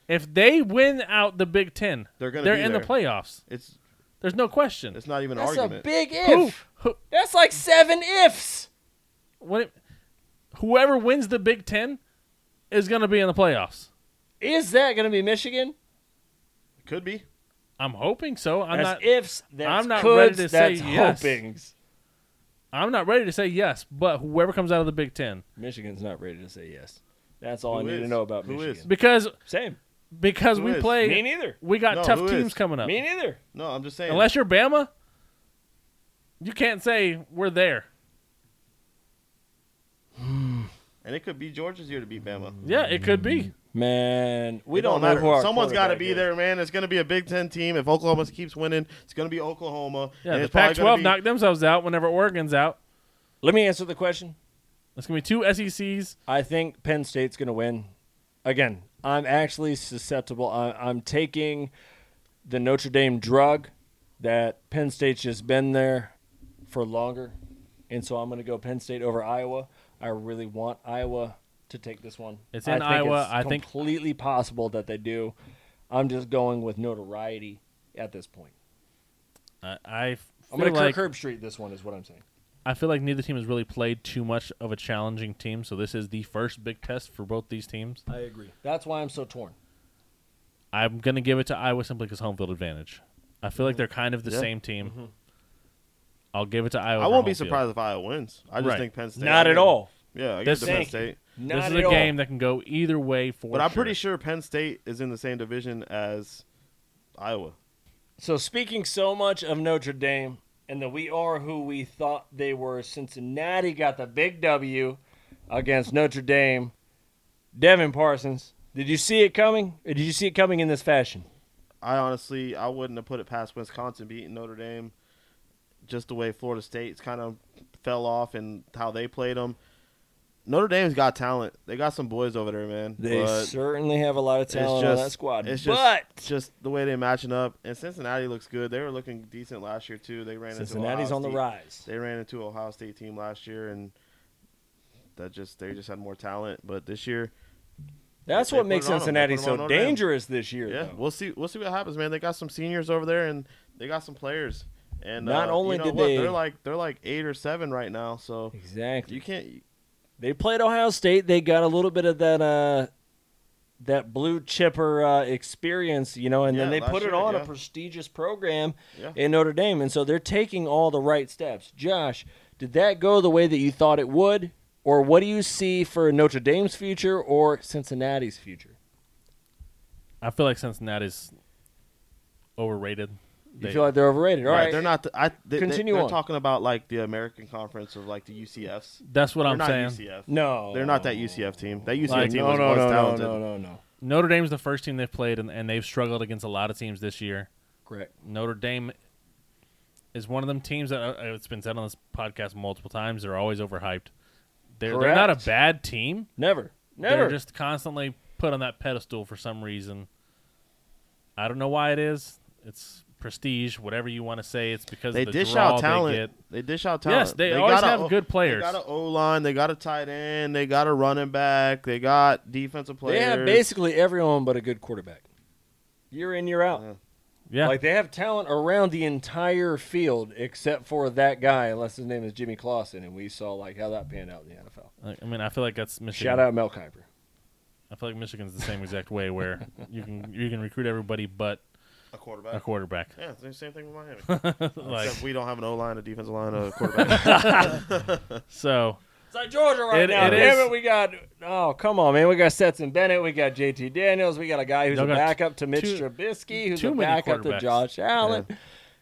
S2: If they win out the Big Ten,
S3: They're gonna be
S2: in
S3: there.
S2: the playoffs.
S3: It's
S2: There's no question.
S3: it's not even an
S5: That's a
S3: argument.
S5: big
S2: Who-
S5: if.
S2: who-
S5: That's like seven ifs.
S2: what- whoever wins the Big Ten is going to be in the playoffs.
S5: Is that going to be Michigan?
S3: Could be.
S2: I'm hoping so. I'm
S5: that's
S2: not.
S5: ifs. That's
S2: I'm not
S5: coulds,
S2: ready to say
S5: that's
S2: yes.
S5: hopings.
S2: I'm not ready to say yes, but whoever comes out of the Big Ten,
S5: Michigan's not ready to say yes. That's all
S3: Who
S5: I need to
S3: is?
S5: know about
S3: Who
S5: Michigan.
S3: is?
S2: because
S5: Same.
S2: because
S3: Who
S2: we
S3: is?
S2: play,
S5: Me neither.
S2: we got
S3: No,
S2: tough
S3: who
S2: teams
S3: is?
S2: coming up.
S5: Me neither.
S3: No, I'm just saying.
S2: Unless you're Bama, you can't say we're there.
S3: and it could be Georgia's year to beat Bama.
S2: Yeah, it could
S3: Mm.
S2: be.
S5: Man, Mm-hmm. we
S3: It
S5: don't, know
S3: matter.
S5: who our
S3: Someone's
S5: got to
S3: be there, man. It's going to be a Big Ten team. If Oklahoma keeps winning, it's going to be Oklahoma.
S2: Yeah,
S3: and
S2: the
S3: it's probably gonna
S2: Pac-12
S3: be-
S2: knocked themselves out whenever Oregon's out.
S5: Let me answer the question.
S2: It's gonna be two E SECs.
S5: I think Penn State's going to win. Again, I'm actually susceptible. I, I'm taking the Notre Dame drug that Penn State's just been there for longer. And so I'm going to go Penn State over Iowa. I really want Iowa to take this one.
S2: It's in
S5: I think
S2: Iowa.
S5: It's
S2: I think-
S5: completely possible that they do. I'm just going with notoriety at this point.
S2: I, I
S5: I'm going
S2: feel
S5: to
S2: like
S5: curb street this one, is what I'm saying.
S2: I feel like neither team has really played too much of a challenging team, so this is the first big test for both these teams.
S5: I agree. That's why I'm so torn.
S2: I'm gonna give it to Iowa simply because home field advantage. I feel like they're kind of the
S3: Mm-hmm. Yeah. Mm-hmm.
S2: same team. I'll give it to Iowa.
S3: I
S2: for
S3: won't
S2: home
S3: be
S2: field.
S3: surprised if Iowa wins. I just
S2: Right.
S3: think Penn State.
S5: Not
S3: I
S5: at
S3: give-
S5: all.
S3: Yeah, I
S2: This-
S3: guess the Penn
S5: Thank you.
S3: State.
S5: Not
S2: This is
S5: at
S2: a
S5: all.
S2: game that can go either way for.
S3: But I'm pretty
S2: sure.
S3: sure Penn State is in the same division as Iowa.
S5: So speaking so much of Notre Dame and that we are who we thought they were, Cincinnati got the big W against Notre Dame. Devin Parsons, did you see it coming? Or did you see it coming in this fashion?
S3: I honestly I wouldn't have put it past Wisconsin beating Notre Dame, just the way Florida State's kind of fell off and how they played them. Notre Dame's got talent. They got some boys over there, man.
S5: They
S3: but
S5: certainly have a lot of
S3: it's
S5: talent
S3: just-
S5: on that squad.
S3: It's just,
S5: but
S3: just the way they're matching up. And Cincinnati looks good. They were looking decent last year too. They ran
S5: Cincinnati's
S3: into Ohio
S5: on the
S3: State.
S5: rise.
S3: They ran into Ohio State team last year, and that just they just had more talent. But this year,
S5: That's
S3: they
S5: what
S3: put
S5: makes
S3: it on 'em. They
S5: Cincinnati
S3: put it on
S5: so
S3: Notre Dame.
S5: dangerous this year.
S3: Yeah,
S5: though.
S3: we'll see. We'll see what happens, man. They got some seniors over there, and they got some players, And
S1: Not
S3: uh,
S1: only
S3: you know
S1: did
S3: what?
S1: they-
S3: they're like they're like eight or seven right now, so
S1: Exactly.
S3: you can't.
S1: They played Ohio State. They got a little bit of that uh, that blue chipper uh, experience, you know, and then
S3: Yeah,
S1: they
S3: last
S1: put it
S3: year,
S1: on
S3: yeah.
S1: a prestigious program
S3: Yeah.
S1: in Notre Dame, and so they're taking all the right steps. Josh, did that go the way that you thought it would, or what do you see for Notre Dame's future or Cincinnati's future?
S2: I feel like Cincinnati's overrated.
S1: You
S2: They-
S1: feel like they're overrated. All right,
S3: they're not. The, I they,
S1: Continue
S3: They, are
S1: on.
S3: talking about like the American Conference of like the UCFs.
S2: that's what
S3: they're
S2: I'm
S3: not
S2: saying.
S3: UCF.
S1: No,
S3: They're not that UCF team. That UCF
S2: Like,
S3: team
S1: no,
S3: was
S1: no,
S3: once
S1: no, no,
S3: talented.
S1: no, no, no.
S2: Notre Dame's the first team they've played, and, and they've struggled against a lot of teams this year.
S1: Correct.
S2: Notre Dame is one of them teams that uh, it's been said on this podcast multiple times. They're always overhyped. They're, they're not a
S1: Correct.
S2: bad team.
S1: Never, never.
S2: They're just constantly put on that pedestal for some reason. I don't know why it is. It's prestige, whatever you want to say. It's because
S3: They
S2: of the
S3: dish
S2: draw
S3: out
S2: They
S3: talent.
S2: get.
S3: They, dish out talent.
S2: Yes, they always
S3: got a
S2: have
S3: O-
S2: good players.
S3: They got an O line. They got a tight end. They got a running back. They got defensive players.
S1: They have basically everyone but a good quarterback. Year in, year out.
S3: Yeah.
S2: Yeah,
S1: Like they have talent around the entire field except for that guy, unless his name is Jimmy Clausen, and we saw like how that panned out in the NFL.
S2: Like, I mean, I feel like that's Michigan.
S1: Shout out Mel Kiper.
S2: I feel like Michigan's the same exact way, where you can you can recruit everybody but
S3: a quarterback.
S2: a quarterback.
S3: yeah, it's the same thing with Miami.
S2: like
S3: Except we don't have an O line, a defensive line, a quarterback.
S2: so,
S1: It's like Georgia right
S2: It-
S1: now.
S2: it
S1: Damn
S2: is.
S1: it, we got oh come on man, we got Setson Bennett, we got JT Daniels, we got a guy who's
S2: Y'all
S1: a
S2: got
S1: backup to Mitch
S2: too-
S1: Trubisky, who's
S2: too
S1: a
S2: many
S1: backup to
S2: quarterbacks.
S1: Josh Allen.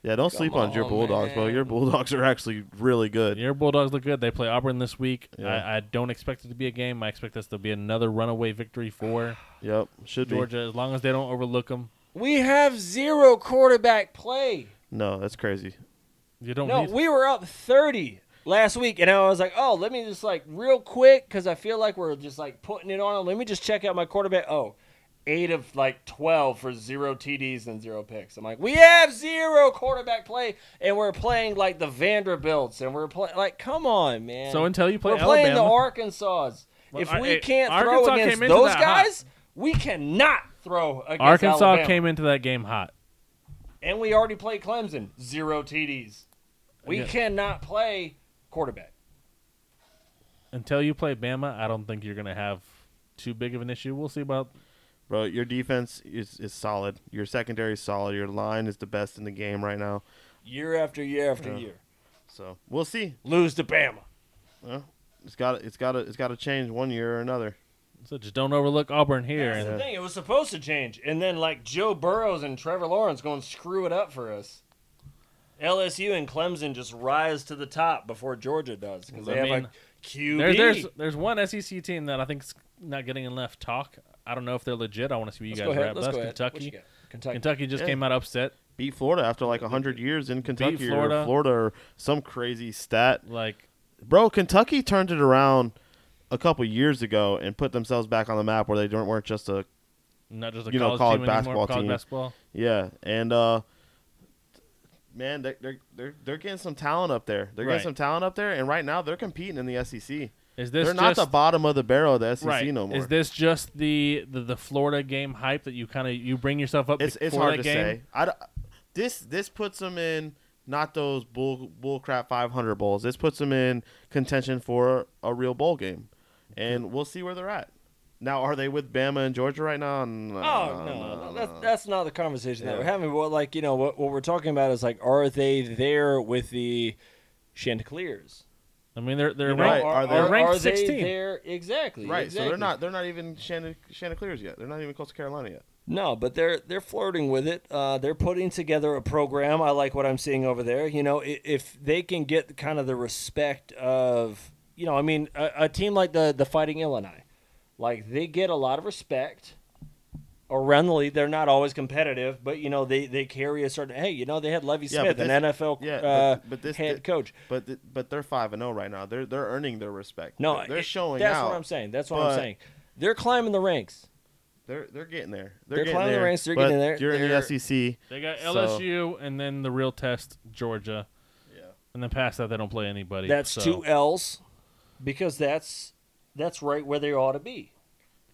S3: yeah, don't sleep
S1: Come
S3: on, your
S1: on,
S3: Bulldogs, bro.
S1: man.
S3: Your Bulldogs are actually really good.
S2: your Bulldogs look good. They play Auburn this week.
S3: Yeah.
S2: I, I don't expect it to be a game. I expect this to be another runaway victory for
S3: Yep, should be.
S2: Georgia, as long as they don't overlook them.
S1: We have zero quarterback play.
S3: No, that's crazy.
S2: You don't
S1: No,
S2: need.
S1: we were up 30 last week, and I was like, oh, let me just like real quick because I feel like we're just like putting it on. Let me just check out my quarterback. Oh, eight of like 12 for zero TDs and zero picks. I'm like, we have zero quarterback play, and we're playing like the Vanderbilts, and we're playing like, come on, man.
S2: so until you play
S1: we're playing the
S2: Alabama,
S1: Arkansas.
S2: Well,
S1: if
S2: I-
S1: we
S2: I-
S1: can't
S2: Arkansas
S1: throw
S2: came
S1: against
S2: into
S1: those
S2: that hot.
S1: guys, we cannot throw against
S2: Arkansas
S1: Alabama.
S2: came into that game hot.
S1: And we already played Clemson. Zero TDs. We
S2: Yeah.
S1: cannot play quarterback.
S2: Until you play Bama, I don't think you're going to have too big of an issue. We'll see about.
S3: Bro, your defense is, is solid. Your secondary is solid. Your line is the best in the game right now.
S1: Year after year after
S3: Yeah.
S1: year.
S3: So we'll see.
S1: Lose to Bama.
S3: It's got it's got to it's got to change one year or another.
S2: So just don't overlook Auburn here.
S1: That's
S2: and-
S1: the thing. It was supposed to change. And then, like, Joe Burrows and Trevor Lawrence going to screw it up for us. LSU and Clemson just rise to the top before Georgia does because they
S2: I
S1: have
S2: mean,
S1: a QB.
S2: There, there's there's one SEC team that I think's not getting enough talk. I don't know if they're legit. I want to see what you
S1: Let's
S2: guys
S1: go ahead.
S2: wrap.
S1: Let's
S2: That's
S1: go ahead. What
S2: Kentucky.
S1: you got? Kentucky.
S2: Kentucky just
S3: Yeah.
S2: came out upset.
S3: Beat Florida after like hundred years in Kentucky
S2: Florida.
S3: or Florida or some crazy stat.
S2: Like
S3: Bro, Kentucky turned it around a couple years ago and put themselves back on the map where they don't, weren't just a
S2: not just a
S3: You know,
S2: college,
S3: college
S2: team anymore.
S3: basketball
S2: College
S3: team.
S2: basketball.
S3: yeah. And uh, man, they- they're they're they're getting some talent up there. They're
S2: Right.
S3: getting some talent up there, and right now they're competing in the SEC.
S2: Is this
S3: they're not the
S2: just,
S3: bottom of the barrel of the SEC
S2: right?
S3: no more.
S2: Is this just the, the the Florida game hype that you kind of you bring yourself up
S3: it's it's
S2: before
S3: hard
S2: that
S3: to
S2: game?
S3: say. I d- this this puts them in not those bull bullcrap 500 bowls. This puts them in contention for a real bowl game, and we'll see where they're at. Now, are they with Bama and Georgia right now? No,
S1: Oh no, no, that's that's not the conversation that
S3: Yeah.
S1: we're having. Well, like you know, what what we're talking about is like, are they there with the Chanticleers?
S2: I mean, they're they're
S3: You're
S2: ranked,
S3: right. Are they-
S2: they're ranked
S1: they
S2: 16.
S1: there exactly?
S3: right. So
S1: exactly.
S3: they're not they're not even Chantic- Chanticleers yet. They're not even Coastal Carolina yet.
S1: No, but they're they're flirting with it. Uh, they're putting together a program. I like what I'm seeing over there. You know, i- if they can get kind of the respect of, you know, I mean, a, a team like the the Fighting Illini, like they get a lot of respect around the league. They're not always competitive, but you know, they they carry a certain. Hey, you know, they had Levy
S3: Yeah,
S1: Smith,
S3: but
S1: an
S3: this-
S1: NFL
S3: yeah,
S1: uh,
S3: but- but this-
S1: head
S3: thi-
S1: coach.
S3: But th- but they're five and zero right now. They're they're earning their respect.
S1: No,
S3: they're, they're
S1: it-
S3: showing
S1: That's
S3: out.
S1: what I'm saying. That's what
S3: but-
S1: I'm saying. They're climbing the ranks.
S3: They're they're getting there.
S1: They're
S3: getting
S1: climbing the
S3: there,
S1: ranks, they're
S3: but
S1: getting there,
S3: You're in
S1: they're-
S3: the E SEC.
S2: They got
S3: So-
S2: LSU and then the real test Georgia,
S3: Yeah.
S2: and then past that they don't play anybody.
S1: That's
S2: so.
S1: two L's, because that's that's right where they ought to be.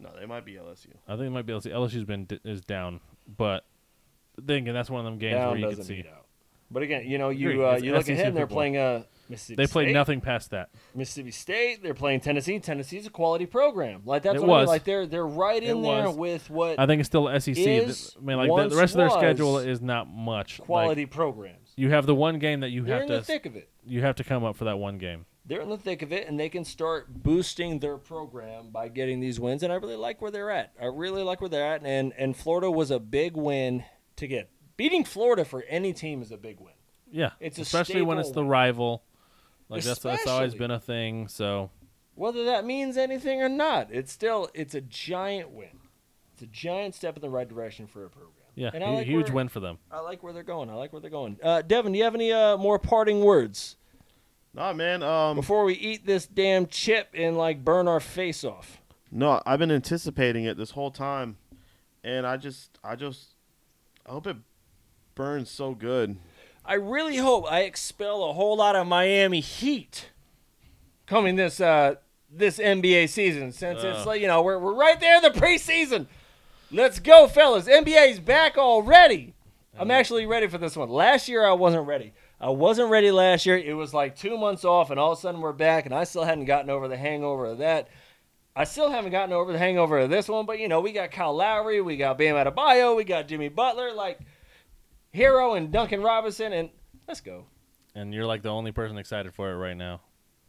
S3: No, they might be LSU.
S2: I think it might be LSU. LSU's been d- is down, but then again, that's one of them games
S1: Down
S2: where you can
S1: doesn't
S2: see.
S1: beat out. But again, you know,
S2: Agreed.
S1: you uh,
S2: It's
S1: you look
S2: SEC
S1: ahead and they're
S2: football.
S1: playing uh, Mississippi.
S2: They played
S1: State.
S2: nothing past that.
S1: Mississippi State. They're playing Tennessee. Tennessee's a quality program. Like that's
S2: It
S1: what I mean.
S2: was.
S1: like they're they're right in
S2: It
S1: there
S2: was.
S1: with what
S2: I think it's still SEC.
S1: Is,
S2: I mean, like the- the,
S1: once
S2: rest of their
S1: was,
S2: schedule is not much. Like,
S1: quality programs.
S2: you have the one game that you
S1: They're
S2: have
S1: in the
S2: to
S1: thick of it.
S2: you have to come up for that one game.
S1: They're in the thick of it, and they can start boosting their program by getting these wins. And I really like where they're at. I really like where they're at. And and Florida was a big win to get. Beating Florida for any team is a big win.
S2: Yeah,
S1: It's a
S2: especially when it's
S1: staple
S2: the rival. Like that's that's always
S1: Especially.
S2: been a thing. So
S1: whether that means anything or not it's still it's a giant win it's a giant step in the right direction for a program
S2: yeah,
S1: and I
S2: hu-
S1: like
S2: huge
S1: where,
S2: win for them.
S1: i like where they're going i like where they're going uh, devin do you have any uh, more parting words
S3: Nah, man. Um,
S1: before we eat this damn chip and like burn our face off
S3: No, I've been anticipating it this whole time, and I just, I just, I hope it burns so good.
S1: i really hope i expel a whole lot of miami heat coming this uh this nba season since it's
S2: Ugh.
S1: like you know we're, we're right there in the preseason let's go fellas nba's back already I'm actually ready for this one. Last year I wasn't ready. I wasn't ready last year. It was like two months off, and all of a sudden we're back, and I still hadn't gotten over the hangover of that. I still haven't gotten over the hangover of this one, but you know we got Kyle Lowry, we got Bam Adebayo, we got Jimmy Butler, like Hero and Duncan Robinson, and let's go.
S2: And you're like the only person excited for it right now.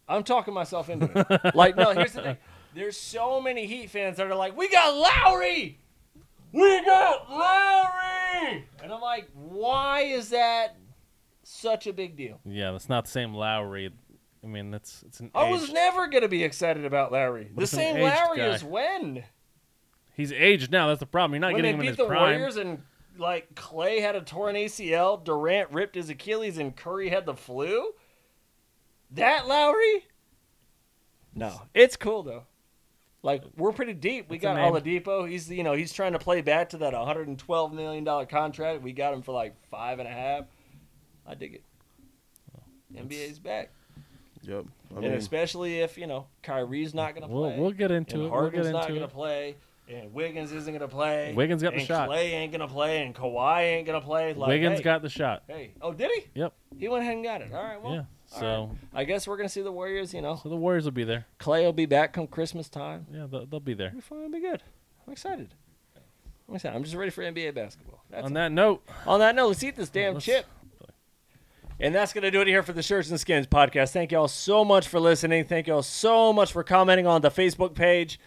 S1: I'm talking myself into it. like, no, here's the thing. There's so many Heat fans that are like, we got Lowry! We got Lowry! And I'm like, why is that such a big deal?
S2: Yeah, that's not the same Lowry. I mean, that's it's an
S1: I
S2: age.
S1: was never going to be excited about Lowry. The
S2: What's an
S1: same
S2: aged
S1: Lowry
S2: guy?
S1: as when?
S2: He's aged now. That's the problem. You're not
S1: When they
S2: getting him in
S1: beat
S2: his
S1: the
S2: prime.
S1: Warriors and, like, Clay had a torn ACL, Durant ripped his Achilles, and Curry had the flu? That Lowry? No. It's cool, though. Like we're pretty deep. We
S2: It's a
S1: got Oladipo. He's you know he's trying to play back to that 112 million dollar contract. We got him for like five and a half. I dig it. NBA's back,
S3: Yep. I
S1: and
S3: mean,
S1: especially if you know Kyrie's not going to
S2: We'll,
S1: play,
S2: we'll get into
S1: and
S2: it. We'll
S1: Harden's
S2: get
S1: not
S2: into
S1: going to
S2: it.
S1: play, and Wiggins isn't going to play.
S2: Wiggins got the
S1: and
S2: shot.
S1: Clay ain't going to play, and Kawhi ain't going to play. Like,
S2: Wiggins
S1: hey,
S2: got the shot.
S1: Hey, oh, did he?
S2: Yep.
S1: He went ahead and got it. All right, well,
S2: yeah.
S1: Oh, all
S2: So
S1: I guess we're going to see the Warriors. You know,
S2: so the Warriors will be there.
S1: Clay will be back come Christmas time.
S2: Yeah, they'll, they'll be there.
S1: It'll be fun. It'll be good. I'm excited. I'm excited. I'm just ready for NBA basketball. That's
S2: On
S1: it.
S2: that note,
S1: on that note, let's eat this damn
S2: let's-
S1: chip. And that's going to do it here for the Shirts and Skins podcast. Thank y'all so much for listening. Thank y'all so much for commenting on the Facebook page.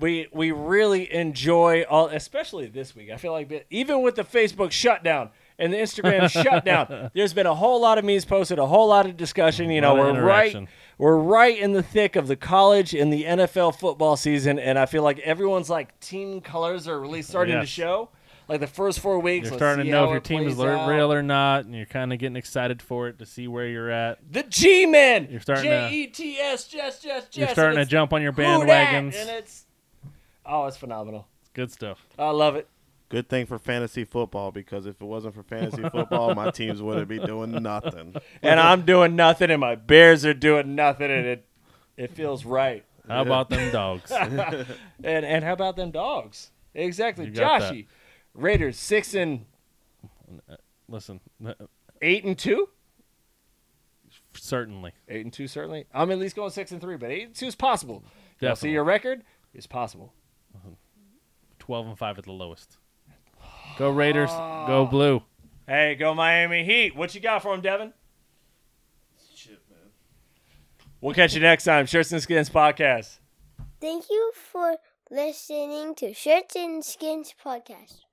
S1: We we really enjoy all, especially this week. I feel like that- even with the Facebook shutdown and the Instagram shutdown, there's been a whole lot of memes posted, a whole lot of discussion. You know,
S2: lot of
S1: we're right,
S2: interaction.
S1: we're right in the thick of the college and the NFL football season, and I feel like everyone's like team colors are really starting to
S2: Yes.
S1: show. Like the first four weeks,
S2: you're
S1: let's
S2: starting
S1: see
S2: to know
S1: how
S2: if your
S1: it
S2: team is
S1: plays
S2: lear-
S1: out.
S2: real or not, and you're kind of getting excited for it to see where you're at.
S1: The G Men.
S2: You're starting
S1: J
S2: to-
S1: E T S. Jess. Jess. Jess.
S2: You're starting to
S1: and
S2: jump on your
S1: it's who dat,
S2: bandwagons.
S1: And it's oh, it's phenomenal.
S2: Good stuff.
S1: I love it.
S3: good thing for fantasy football because if it wasn't for fantasy football, my teams wouldn't be doing nothing.
S1: And I'm doing nothing, and my Bears are doing nothing, and it it feels right.
S2: How about them dogs?
S1: And and how about them dogs? Exactly,
S2: You got that.
S1: Joshy. Raiders six and
S2: Listen, uh,
S1: eight and two.
S2: certainly.
S1: Eight and two certainly. I'm at least going six and three, but eight and two is possible. Y'all see
S2: Definitely.
S1: your record is possible.
S2: 12 and 5 at the lowest. Go Raiders.
S1: Ah.
S2: Go Blue.
S1: Hey, go Miami Heat. What you got for him, Devin? We'll catch you next time. Shirts and Skins Podcast.
S4: Thank you for listening to Shirts and Skins podcast.